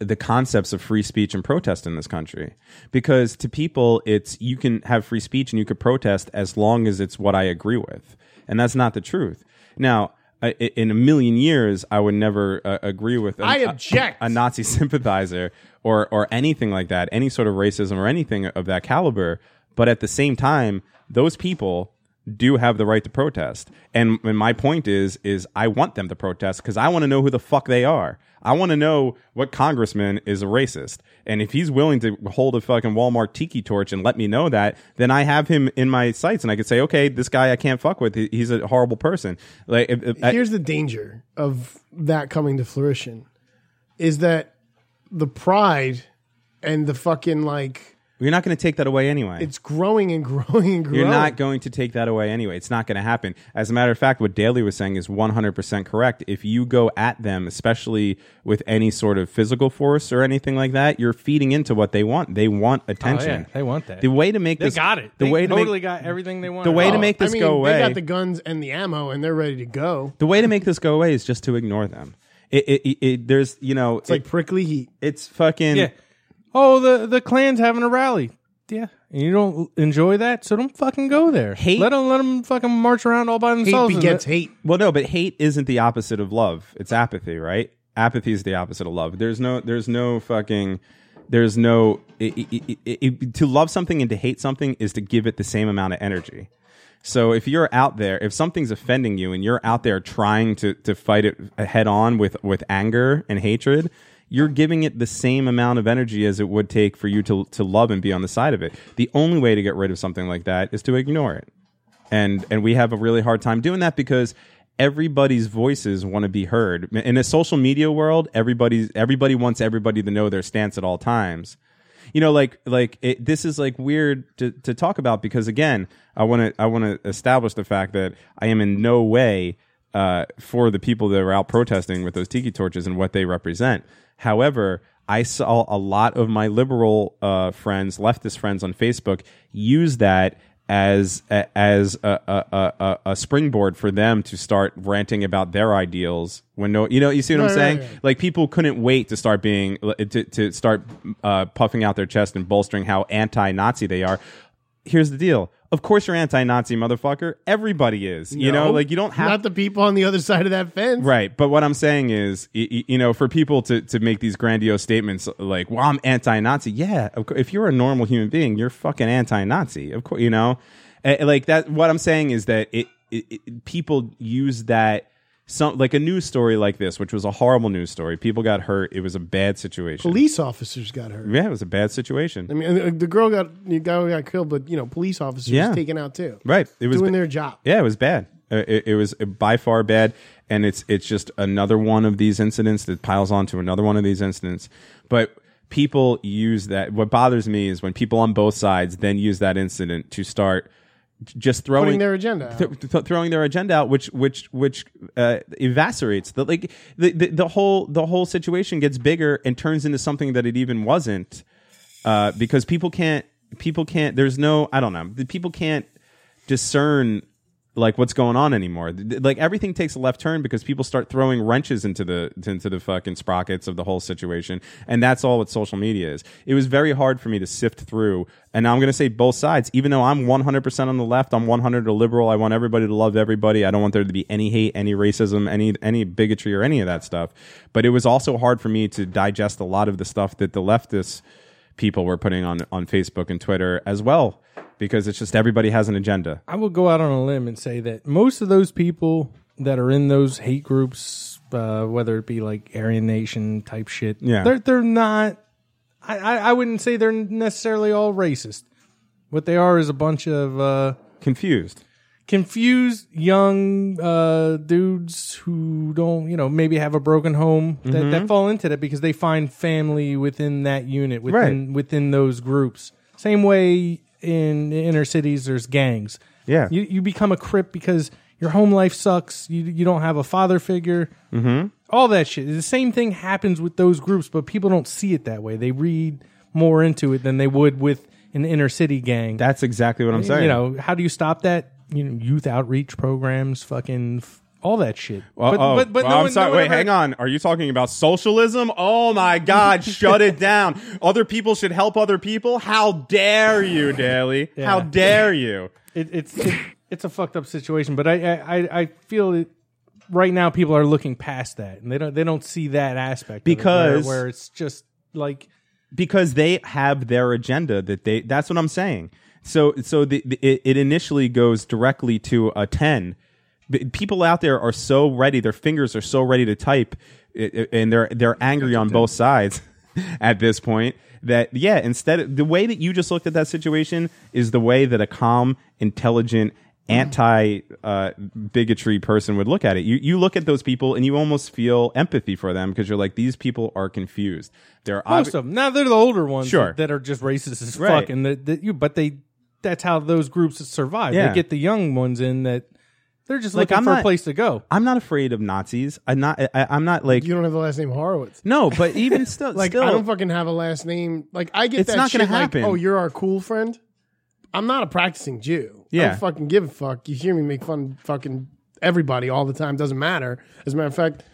Speaker 2: the concepts of free speech and protest in this country because to people it's you can have free speech and you could protest as long as it's what i agree with and that's not the truth now I- i- in a million years i would never uh, agree with a-
Speaker 1: I object.
Speaker 2: a, a nazi sympathizer or or anything like that any sort of racism or anything of that caliber but at the same time those people do have the right to protest. And, and my point is, is I want them to protest because I want to know who the fuck they are. I want to know what congressman is a racist. And if he's willing to hold a fucking Walmart tiki torch and let me know that, then I have him in my sights and I could say, okay, this guy I can't fuck with. He- He's a horrible person. Like, if- if I-
Speaker 1: Here's the danger of that coming to fruition is that the pride and the fucking like
Speaker 2: you're not going to take that away anyway.
Speaker 1: it's growing and growing and growing.
Speaker 2: You're not going to take that away anyway. It's not going to happen. As a matter of fact, what Daly was saying is 100% correct. If you go at them, especially with any sort of physical force or anything like that, you're feeding into what they want. They want attention.
Speaker 6: Oh, they want that.
Speaker 2: The way to make
Speaker 6: They
Speaker 2: this
Speaker 6: got it.
Speaker 2: The
Speaker 6: They
Speaker 2: way to
Speaker 6: totally
Speaker 2: make,
Speaker 6: got everything they wanted.
Speaker 2: The way to
Speaker 6: Oh,
Speaker 2: make
Speaker 1: I
Speaker 2: this
Speaker 1: mean,
Speaker 2: go away.
Speaker 1: They got the guns and the ammo and they're ready to go.
Speaker 2: the way to make this go away is just to ignore them. It, it, it, it- there's you know it's
Speaker 1: Like prickly heat.
Speaker 2: it's fucking
Speaker 6: Yeah. Oh, the the Klan's having a rally. Yeah. And you don't enjoy that, so don't fucking go there.
Speaker 2: Hate-
Speaker 6: Let them let them fucking march around all by
Speaker 1: Hate
Speaker 6: themselves. and
Speaker 1: begets
Speaker 6: that-
Speaker 1: hate.
Speaker 2: Well, no, but hate isn't the opposite of love. It's apathy, right? Apathy is the opposite of love. There's no, there's no fucking, there's no. It, it- it- it- it- to love something and to hate something is to give it the same amount of energy. So if you're out there, if something's offending you and you're out there trying to to fight it head on with with anger and hatred, you're giving it the same amount of energy as it would take for you to to love and be on the side of it. The only way to get rid of something like that is to ignore it and and we have a really hard time doing that because everybody's voices want to be heard in a social media world everybody's everybody wants everybody to know their stance at all times you know like like it, this is like weird to, to talk about because again i want to i want to establish the fact that i am in no way uh, for the people that are out protesting with those tiki torches and what they represent however i saw a lot of my liberal uh, friends leftist friends on facebook use that as a- as a, a, a, a- a springboard for them to start ranting about their ideals when no you know you see what i'm
Speaker 1: Right, right,
Speaker 2: saying
Speaker 1: right.
Speaker 2: like people couldn't wait to start being to, to start uh, puffing out their chest and bolstering how anti-nazi they are here's the deal of course you're anti-nazi motherfucker everybody is you know
Speaker 1: No.
Speaker 2: like you don't have
Speaker 1: Not the people on the other side of that fence.
Speaker 2: Right, but what I'm saying is, y- y- you know, for people to, to make these grandiose statements like, "Well, I'm anti-Nazi," yeah, of course, if you're a normal human being, you're fucking anti-Nazi, of course, you know, Eh, like that. What I'm saying is that it, it, it people use that some like a news story like this, which was a horrible news story. People got hurt. It was a bad situation.
Speaker 1: Police officers got hurt.
Speaker 2: Yeah, it was a bad situation.
Speaker 1: I mean, uh, the girl got the guy got killed, but you know, police officers
Speaker 2: Yeah.
Speaker 1: taken out too.
Speaker 2: Right, it was
Speaker 1: doing
Speaker 2: ba-
Speaker 1: their job.
Speaker 2: Yeah, it was bad. Uh, It, it was by far bad, and it's it's just another one of these incidents that piles onto another one of these incidents. But people use that. What bothers me is when people on both sides then use that incident to start just throwing
Speaker 1: Putting their agenda out.
Speaker 2: th- th- throwing their agenda out, which which which uh, evaporates the like the, the the whole the whole situation gets bigger and turns into something that it even wasn't uh, because people can't people can't there's no I don't know the people can't discern like what's going on anymore Th- th- like everything takes a left turn because people start throwing wrenches into the into the fucking sprockets of the whole situation and that's all what social media is it was very hard for me to sift through and now i'm going to say both sides even though i'm 100% on the left i'm 100 a liberal i want everybody to love everybody i don't want there to be any hate any racism any any bigotry or any of that stuff but it was also hard for me to digest a lot of the stuff that the leftists people were putting on on Facebook and Twitter as well because it's just everybody has an agenda.
Speaker 6: I will go out on a limb and say that most of those people that are in those hate groups, uh, whether it be like Aryan Nation type shit,
Speaker 2: Yeah.
Speaker 6: they're they're not. I, I I wouldn't say they're necessarily all racist. What they are is a bunch of uh,
Speaker 2: Confused.
Speaker 6: confused young uh, dudes who don't, you know, maybe have a broken home that, that fall into that because they find family within that unit, within within those groups. Same way in inner cities, there's gangs.
Speaker 2: Yeah.
Speaker 6: you you become a crip because your home life sucks. You you don't have a father figure. Mm-hmm. All that shit. The same thing happens with those groups, but people don't see it that way. They read more into it than they would with an inner city gang
Speaker 2: That's exactly what I'm saying.
Speaker 6: you know, how do you stop that? You know, youth outreach programs, fucking f- all that shit.
Speaker 2: Well, oh, well,
Speaker 6: no
Speaker 2: I'm
Speaker 6: one-
Speaker 2: sorry.
Speaker 6: no one
Speaker 2: Wait,
Speaker 6: ever-
Speaker 2: hang on. Are you talking about socialism? Oh my God! shut it down. Other people should help other people. How dare you, Daly? How dare you?
Speaker 6: It, it's it, it's a fucked up situation, but I I, I- I feel it right now. People are looking past that, and they don't they don't see that aspect of it,
Speaker 2: Because-
Speaker 6: where, where it's just like
Speaker 2: because they have their agenda that they that's what i'm saying So so the, the it, it initially goes directly to a ten. B- People out there are so ready; their fingers are so ready to type, i- i- and they're they're angry on both sides at this point. That yeah, instead of, the way that you just looked at that situation is the way that a calm, intelligent, anti uh, bigotry person would look at it. You you look at those people and you almost feel empathy for them because you're like these people are confused. They're
Speaker 6: Most
Speaker 2: obvi-
Speaker 6: of them. Now they're the older ones
Speaker 2: Sure.
Speaker 6: that are just racist as
Speaker 2: Right.
Speaker 6: fuck, and that that you. But they, that's how those groups survive.
Speaker 2: Yeah.
Speaker 6: They get the young ones in that they're just
Speaker 2: Like,
Speaker 6: looking
Speaker 2: I'm
Speaker 6: for
Speaker 2: not-
Speaker 6: a place to go.
Speaker 2: I'm not afraid of Nazis. I'm not. I, I- I'm not like
Speaker 1: You don't have the last name Horowitz.
Speaker 2: no. But even still,
Speaker 1: Like
Speaker 2: still,
Speaker 1: I don't fucking have a last name. Like I get
Speaker 2: It's
Speaker 1: that
Speaker 2: not
Speaker 1: shit.
Speaker 2: gonna
Speaker 1: like,
Speaker 2: happen.
Speaker 1: oh, you're our cool friend. I'm not a practicing Jew. I
Speaker 2: Yeah.
Speaker 1: don't fucking give a fuck. You hear me make fun of fucking everybody all the time. Doesn't matter. As a matter of fact,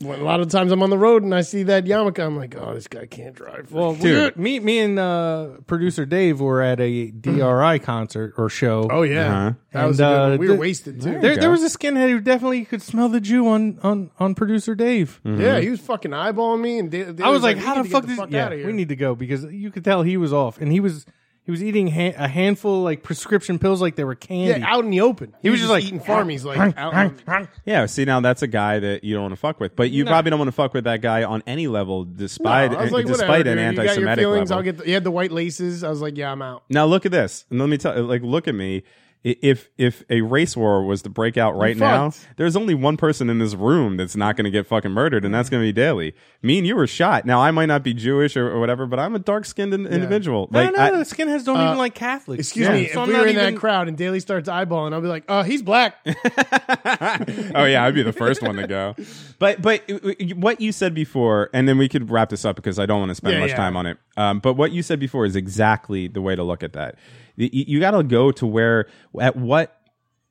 Speaker 1: when- a lot of times I'm on the road and I see that yarmulke. I'm like, oh, this guy can't drive.
Speaker 6: Well,
Speaker 2: Dude.
Speaker 6: we- me, me and uh, producer Dave were at a DRI concert or show.
Speaker 1: oh yeah,
Speaker 2: Uh-huh.
Speaker 1: that was a
Speaker 6: And,
Speaker 1: good
Speaker 6: uh,
Speaker 1: one. We were
Speaker 6: the-
Speaker 1: wasted too.
Speaker 6: There,
Speaker 2: go.
Speaker 6: there was a skinhead who definitely could smell the Jew on on on producer Dave.
Speaker 1: Yeah, he was fucking eyeballing me, and Da- David
Speaker 6: I was like,
Speaker 1: "We
Speaker 6: how
Speaker 1: need
Speaker 6: the
Speaker 1: to get
Speaker 6: fuck did
Speaker 1: fuck
Speaker 6: yeah,
Speaker 1: outta here."
Speaker 6: we need to go because you could tell he was off and he was he was eating ha- a handful of, like prescription pills like they were candy.
Speaker 1: yeah, out in the open. He,
Speaker 6: was just like,
Speaker 1: eating farmies, like out in the-
Speaker 2: Yeah, see now that's a guy that you don't want to fuck with, but you probably don't want to fuck with that guy on any level, despite
Speaker 1: No, I was like,
Speaker 2: despite
Speaker 1: whatever,
Speaker 2: an
Speaker 1: dude. You got your
Speaker 2: anti-Semitic
Speaker 1: feelings,
Speaker 2: level.
Speaker 1: I'll get the, you had the white laces. I was like, yeah, I'm out.
Speaker 2: now look at this, and let me tell like look at me. I- If if a race war was to break out right now,
Speaker 1: fucked.
Speaker 2: there's only one person in this room that's not going to get fucking murdered, and that's going to be Daly. Me and you were shot. Now I might not be Jewish or, or whatever, but I'm a dark skinned individual.
Speaker 6: no,
Speaker 2: Like
Speaker 6: no,
Speaker 2: I-
Speaker 6: the skinheads don't even like Catholics.
Speaker 1: Uh, Excuse
Speaker 6: Yeah.
Speaker 1: me.
Speaker 6: So
Speaker 1: if
Speaker 6: I'm
Speaker 1: we
Speaker 6: not
Speaker 1: were in
Speaker 6: even-
Speaker 1: that crowd and Daly starts eyeballing, I'll be like, oh, he's black.
Speaker 2: oh yeah, I'd be the first one to go. But but uh, what you said before, and then we could wrap this up because I don't want to spend
Speaker 1: Yeah,
Speaker 2: much
Speaker 1: yeah.
Speaker 2: time on it. Um, but what you said before is exactly the way to look at that. You, got to go to where at what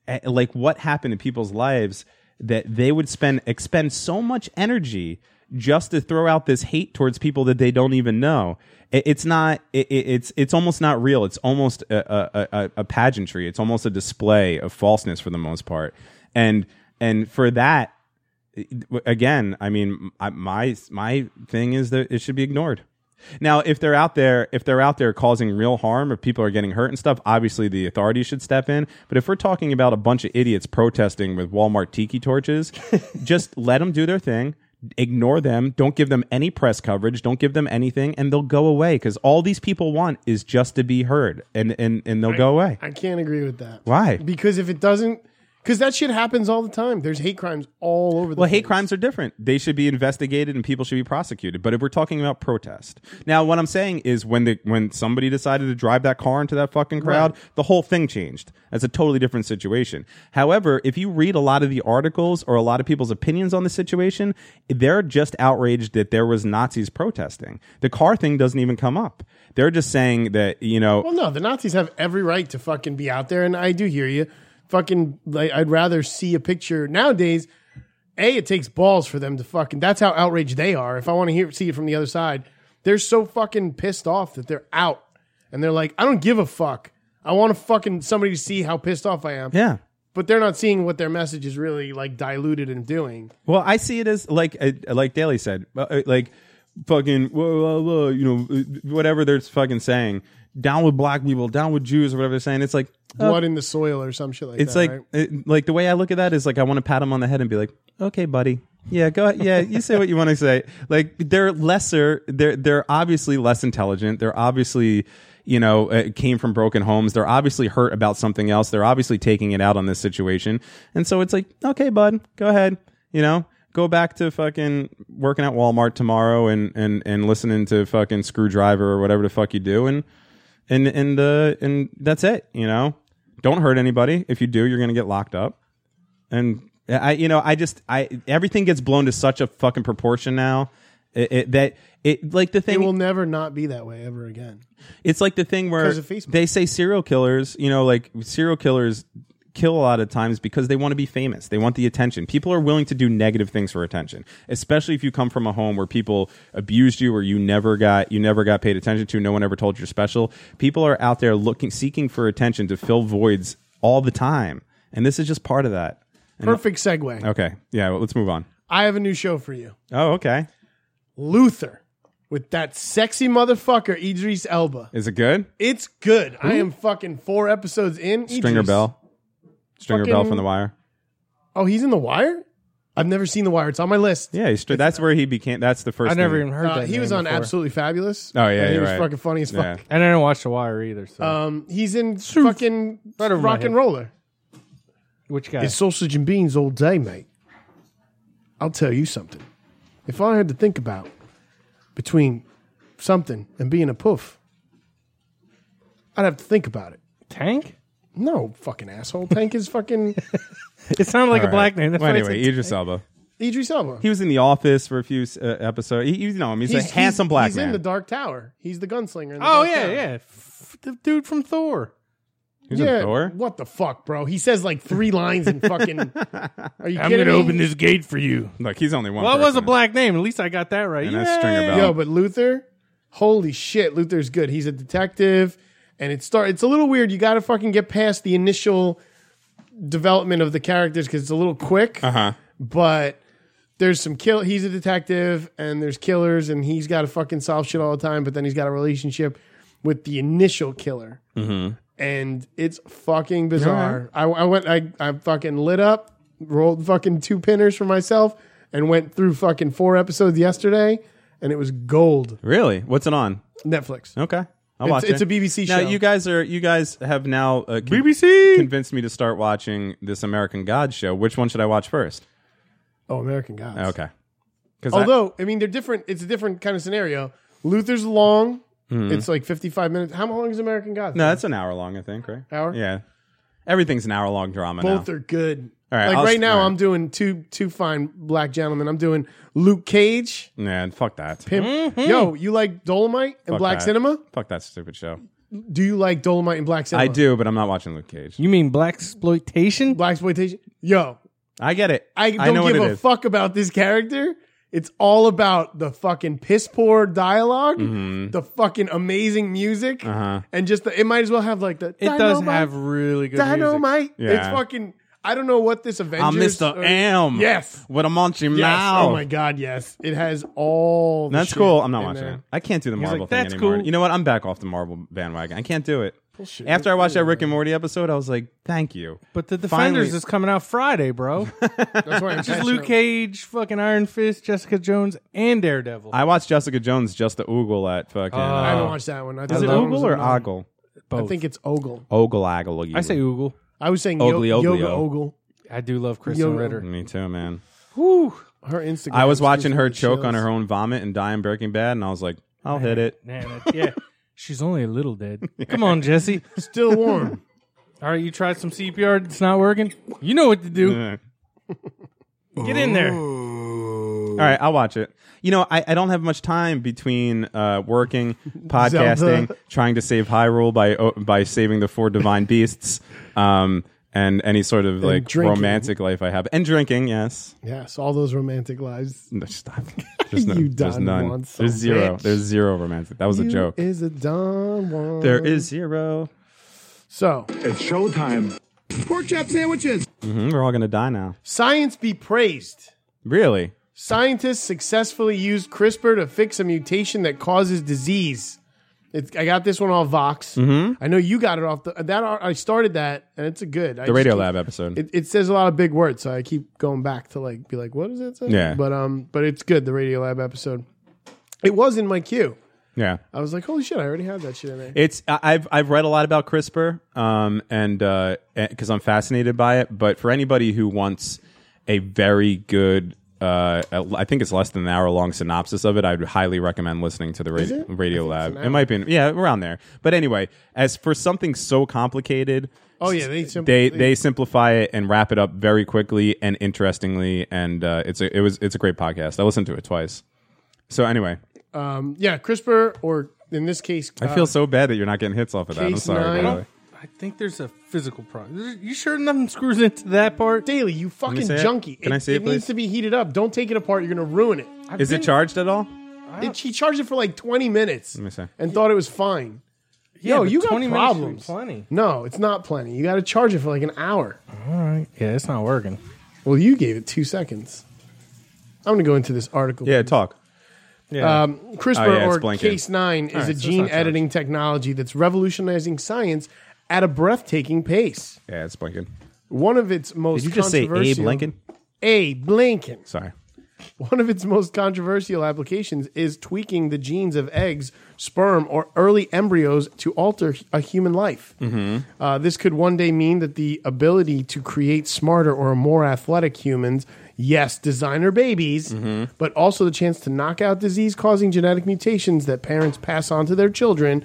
Speaker 2: at, like what happened in people's lives that they would spend expend so much energy just to throw out this hate towards people that they don't even know. It- It's not. It, it- it's it's almost not real. It's almost a, a, a, a pageantry. It's almost a display of falseness for the most part. And and for that, again, I mean, I- my my thing is that it should be ignored. Now, if they're out there, if they're out there causing real harm, if people are getting hurt and stuff, obviously the authorities should step in. But if we're talking about a bunch of idiots protesting with Walmart tiki torches, just let them do their thing. Ignore them. Don't give them any press coverage. Don't give them anything, and they'll go away. Because all these people want is just to be heard, and and and they'll go away.
Speaker 1: I can't agree with that.
Speaker 2: Why?
Speaker 1: Because if it doesn't, because that shit happens all the time. There's hate crimes all over the
Speaker 2: Well, hate
Speaker 1: place.
Speaker 2: crimes are different. They should be investigated and people should be prosecuted. But if we're talking about protest, now what I'm saying is when the when somebody decided to drive that car into that fucking crowd, the whole thing changed. That's a totally different situation. However, if you read a lot of the articles or a lot of people's opinions on the situation, they're just outraged that there was Nazis protesting. The car thing doesn't even come up. They're just saying that you know
Speaker 1: Well, no, the Nazis have every right to fucking be out there, and I do hear you. Fucking, like, I'd rather see a picture nowadays. A, it takes balls for them to fucking. That's how outraged they are. If I want to hear see it from the other side, they're so fucking pissed off that they're out, and they're like, I don't give a fuck. I want to fucking somebody to see how pissed off I am.
Speaker 2: yeah.
Speaker 1: But they're not seeing what their message is really like diluted and doing.
Speaker 2: Well, I see it as like uh, like Daly said, uh, uh, like fucking whoa, whoa, whoa, you know uh, whatever they're fucking saying. Down with black people, down with Jews, or whatever they're saying. It's like uh,
Speaker 1: Blood in the soil or some shit like
Speaker 2: it's
Speaker 1: that.
Speaker 2: like
Speaker 1: right?
Speaker 2: it- like the way I look at that is like I want to pat him on the head and be like, okay, buddy, yeah, go, ahead. yeah, you say what you want to say. Like they're lesser, they're they're obviously less intelligent. They're obviously you know uh, came from broken homes. They're obviously hurt about something else. They're obviously taking it out on this situation, and so it's like, okay, bud, go ahead, you know. Go back to fucking working at Walmart tomorrow and, and, and listening to fucking Screwdriver or whatever the fuck you do and and and the and that's it. You know, don't hurt anybody. If you do, you're gonna get locked up. And I, you know, I just I everything gets blown to such a fucking proportion now it, it, that it like the
Speaker 1: it
Speaker 2: thing
Speaker 1: will never not be that way ever again.
Speaker 2: it's like the thing where
Speaker 1: 'Cause of Facebook.
Speaker 2: they say serial killers, you know, like serial killers kill a lot of times because they want to be famous. They want the attention. People are willing to do negative things for attention, especially if you come from a home where people abused you or you never got you never got paid attention to, no one ever told you're special. People are out there looking seeking for attention to fill voids all the time. And this is just part of that.
Speaker 1: Perfect segue.
Speaker 2: Okay. Yeah, well, let's move on.
Speaker 1: I have a new show for you.
Speaker 2: Oh, okay.
Speaker 1: Luther. with that sexy motherfucker Idris Elba.
Speaker 2: Is it good?
Speaker 1: It's good. I am fucking four episodes in.
Speaker 2: Stringer
Speaker 1: Idris.
Speaker 2: Bell. Stringer Bell
Speaker 1: Fucking-
Speaker 2: from The Wire.
Speaker 1: Oh, he's in The Wire. I've never seen The Wire. It's on my list.
Speaker 2: Yeah, he's, str- that's where he became. That's the first.
Speaker 6: I never
Speaker 2: thing.
Speaker 6: even heard
Speaker 1: Uh,
Speaker 6: that.
Speaker 1: he was
Speaker 6: name
Speaker 1: on
Speaker 6: before.
Speaker 1: Absolutely Fabulous.
Speaker 2: Oh yeah,
Speaker 1: And he
Speaker 2: you're
Speaker 1: was
Speaker 2: right.
Speaker 1: fucking funny as
Speaker 2: Yeah.
Speaker 1: fuck.
Speaker 6: And I didn't watch The Wire either. So
Speaker 1: Um, he's in fucking
Speaker 6: Right over my
Speaker 1: rock
Speaker 6: head.
Speaker 1: and roller.
Speaker 6: which guy?
Speaker 1: It's sausage and beans all day, mate. I'll tell you something. If I had to think about between something and being a poof, I'd have to think about it.
Speaker 6: Tank?
Speaker 1: No, fucking asshole. Tank is fucking
Speaker 6: It sounded like
Speaker 2: All
Speaker 6: a
Speaker 2: right.
Speaker 6: black name. That's
Speaker 2: well,
Speaker 6: why I
Speaker 2: anyway,
Speaker 6: said-
Speaker 2: Idris Elba.
Speaker 1: Idris Elba.
Speaker 2: He was in The Office for a few uh, episodes. He, you know him. He's, a handsome black
Speaker 1: he's
Speaker 2: man.
Speaker 1: in the Dark Tower. He's the gunslinger. In the
Speaker 6: oh
Speaker 1: Dark
Speaker 6: yeah,
Speaker 1: Tower.
Speaker 6: yeah. F- the dude from Thor.
Speaker 2: He's
Speaker 1: yeah.
Speaker 2: in Thor.
Speaker 1: What the fuck, bro? He says like three lines and fucking. Are you kidding me?
Speaker 6: this gate for you.
Speaker 2: Look, he's only one.
Speaker 6: Well, it was a
Speaker 2: person.
Speaker 6: black name. At least I got that right.
Speaker 2: And that's Stringer
Speaker 6: Yay!
Speaker 2: Bell.
Speaker 1: Yo, but Luther, holy shit, Luther's good. He's a detective, and it start. It's a little weird. You got to fucking get past the initial development of the characters because it's a little quick. Uh
Speaker 2: Uh-huh.
Speaker 1: But there's some kill. He's a detective, and there's killers, and he's got to fucking solve shit all the time. But then he's got a relationship with the initial killer, and it's fucking bizarre. I, I went, I, I fucking lit up, rolled fucking two pinners for myself, and went through fucking four episodes yesterday, and it was gold.
Speaker 2: Really? What's it on?
Speaker 1: Netflix.
Speaker 2: Okay. I'll
Speaker 1: It's-
Speaker 2: watch it.
Speaker 1: it's a BBC
Speaker 2: now,
Speaker 1: show.
Speaker 2: you guys are you guys have now uh, con-
Speaker 6: BBC.
Speaker 2: convinced me to start watching this American God show. Which one should I watch first?
Speaker 1: Oh, American Gods.
Speaker 2: Okay. Because
Speaker 1: Although, I mean, they're different. It's a different kind of scenario. Luther's long. It's like 55 minutes. How long is American Gods?
Speaker 2: Mm-hmm. no, that's an hour long, I think. Right?
Speaker 1: Hour?
Speaker 2: Yeah. Everything's an hour long drama
Speaker 1: Both
Speaker 2: now.
Speaker 1: are good.
Speaker 2: All right,
Speaker 1: like
Speaker 2: I'll-
Speaker 1: right now,
Speaker 2: all right.
Speaker 1: I'm doing two two fine black gentlemen. I'm doing Luke Cage,
Speaker 2: yeah. and Fuck that.
Speaker 1: Pimp. Yo, you like Dolomite and
Speaker 2: Fuck
Speaker 1: Black
Speaker 2: that.
Speaker 1: Cinema?
Speaker 2: Fuck that stupid show.
Speaker 1: Do you like Dolomite and Black Cinema?
Speaker 2: I do, but I'm not watching Luke Cage.
Speaker 6: You mean black exploitation?
Speaker 1: Black exploitation. Yo,
Speaker 2: I get it.
Speaker 1: I don't
Speaker 2: know
Speaker 1: give
Speaker 2: what it
Speaker 1: a
Speaker 2: is.
Speaker 1: fuck about this character. It's all about the fucking piss poor dialog
Speaker 2: Mm-hmm.
Speaker 1: the fucking amazing music,
Speaker 2: Uh-huh.
Speaker 1: and just the, it might as well have like the.
Speaker 6: it does have really good. music.
Speaker 1: dynamite. It's
Speaker 2: Yeah.
Speaker 1: fucking. I don't know what this Avengers.
Speaker 2: I'm Mr.
Speaker 1: or-
Speaker 2: M.
Speaker 1: Yes.
Speaker 2: With a munchie
Speaker 1: Yes.
Speaker 2: mouth.
Speaker 1: Oh my god. Yes. It has all. The
Speaker 2: That's
Speaker 1: shit
Speaker 2: cool. I'm not
Speaker 1: in
Speaker 2: watching
Speaker 1: there.
Speaker 2: it. I can't do the Marvel
Speaker 6: like,
Speaker 2: thing
Speaker 6: "That's
Speaker 2: anymore.
Speaker 6: cool."
Speaker 2: You know what? I'm back off the Marvel bandwagon. I can't do it. After I watched that Rick and Morty episode, I was like, "Thank you."
Speaker 6: But the Defenders
Speaker 2: Finally-
Speaker 6: is coming out Friday, bro.
Speaker 1: That's why I'm
Speaker 6: Just
Speaker 1: passionate.
Speaker 6: Luke Cage, fucking Iron Fist, Jessica Jones, and Daredevil.
Speaker 2: I watched Jessica Jones just the oogle at fucking.
Speaker 1: I haven't
Speaker 2: Uh,
Speaker 1: watched that one. I
Speaker 2: is
Speaker 1: thought
Speaker 2: it
Speaker 1: that one was
Speaker 2: oogle or
Speaker 1: another-
Speaker 2: ogle?
Speaker 1: I think it's ogle.
Speaker 2: Ogle ogle.
Speaker 6: I say Oogle.
Speaker 1: I was saying yo-
Speaker 2: Ogly, ogly,
Speaker 1: yoga
Speaker 2: oh.
Speaker 1: ogle.
Speaker 6: I do love
Speaker 1: Yo-
Speaker 6: Kristen Ritter.
Speaker 2: Me too, man.
Speaker 1: Her Instagram.
Speaker 2: I was
Speaker 1: gives
Speaker 2: watching
Speaker 1: me
Speaker 2: her
Speaker 1: the
Speaker 2: choke on
Speaker 1: chills.
Speaker 2: her own vomit and die in Breaking Bad, and I was like, "I'll hit it."
Speaker 6: Man, that- yeah, she's only a little dead. Come on, Jesse.
Speaker 1: Still warm.
Speaker 6: All right, you tried some CPR. It's not working. You know what to do.
Speaker 2: Yeah.
Speaker 6: Get in there.
Speaker 2: All right, I'll watch it. You know, I, I don't have much time between uh, working, podcasting, trying to save Hyrule by oh, by saving the four divine beasts, um, and any sort of like
Speaker 1: drinking.
Speaker 2: romantic life I have, and drinking. Yes,
Speaker 1: yes. All those romantic lives.
Speaker 2: no, stop. There's, no,
Speaker 1: You
Speaker 2: there's
Speaker 1: done
Speaker 2: none.
Speaker 1: once,
Speaker 2: There's
Speaker 1: son
Speaker 2: zero.
Speaker 1: bitch.
Speaker 2: There's zero romantic. That was a
Speaker 1: You
Speaker 2: joke.
Speaker 1: Is a dumb one.
Speaker 2: There is zero.
Speaker 1: So
Speaker 5: It's showtime.
Speaker 9: Pork chop sandwiches.
Speaker 2: Mhm, we're all gonna die now.
Speaker 1: science be praised.
Speaker 2: Really?
Speaker 1: Scientists successfully used CRISPR to fix a mutation that causes disease. It's, I got this one off Vox.
Speaker 2: Mm-hmm.
Speaker 1: I know you got it off the that ar- I started that and it's a good I
Speaker 2: The
Speaker 1: just
Speaker 2: Radio
Speaker 1: keep-
Speaker 2: Lab episode.
Speaker 1: It, it says a lot of big words, so I keep going back to like be like, what does that say?
Speaker 2: Yeah.
Speaker 1: but um, but it's good. The Radio Lab episode. It was in my queue.
Speaker 2: yeah.
Speaker 1: I was like, holy shit, I already have that shit in there.
Speaker 2: It's I- I've I've read a lot about CRISPR, um, and because I'm fascinated by it. But for anybody who wants a very good, uh, a- I think it's less than an hour long synopsis of it. I'd highly recommend listening to the radio, radio Lab. It might be, in, yeah, around there. But anyway, as for something so complicated,
Speaker 1: Oh, yeah, they simpl-
Speaker 2: they,
Speaker 1: they-
Speaker 2: they simplify it and wrap it up very quickly and interestingly, and uh, it's a it was it's a great podcast. I listened to it twice. So anyway,
Speaker 1: Um, yeah, CRISPR or in this case,
Speaker 2: I
Speaker 1: uh,
Speaker 2: feel so bad that you're not getting hits off of that. I'm
Speaker 1: Case
Speaker 2: sorry. by
Speaker 1: nine.
Speaker 2: the
Speaker 1: I
Speaker 2: way.
Speaker 1: don't-
Speaker 6: I think there's a physical problem. There's- You sure nothing screws into that part?
Speaker 1: daily. You fucking
Speaker 2: see it.
Speaker 1: junkie.
Speaker 2: Can
Speaker 1: it,
Speaker 2: I see it,
Speaker 1: it needs
Speaker 2: please?
Speaker 1: to be heated up. Don't take it apart. You're gonna ruin it.
Speaker 6: I've
Speaker 2: Is
Speaker 6: been-
Speaker 2: it charged at all?
Speaker 1: It, she charged it for like 20 minutes
Speaker 2: me see.
Speaker 1: and thought it was fine.
Speaker 6: Yeah,
Speaker 1: Yo,
Speaker 6: but
Speaker 1: you got
Speaker 6: 20 minutes should be
Speaker 1: problems.
Speaker 6: Plenty.
Speaker 1: No, it's not plenty. You got to charge it for like an hour.
Speaker 6: All right. Yeah, it's not working.
Speaker 1: Well, you gave it two seconds. I'm going to go into this article.
Speaker 2: Yeah, talk. Yeah.
Speaker 1: Um, CRISPR
Speaker 2: Oh, yeah, it's
Speaker 1: or
Speaker 2: blinking.
Speaker 1: Case Nine
Speaker 2: All
Speaker 1: is
Speaker 2: right,
Speaker 1: a
Speaker 2: so it's
Speaker 1: gene
Speaker 2: not charged.
Speaker 1: editing technology that's revolutionizing science at a breathtaking pace.
Speaker 2: Yeah, it's blinking.
Speaker 1: One of its most
Speaker 12: Did you just say Abe
Speaker 1: controversial-
Speaker 12: Lincoln?
Speaker 1: Abe Lincoln.
Speaker 2: Sorry.
Speaker 1: One of its most controversial applications is tweaking the genes of eggs, sperm, or early embryos to alter a human life.
Speaker 2: Mm-hmm.
Speaker 1: Uh, this could one day mean that the ability to create smarter or more athletic humans, yes, designer babies, but also the chance to knock out disease causing genetic mutations that parents pass on to their children.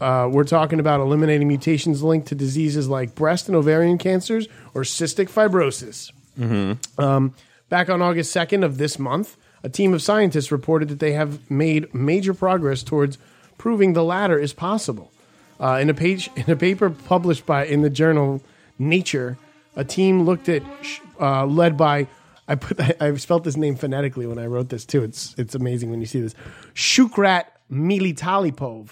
Speaker 1: Uh, we're talking about eliminating mutations linked to diseases like breast and ovarian cancers or cystic fibrosis.
Speaker 2: Mm-hmm.
Speaker 1: Um, back on August 2nd of this month, a team of scientists reported that they have made major progress towards proving the latter is possible. Uh, in a page in a paper published by in the journal Nature, a team looked at sh- uh, led by I put I, I spelt this name phonetically when I wrote this too. It's it's amazing when you see this Shukrat Militalipov.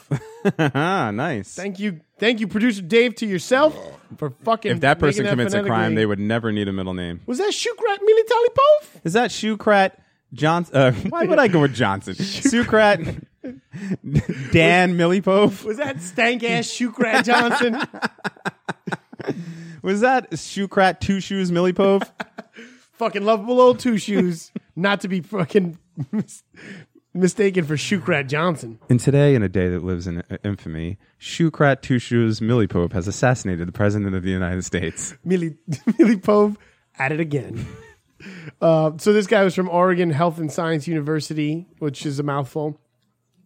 Speaker 2: nice.
Speaker 1: Thank you, thank you, producer Dave, to yourself for fucking.
Speaker 2: If that
Speaker 1: making
Speaker 2: person commits a crime,
Speaker 1: phonetically-
Speaker 2: they would never need a middle name.
Speaker 1: was that Shukrat Militalipov?
Speaker 2: Is that Shukrat Johnson? Uh, why would I go with Johnson? Shukrat Dan Millipove?
Speaker 1: Was that stank ass Shukrat Johnson?
Speaker 2: Was that Shukrat Two Shoes Millipove?
Speaker 1: fucking lovable old two shoes, not to be fucking mis- mistaken for Shukrat Johnson.
Speaker 2: And today, in a day that lives in uh, infamy, Shukrat Two Shoes Millipove has assassinated the President of the United States.
Speaker 1: Millie, Millie Pove at it again. Uh, so this guy was from Oregon Health and Science University, which is a mouthful.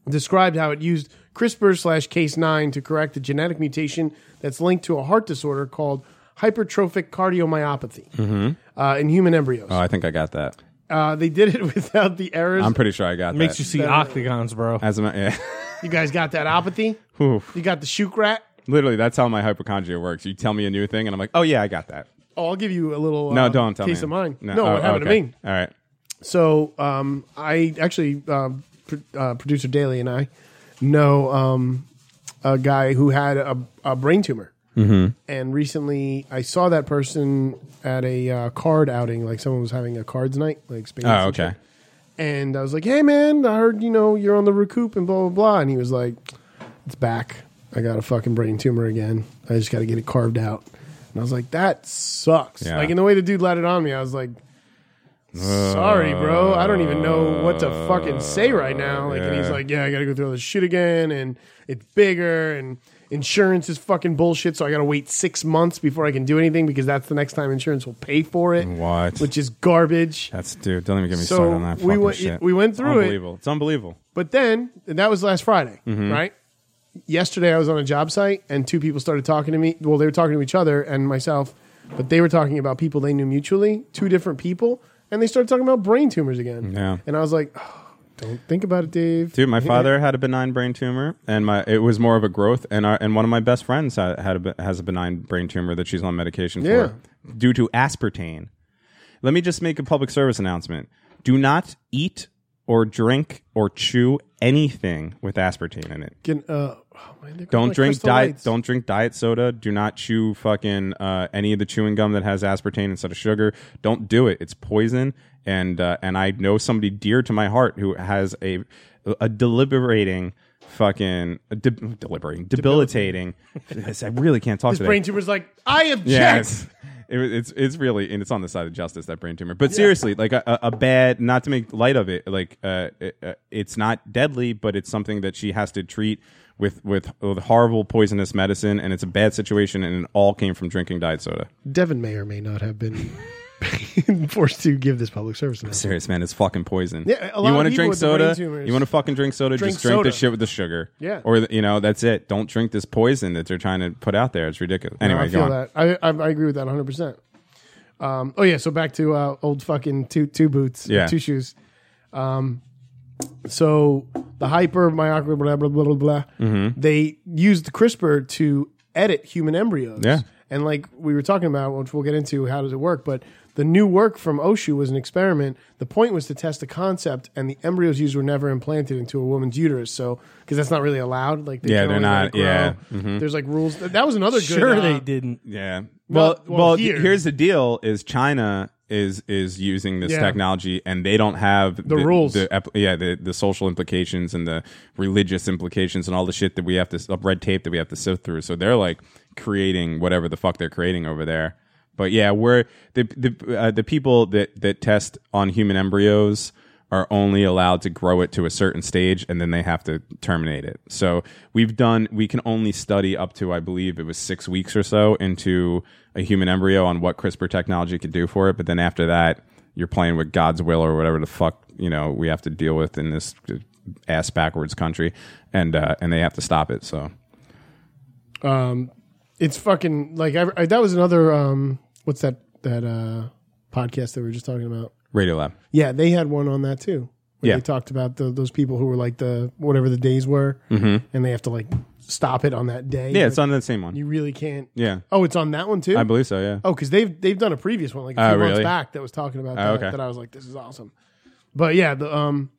Speaker 1: Described how it used CRISPR slash Case nine to correct a genetic mutation that's linked to a heart disorder called hypertrophic cardiomyopathy
Speaker 2: Mm-hmm.
Speaker 1: uh, in human embryos.
Speaker 2: Oh, I think I got that.
Speaker 1: Uh, they did it without the errors.
Speaker 2: I'm pretty sure I got
Speaker 6: Makes
Speaker 2: that.
Speaker 6: you see
Speaker 1: That-
Speaker 6: octagons, bro.
Speaker 2: As a, ma- yeah.
Speaker 1: You guys got that apathy?
Speaker 2: Oof.
Speaker 1: You got the Shukrat?
Speaker 2: Literally, that's how my hypochondria works. You tell me a new thing, and I'm like, oh, yeah, I got that.
Speaker 1: Oh, I'll give you a little
Speaker 2: no,
Speaker 1: uh,
Speaker 2: don't tell me.
Speaker 1: case of mine. No,
Speaker 2: oh,
Speaker 1: what happened
Speaker 2: okay.
Speaker 1: to me?
Speaker 2: All right.
Speaker 1: So um, I actually, um, pr- uh, producer Daly and I know um, a guy who had a, a brain tumor.
Speaker 2: Mm-hmm.
Speaker 1: And recently I saw that person at a uh, card outing, like someone was having a cards night, like Spades.
Speaker 2: Oh,
Speaker 1: and shit.
Speaker 2: okay.
Speaker 1: And I was like, hey, man, I heard, you know, you're on the recoup and blah, blah, blah. And he was like, it's back. I got a fucking brain tumor again. I just got to get it carved out. And I was like, that sucks.
Speaker 2: Yeah.
Speaker 1: Like, in the way the dude let it on me, I was like, sorry, bro. I don't even know what to fucking say right now. Like, and he's
Speaker 2: Uh, yeah.
Speaker 1: like, yeah, I got to go through all this shit again. And it's bigger. And insurance is fucking bullshit. So I got to wait six months before I can do anything because that's the next time insurance will pay for it,
Speaker 2: What?
Speaker 1: which is garbage.
Speaker 2: That's, dude, don't even get me
Speaker 1: So
Speaker 2: started on that.
Speaker 1: we
Speaker 2: fucking
Speaker 1: went-
Speaker 2: shit.
Speaker 1: we went
Speaker 2: It's
Speaker 1: through it.
Speaker 2: unbelievable. It's unbelievable.
Speaker 1: But then, and that was last Friday,
Speaker 2: Mhm.
Speaker 1: right? Yesterday, I was on a job site and two people started talking to me. Well, they were talking to each other and myself, but they were talking about people they knew mutually, two different people, and they started talking about brain tumors again.
Speaker 2: Yeah.
Speaker 1: And I was like, "Oh, don't think about it, Dave.
Speaker 2: Dude, my father had a benign brain tumor, and my it was more of a growth. And our, and one of my best friends had, had a, be- has a benign brain tumor that she's on medication
Speaker 1: Yeah.
Speaker 2: for due to aspartame. Let me just make a public service announcement: Do not eat or drink or chew anything with aspartame in it.
Speaker 1: Can, uh, oh, man, they're
Speaker 2: Don't
Speaker 1: like
Speaker 2: drink
Speaker 1: Crystal
Speaker 2: diet.
Speaker 1: Lights.
Speaker 2: Don't drink diet soda. Do not chew fucking uh, any of the chewing gum that has aspartame instead of sugar. Don't do it. It's poison. And uh, and I know somebody dear to my heart who has a a deliberating fucking a de- deliberating debilitating. I really can't talk.
Speaker 1: His
Speaker 2: today.
Speaker 1: brain tumor's like, I object.
Speaker 2: Yes. It, was- it's it's really and it's on the side of justice that brain tumor. But seriously, like a, a a bad not to make light of it, like uh, it, uh, it's not deadly, but it's something that she has to treat with, with with horrible poisonous medicine, and it's a bad situation, and it all came from drinking diet soda.
Speaker 1: Devin may or may not have been forced to give this public service announcement.
Speaker 2: Serious man, it's fucking poison.
Speaker 1: Yeah, a lot
Speaker 2: you
Speaker 1: of
Speaker 2: wanna
Speaker 1: people
Speaker 2: drink
Speaker 1: with the brain
Speaker 2: soda?
Speaker 1: tumors
Speaker 2: You want to fucking drink soda?
Speaker 1: drink
Speaker 2: just drink
Speaker 1: soda.
Speaker 2: the shit with the sugar.
Speaker 1: Yeah.
Speaker 2: or you know that's it. Don't drink this poison that they're trying to put out there. It's ridiculous. Anyway,
Speaker 1: I
Speaker 2: go
Speaker 1: feel
Speaker 2: on.
Speaker 1: that. I, I I agree with that 100. percent um, Oh yeah. So back to uh, old fucking two two boots,
Speaker 2: Yeah.
Speaker 1: two shoes. Um, so the hyper myoclonia blah blah blah blah blah.
Speaker 2: Mhm.
Speaker 1: They used CRISPR to edit human embryos.
Speaker 2: Yeah.
Speaker 1: And like we were talking about, which we'll get into, how does it work? But The new work from Oshu was an experiment. The point was to test the concept, and the embryos used were never implanted into a woman's uterus. So, because that's not really allowed. Like, they
Speaker 2: Yeah,
Speaker 1: can
Speaker 2: they're
Speaker 1: only let
Speaker 2: not-
Speaker 1: it grow.
Speaker 2: yeah. Mhm.
Speaker 1: there's like rules. That that was another good.
Speaker 6: Sure,
Speaker 1: uh,
Speaker 6: they didn't.
Speaker 2: Yeah. Well,
Speaker 1: Well-
Speaker 2: well,
Speaker 1: well,
Speaker 2: th-
Speaker 1: here.
Speaker 2: here's the deal: is China is is using this
Speaker 1: Yeah.
Speaker 2: technology, and they don't have the,
Speaker 1: rules.
Speaker 2: the ep- yeah, the, the social implications and the religious implications and all the shit that we have to s- red tape that we have to sift through. So they're like creating whatever the fuck they're creating over there. But yeah, we're the the uh, the people that that test on human embryos are only allowed to grow it to a certain stage and then they have to terminate it. So we've done we can only study up to I believe it was 6 weeks or so into a human embryo on what CRISPR technology could do for it, but then after that you're playing with God's will or whatever the fuck, you know, we have to deal with in this ass backwards country and uh and they have to stop it. So
Speaker 1: um, it's fucking like I, I- that was another um, what's that that uh podcast that we were just talking about?
Speaker 2: Radiolab.
Speaker 1: Yeah, they had one on that too. Where
Speaker 2: Yeah.
Speaker 1: they talked about the, those people who were like the whatever the days were,
Speaker 2: Mhm.
Speaker 1: and they have to like stop it on that day.
Speaker 2: Yeah, it's on that same one.
Speaker 1: You really can't.
Speaker 2: Yeah.
Speaker 1: Oh, it's on that one too.
Speaker 2: I believe so, yeah.
Speaker 1: Oh, because they've they've done a previous one like a
Speaker 2: Oh,
Speaker 1: few
Speaker 2: really?
Speaker 1: months back that was talking about
Speaker 2: Oh,
Speaker 1: that,
Speaker 2: okay.
Speaker 1: that I was like, this is awesome. But yeah, the um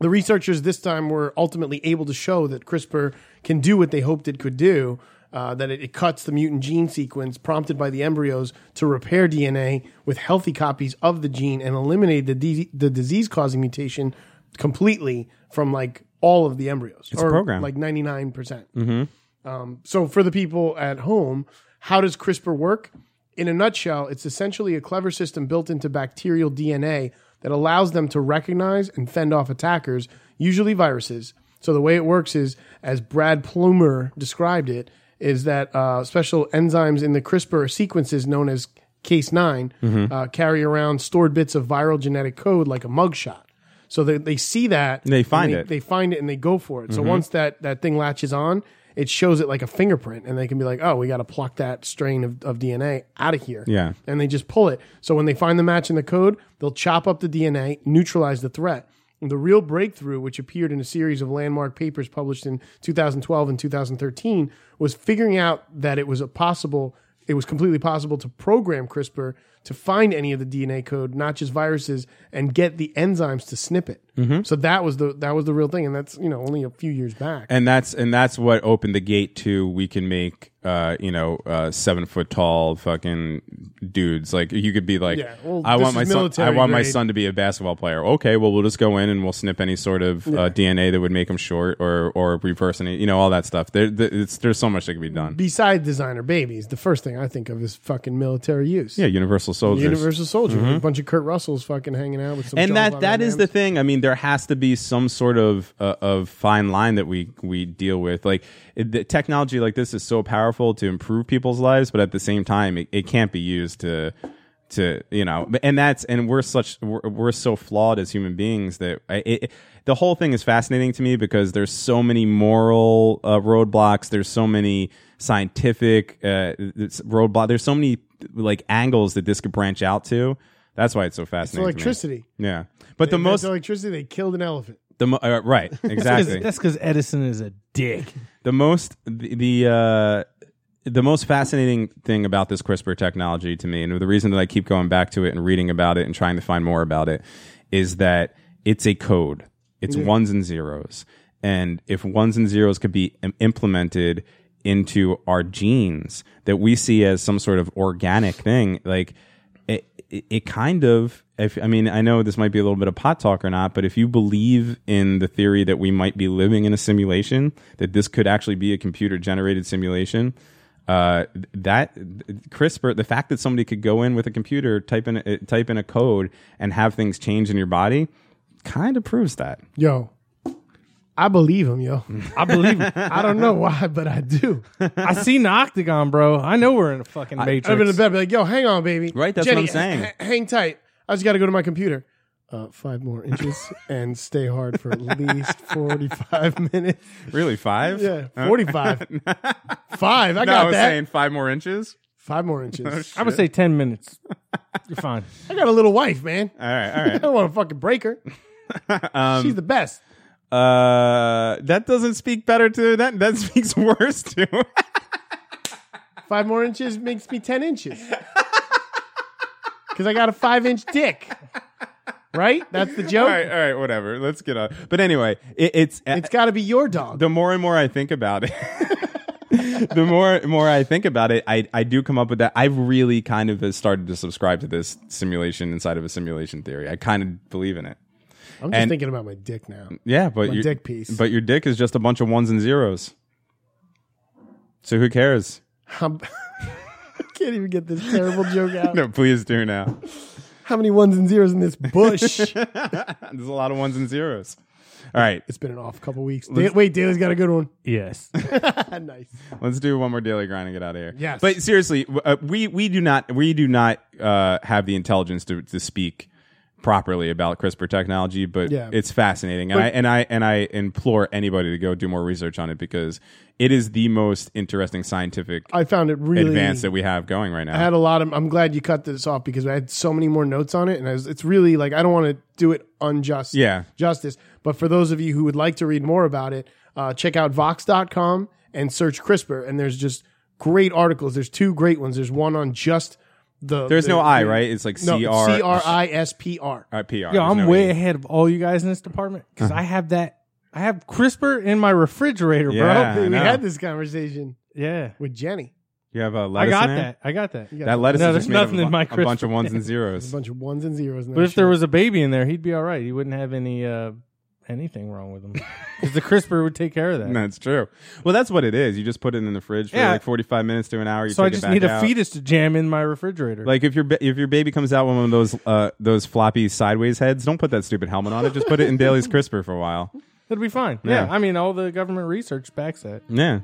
Speaker 1: the researchers this time were ultimately able to show that CRISPR can do what they hoped it could do. Uh, that it, it cuts the mutant gene sequence prompted by the embryos to repair DNA with healthy copies of the gene and eliminate the, di- the disease causing mutation completely from like all of the embryos.
Speaker 2: It's a program.
Speaker 1: Like 99%.
Speaker 2: Mhm.
Speaker 1: Um, so, for the people at home, how does CRISPR work? In a nutshell, it's essentially a clever system built into bacterial DNA that allows them to recognize and fend off attackers, usually viruses. So, the way it works is, as Brad Plumer described it, is that uh, special enzymes in the CRISPR sequences known as case 9
Speaker 2: Mhm.
Speaker 1: uh, carry around stored bits of viral genetic code like a mugshot. So they, they see that
Speaker 2: They find
Speaker 1: and
Speaker 2: it.
Speaker 1: They find it and they go for it. So
Speaker 2: Mhm.
Speaker 1: once that that thing latches on, it shows it like a fingerprint, and they can be like, "Oh, we got to pluck that strain of, of DNA out of here."
Speaker 2: Yeah.
Speaker 1: and they just pull it. So when they find the match in the code, they'll chop up the DNA, neutralize the threat. And the real breakthrough, which appeared in a series of landmark papers published in 2012 and 2013, was figuring out that it was a possible, it was completely possible to program CRISPR to find any of the DNA code, not just viruses, and get the enzymes to snip it.
Speaker 2: Mhm.
Speaker 1: So that was the that was the real thing, and that's you know only a few years back.
Speaker 2: and that's and that's what opened the gate to we can make uh you know uh seven foot tall fucking dudes like you could be like
Speaker 1: Yeah, well,
Speaker 2: i
Speaker 1: this
Speaker 2: want
Speaker 1: is
Speaker 2: my son i
Speaker 1: military
Speaker 2: want my
Speaker 1: grade.
Speaker 2: son to be a basketball player okay well we'll just go in and we'll snip any sort of uh, dna that would make him short or or reverse any you know all that stuff there, there it's, there's so much that can be done
Speaker 1: Beside designer babies, the first thing I think of is fucking military use.
Speaker 2: yeah universal soldiers
Speaker 1: Universal Soldier,
Speaker 2: Mhm.
Speaker 1: a bunch of Kurt Russells fucking hanging out with some.
Speaker 2: and
Speaker 1: John
Speaker 2: that
Speaker 1: Von
Speaker 2: that is
Speaker 1: Dams.
Speaker 2: the thing. I mean, there has to be some sort of uh, of fine line that we we deal with. Like it, the technology like this is so powerful to improve people's lives, but at the same time, it, it can't be used to to you know. And that's and we're such we're, we're so flawed as human beings that I- it, it, the whole thing is fascinating to me because there's so many moral uh, roadblocks. There's so many scientific uh, roadblocks. There's so many like angles that this could branch out to. That's why it's so
Speaker 1: It's
Speaker 2: fascinating. to me.
Speaker 1: electricity.
Speaker 2: Yeah, but the
Speaker 1: They-
Speaker 2: most
Speaker 1: electricity they killed an elephant.
Speaker 2: the mo- uh, right exactly
Speaker 6: That's because Edison is a dick.
Speaker 2: the most the, the uh the most fascinating thing about this CRISPR technology to me, and the reason that I keep going back to it and reading about it and trying to find more about it, is that it's a code. It's
Speaker 12: Yeah.
Speaker 2: ones and zeros. And if ones and zeros could be im- implemented into our genes that we see as some sort of organic thing, like it, it, it kind of if i mean i know this might be a little bit of pot talk or not but if you believe in the theory that we might be living in a simulation that this could actually be a computer generated simulation uh, that CRISPR, the fact that somebody could go in with a computer, type in uh, type in a code, and have things change in your body, kind of proves that.
Speaker 1: Yo, I believe him, yo.
Speaker 6: I believe him.
Speaker 1: I don't know why, but I do.
Speaker 6: I seen the octagon, bro. I know we're in a fucking
Speaker 1: I-
Speaker 6: matrix.
Speaker 1: I've been in bed, be like, yo, hang on, baby.
Speaker 6: Right, that's what
Speaker 1: Jenny,
Speaker 6: I'm saying.
Speaker 1: h- h- hang tight. I just got to go to my computer. Uh, five more inches and stay hard for at least 45 minutes.
Speaker 2: Really, five?
Speaker 1: Yeah, 45. five. I
Speaker 2: No,
Speaker 1: got
Speaker 2: was
Speaker 1: that.
Speaker 2: saying Oh, five more inches.
Speaker 1: Five more inches.
Speaker 6: I would say ten minutes. You're fine.
Speaker 1: I got a little wife, man.
Speaker 2: All right, all
Speaker 1: I
Speaker 2: right.
Speaker 1: don't want to fucking break her.
Speaker 2: Um,
Speaker 1: She's the best.
Speaker 2: Uh, that doesn't speak better to that. That speaks worse to.
Speaker 1: Five more inches makes me 10 inches. because I got a five inch dick. Right? That's the joke.
Speaker 2: All right, all right, whatever. Let's get on. But anyway, it, it's uh,
Speaker 1: It's got to be your dog.
Speaker 2: the more and more I think about it, the more more I think about it, I I do come up with that. I've really kind of started to subscribe to this simulation inside of a simulation theory. I kind of believe in it.
Speaker 1: I'm just
Speaker 2: and-
Speaker 1: thinking about my dick now.
Speaker 2: Yeah, but
Speaker 1: My
Speaker 2: your
Speaker 1: dick piece.
Speaker 2: But your dick is just a bunch of ones and zeros. So who cares?
Speaker 1: I'm, I can't even get this terrible joke out.
Speaker 2: No, please do now.
Speaker 1: How many ones and zeros in this bush?
Speaker 2: There's a lot of ones and zeros. All right,
Speaker 1: it's been an off couple weeks. Da- wait, Daly's got a good one.
Speaker 6: Yes.
Speaker 1: nice.
Speaker 2: Let's do one more daily grind and get out of here.
Speaker 1: Yes.
Speaker 2: But seriously, w- uh, we we do not we do not uh, have the intelligence to to speak properly about CRISPR technology, but
Speaker 1: Yeah.
Speaker 2: it's fascinating, and I and I and I implore anybody to go do more research on it because it is the most interesting scientific
Speaker 1: I found it really
Speaker 2: advance that we have going right now.
Speaker 1: I had a lot of. I'm glad you cut this off because I had so many more notes on it, and I was, it's really like I don't want to do it unjust.
Speaker 2: Yeah.
Speaker 1: justice. But for those of you who would like to read more about it, uh, check out Vox.com and search CRISPR, and there's just great articles. There's two great ones. There's one on just the.
Speaker 2: There's
Speaker 1: the-
Speaker 2: no I,
Speaker 1: the-
Speaker 2: right? It's like
Speaker 1: No,
Speaker 2: C R
Speaker 1: C R I S P R.
Speaker 2: uh, PR.
Speaker 6: Yo,
Speaker 2: There's
Speaker 6: I'm
Speaker 2: no
Speaker 6: way Uh-huh.
Speaker 2: E.
Speaker 6: ahead of all you guys in this department because I have that. I have CRISPR in my refrigerator,
Speaker 2: Yeah.
Speaker 6: bro.
Speaker 1: We
Speaker 2: know.
Speaker 1: had this conversation
Speaker 6: Yeah.
Speaker 1: with Jenny.
Speaker 2: You have a
Speaker 6: I
Speaker 2: lettuce.
Speaker 6: got
Speaker 2: in there?
Speaker 6: that. I got that.
Speaker 1: You got
Speaker 2: That lettuce
Speaker 6: No,
Speaker 2: is just
Speaker 6: there's
Speaker 2: made of
Speaker 6: nothing
Speaker 2: a,
Speaker 6: in my
Speaker 2: bu- a bunch of
Speaker 6: CRISPR.
Speaker 2: ones and
Speaker 1: a
Speaker 2: zeros.
Speaker 1: bunch of ones and zeros. in that
Speaker 6: But if
Speaker 1: shit.
Speaker 6: there was a baby in there, he'd be all right. He wouldn't have any uh, anything wrong with him because the CRISPR would take care of that.
Speaker 2: That's true. Well, that's what it is. You just put it in the fridge for
Speaker 6: Yeah.
Speaker 2: like 45 minutes to an hour. You
Speaker 6: so
Speaker 2: take
Speaker 6: I
Speaker 2: it
Speaker 6: just
Speaker 2: back
Speaker 6: need
Speaker 2: out.
Speaker 6: a fetus to jam in my refrigerator.
Speaker 2: Like if your ba- if your baby comes out with one of those uh, those floppy sideways heads, don't put that stupid helmet on it. Just put it in Daly's CRISPR for a while.
Speaker 6: it'll be fine. Yeah.
Speaker 2: Yeah.
Speaker 6: I mean, all the government research backs that.
Speaker 2: Yeah.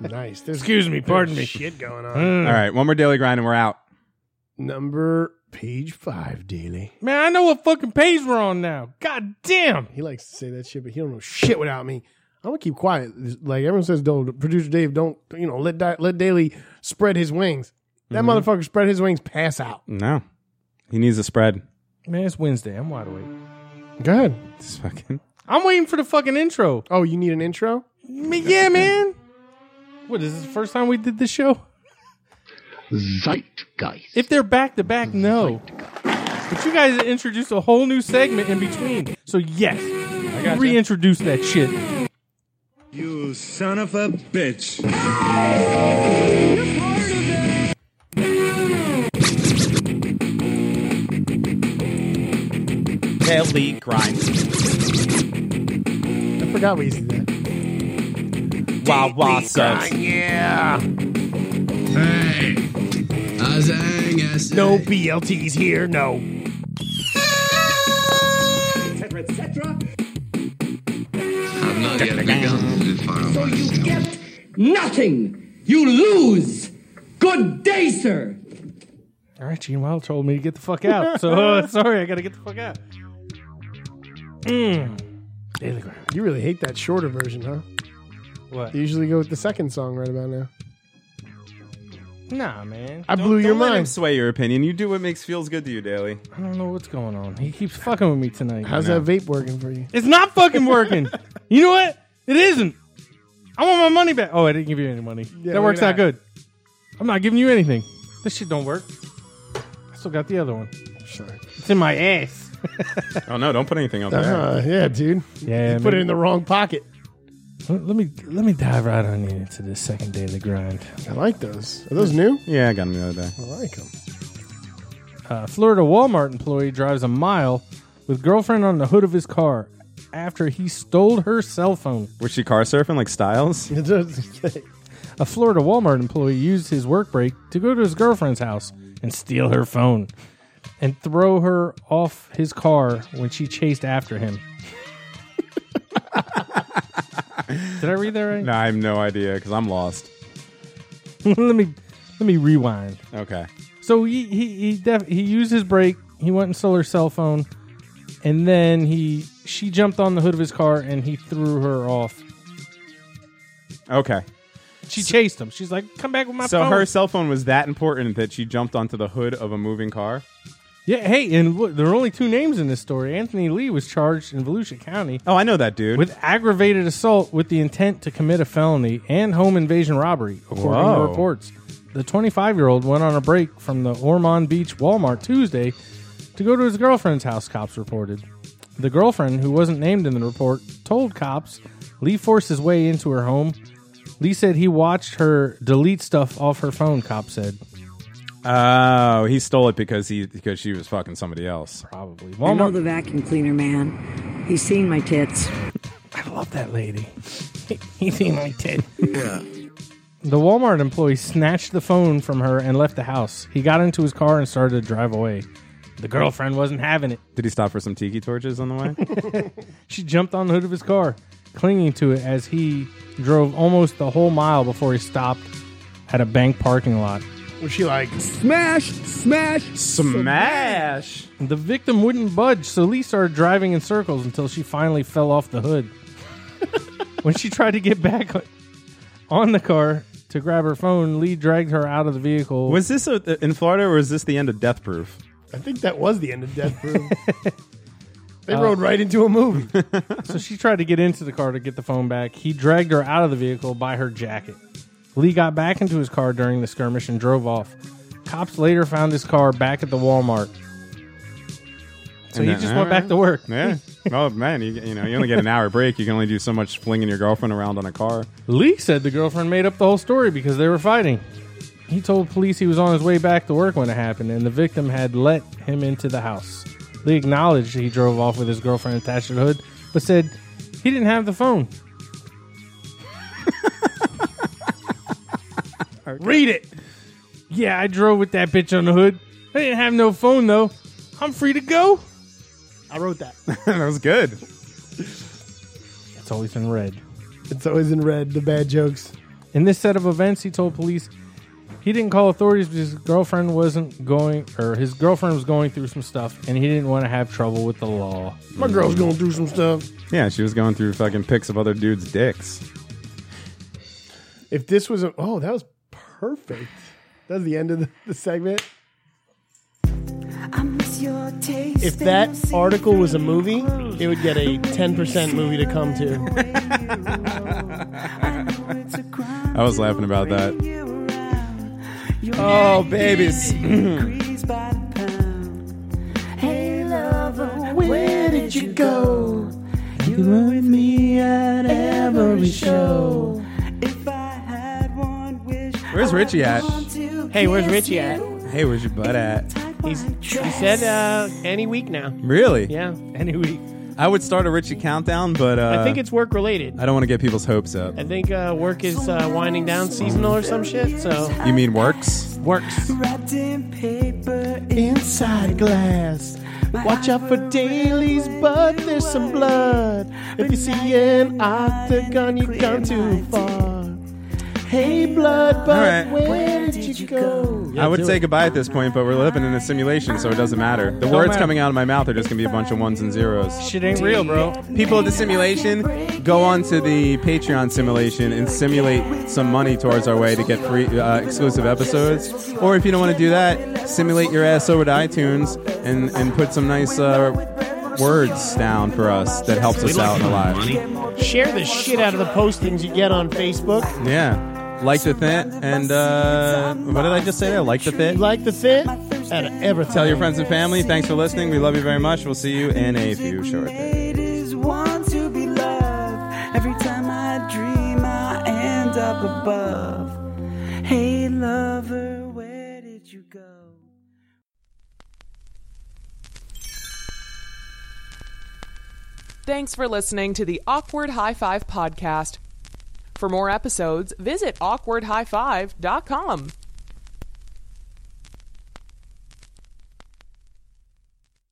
Speaker 1: nice. There's
Speaker 6: Excuse me, pardon me.
Speaker 1: shit going on.
Speaker 2: All right. One more daily grind and we're out.
Speaker 1: Number page five, Daily.
Speaker 6: Man, I know what fucking page we're on now. God damn.
Speaker 1: He likes to say that shit, but he don't know shit without me. I'm gonna keep quiet. Like everyone says, don't producer Dave, don't you know? Let Di- let Daly spread his wings. That motherfucker spread his wings, pass out.
Speaker 2: No, he needs a spread.
Speaker 6: Man, it's Wednesday. I'm wide awake.
Speaker 1: Go ahead.
Speaker 2: It's fucking
Speaker 6: I'm waiting for the fucking intro.
Speaker 1: Oh, you need an intro?
Speaker 6: Ma- Yeah, man. What is this the first time we did this show?
Speaker 5: Zeitgeist.
Speaker 6: If they're back to back, no. But you guys introduced a whole new segment in between. So yes, reintroduce that shit.
Speaker 5: You son of a bitch.
Speaker 2: daily grind.
Speaker 1: I forgot we used to do that.
Speaker 2: Wah wah sucks.
Speaker 1: No BLTs here. No.
Speaker 9: I've not yet begun to file myself.
Speaker 12: Nothing! You lose! Good day, sir!
Speaker 6: All right, Gene Wilder told me to get the fuck out. So uh, sorry, I gotta get the fuck out.
Speaker 1: Daily Grind. You really hate that shorter version, huh?
Speaker 6: What?
Speaker 1: You usually go with the second song right about now.
Speaker 6: Nah, man.
Speaker 1: I blew your
Speaker 2: Don't let him
Speaker 1: mind.
Speaker 2: sway your opinion. You do what makes feels good to you, Daly.
Speaker 6: I don't know what's going on. He keeps fucking with me tonight.
Speaker 1: How's that vape working for you?
Speaker 6: It's not fucking working. you know what? It isn't. I want my money back. Oh, I didn't give you any money.
Speaker 1: Yeah,
Speaker 6: that
Speaker 1: look
Speaker 6: works
Speaker 1: at
Speaker 6: out good. I'm not giving you anything. This shit don't work. I still got the other one.
Speaker 1: Sorry.
Speaker 6: It's in my ass.
Speaker 2: Oh no! Don't put anything up there.
Speaker 1: Uh, yeah, dude.
Speaker 6: Yeah,
Speaker 1: You put it in the wrong pocket.
Speaker 6: Let let me let me dive right on in into this second daily grind.
Speaker 1: I like those. Are those new?
Speaker 2: Yeah, I got him the other day.
Speaker 1: I like them.
Speaker 6: Uh, Florida Walmart employee drives a mile with girlfriend on the hood of his car after he stole her cell phone.
Speaker 2: Was she car surfing like Styles?
Speaker 6: A Florida Walmart employee used his work break to go to his girlfriend's house and steal her phone and throw her off his car when she chased after him. Did I read that right?
Speaker 2: No, I have no idea because I'm lost.
Speaker 6: let me let me rewind.
Speaker 2: Okay.
Speaker 6: So he he he, def- he used his brake. He went and stole her cell phone, and then he she jumped on the hood of his car and he threw her off.
Speaker 2: Okay.
Speaker 6: She chased him. She's like, "Come back with my
Speaker 2: So
Speaker 6: phone."
Speaker 2: her cell phone was that important that she jumped onto the hood of a moving car.
Speaker 6: yeah. Hey, and look, there are only two names in this story. Anthony Lee was charged in Volusia County
Speaker 2: Oh, I know that dude.
Speaker 6: with aggravated assault with the intent to commit a felony and home invasion robbery, according
Speaker 2: Whoa.
Speaker 6: to reports. the 25 year old went on a break from the Ormond Beach Walmart Tuesday to go to his girlfriend's house, cops reported. The girlfriend, who wasn't named in the report, told cops Lee forced his way into her home. Lee said he watched her delete stuff off her phone, cops said.
Speaker 2: Oh, he stole it because he because she was fucking somebody else.
Speaker 6: Probably.
Speaker 13: I know
Speaker 6: Walmart.
Speaker 13: the vacuum cleaner man. He's seen my tits.
Speaker 6: I love that lady. He's seen my tits.
Speaker 13: Yeah.
Speaker 6: The Walmart employee snatched the phone from her and left the house. He got into his car and started to drive away. The girlfriend wasn't having it.
Speaker 2: Did he stop for some tiki torches on the way?
Speaker 6: She jumped on the hood of his car, clinging to it as he drove almost the whole mile before he stopped at a bank parking lot.
Speaker 1: Was she like
Speaker 6: smash, smash,
Speaker 2: smash?
Speaker 6: The victim wouldn't budge, so Lee started driving in circles until she finally fell off the hood. when she tried to get back on the car to grab her phone, Lee dragged her out of the vehicle.
Speaker 2: was this a, in Florida or was this the end of Death Proof?
Speaker 1: I think that was the end of Death Proof. they
Speaker 6: Uh,
Speaker 1: rode right into a movie.
Speaker 6: so she tried to get into the car to get the phone back. He dragged her out of the vehicle by her jacket. Lee got back into his car during the skirmish and drove off. Cops later found his car back at the Walmart. So
Speaker 2: And
Speaker 6: he
Speaker 2: then-
Speaker 6: just went back to work.
Speaker 2: Yeah. oh man, you, you know you only get an hour break. You can only do so much flinging your girlfriend around on a car.
Speaker 6: Lee said the girlfriend made up the whole story because they were fighting. He told police he was on his way back to work when it happened, and the victim had let him into the house. Lee acknowledged he drove off with his girlfriend attached to the hood, but said he didn't have the phone. Read it. Yeah, I drove with that bitch on the hood. I didn't have no phone though. I'm free to go.
Speaker 1: I wrote that.
Speaker 2: that was good.
Speaker 6: It's always in red.
Speaker 1: It's always in red. The bad jokes.
Speaker 6: In this set of events, he told police he didn't call authorities because his girlfriend wasn't going, or his girlfriend was going through some stuff, and he didn't want to have trouble with the law.
Speaker 1: My girl's going through some stuff.
Speaker 2: Yeah, she was going through fucking pics of other dudes' dicks.
Speaker 1: If this was a oh, that was perfect. That's the end of the, the segment. If that article was a movie, it would get a ten percent movie to come to.
Speaker 2: I was laughing about that. Oh, babies.
Speaker 7: Hey, lover, where did you go? You were with me at every show.
Speaker 2: Where's Richie at?
Speaker 14: Hey, where's Richie at?
Speaker 2: Hey, where's your butt at?
Speaker 14: He's, he said uh, any week now.
Speaker 2: Really?
Speaker 14: Yeah, any week.
Speaker 2: I would start a Richie countdown, but uh,
Speaker 14: I think it's work related.
Speaker 2: I don't want to get people's hopes up.
Speaker 14: I think uh, work is uh, winding down seasonal or some shit. So
Speaker 2: You mean works?
Speaker 14: works.
Speaker 7: Wrapped in paper inside glass. Watch out for dailies, but there's some blood. If you see an octagon, you've gone too far. Hey, blood, but
Speaker 2: All right.
Speaker 7: where did you go?
Speaker 2: I would say goodbye at this point, but we're living in a simulation, so it doesn't matter. The words
Speaker 14: matter.
Speaker 2: coming out of my mouth are just gonna be a bunch of ones and zeros.
Speaker 14: Shit ain't real, bro.
Speaker 2: People of the simulation, go on to the Patreon simulation and simulate some money towards our way to get free uh, exclusive episodes. Or if you don't want to do that, simulate your ass over to iTunes and and put some nice uh, words down for us that helps us out in the lives.
Speaker 14: Share the shit out of the postings you get on Facebook.
Speaker 2: Yeah, like the thing and uh, what did I just say there? Like the thing.
Speaker 14: Like the fit out of everything.
Speaker 2: Tell your friends and family. Thanks for listening. We love you very much. We'll see you in a few short days.
Speaker 7: Want to be loved. Every time I dream, I end up above. Hey, lover, where did you go?
Speaker 15: Thanks for listening to the Awkward High Five podcast. For more episodes, visit awkwardhighfive.com.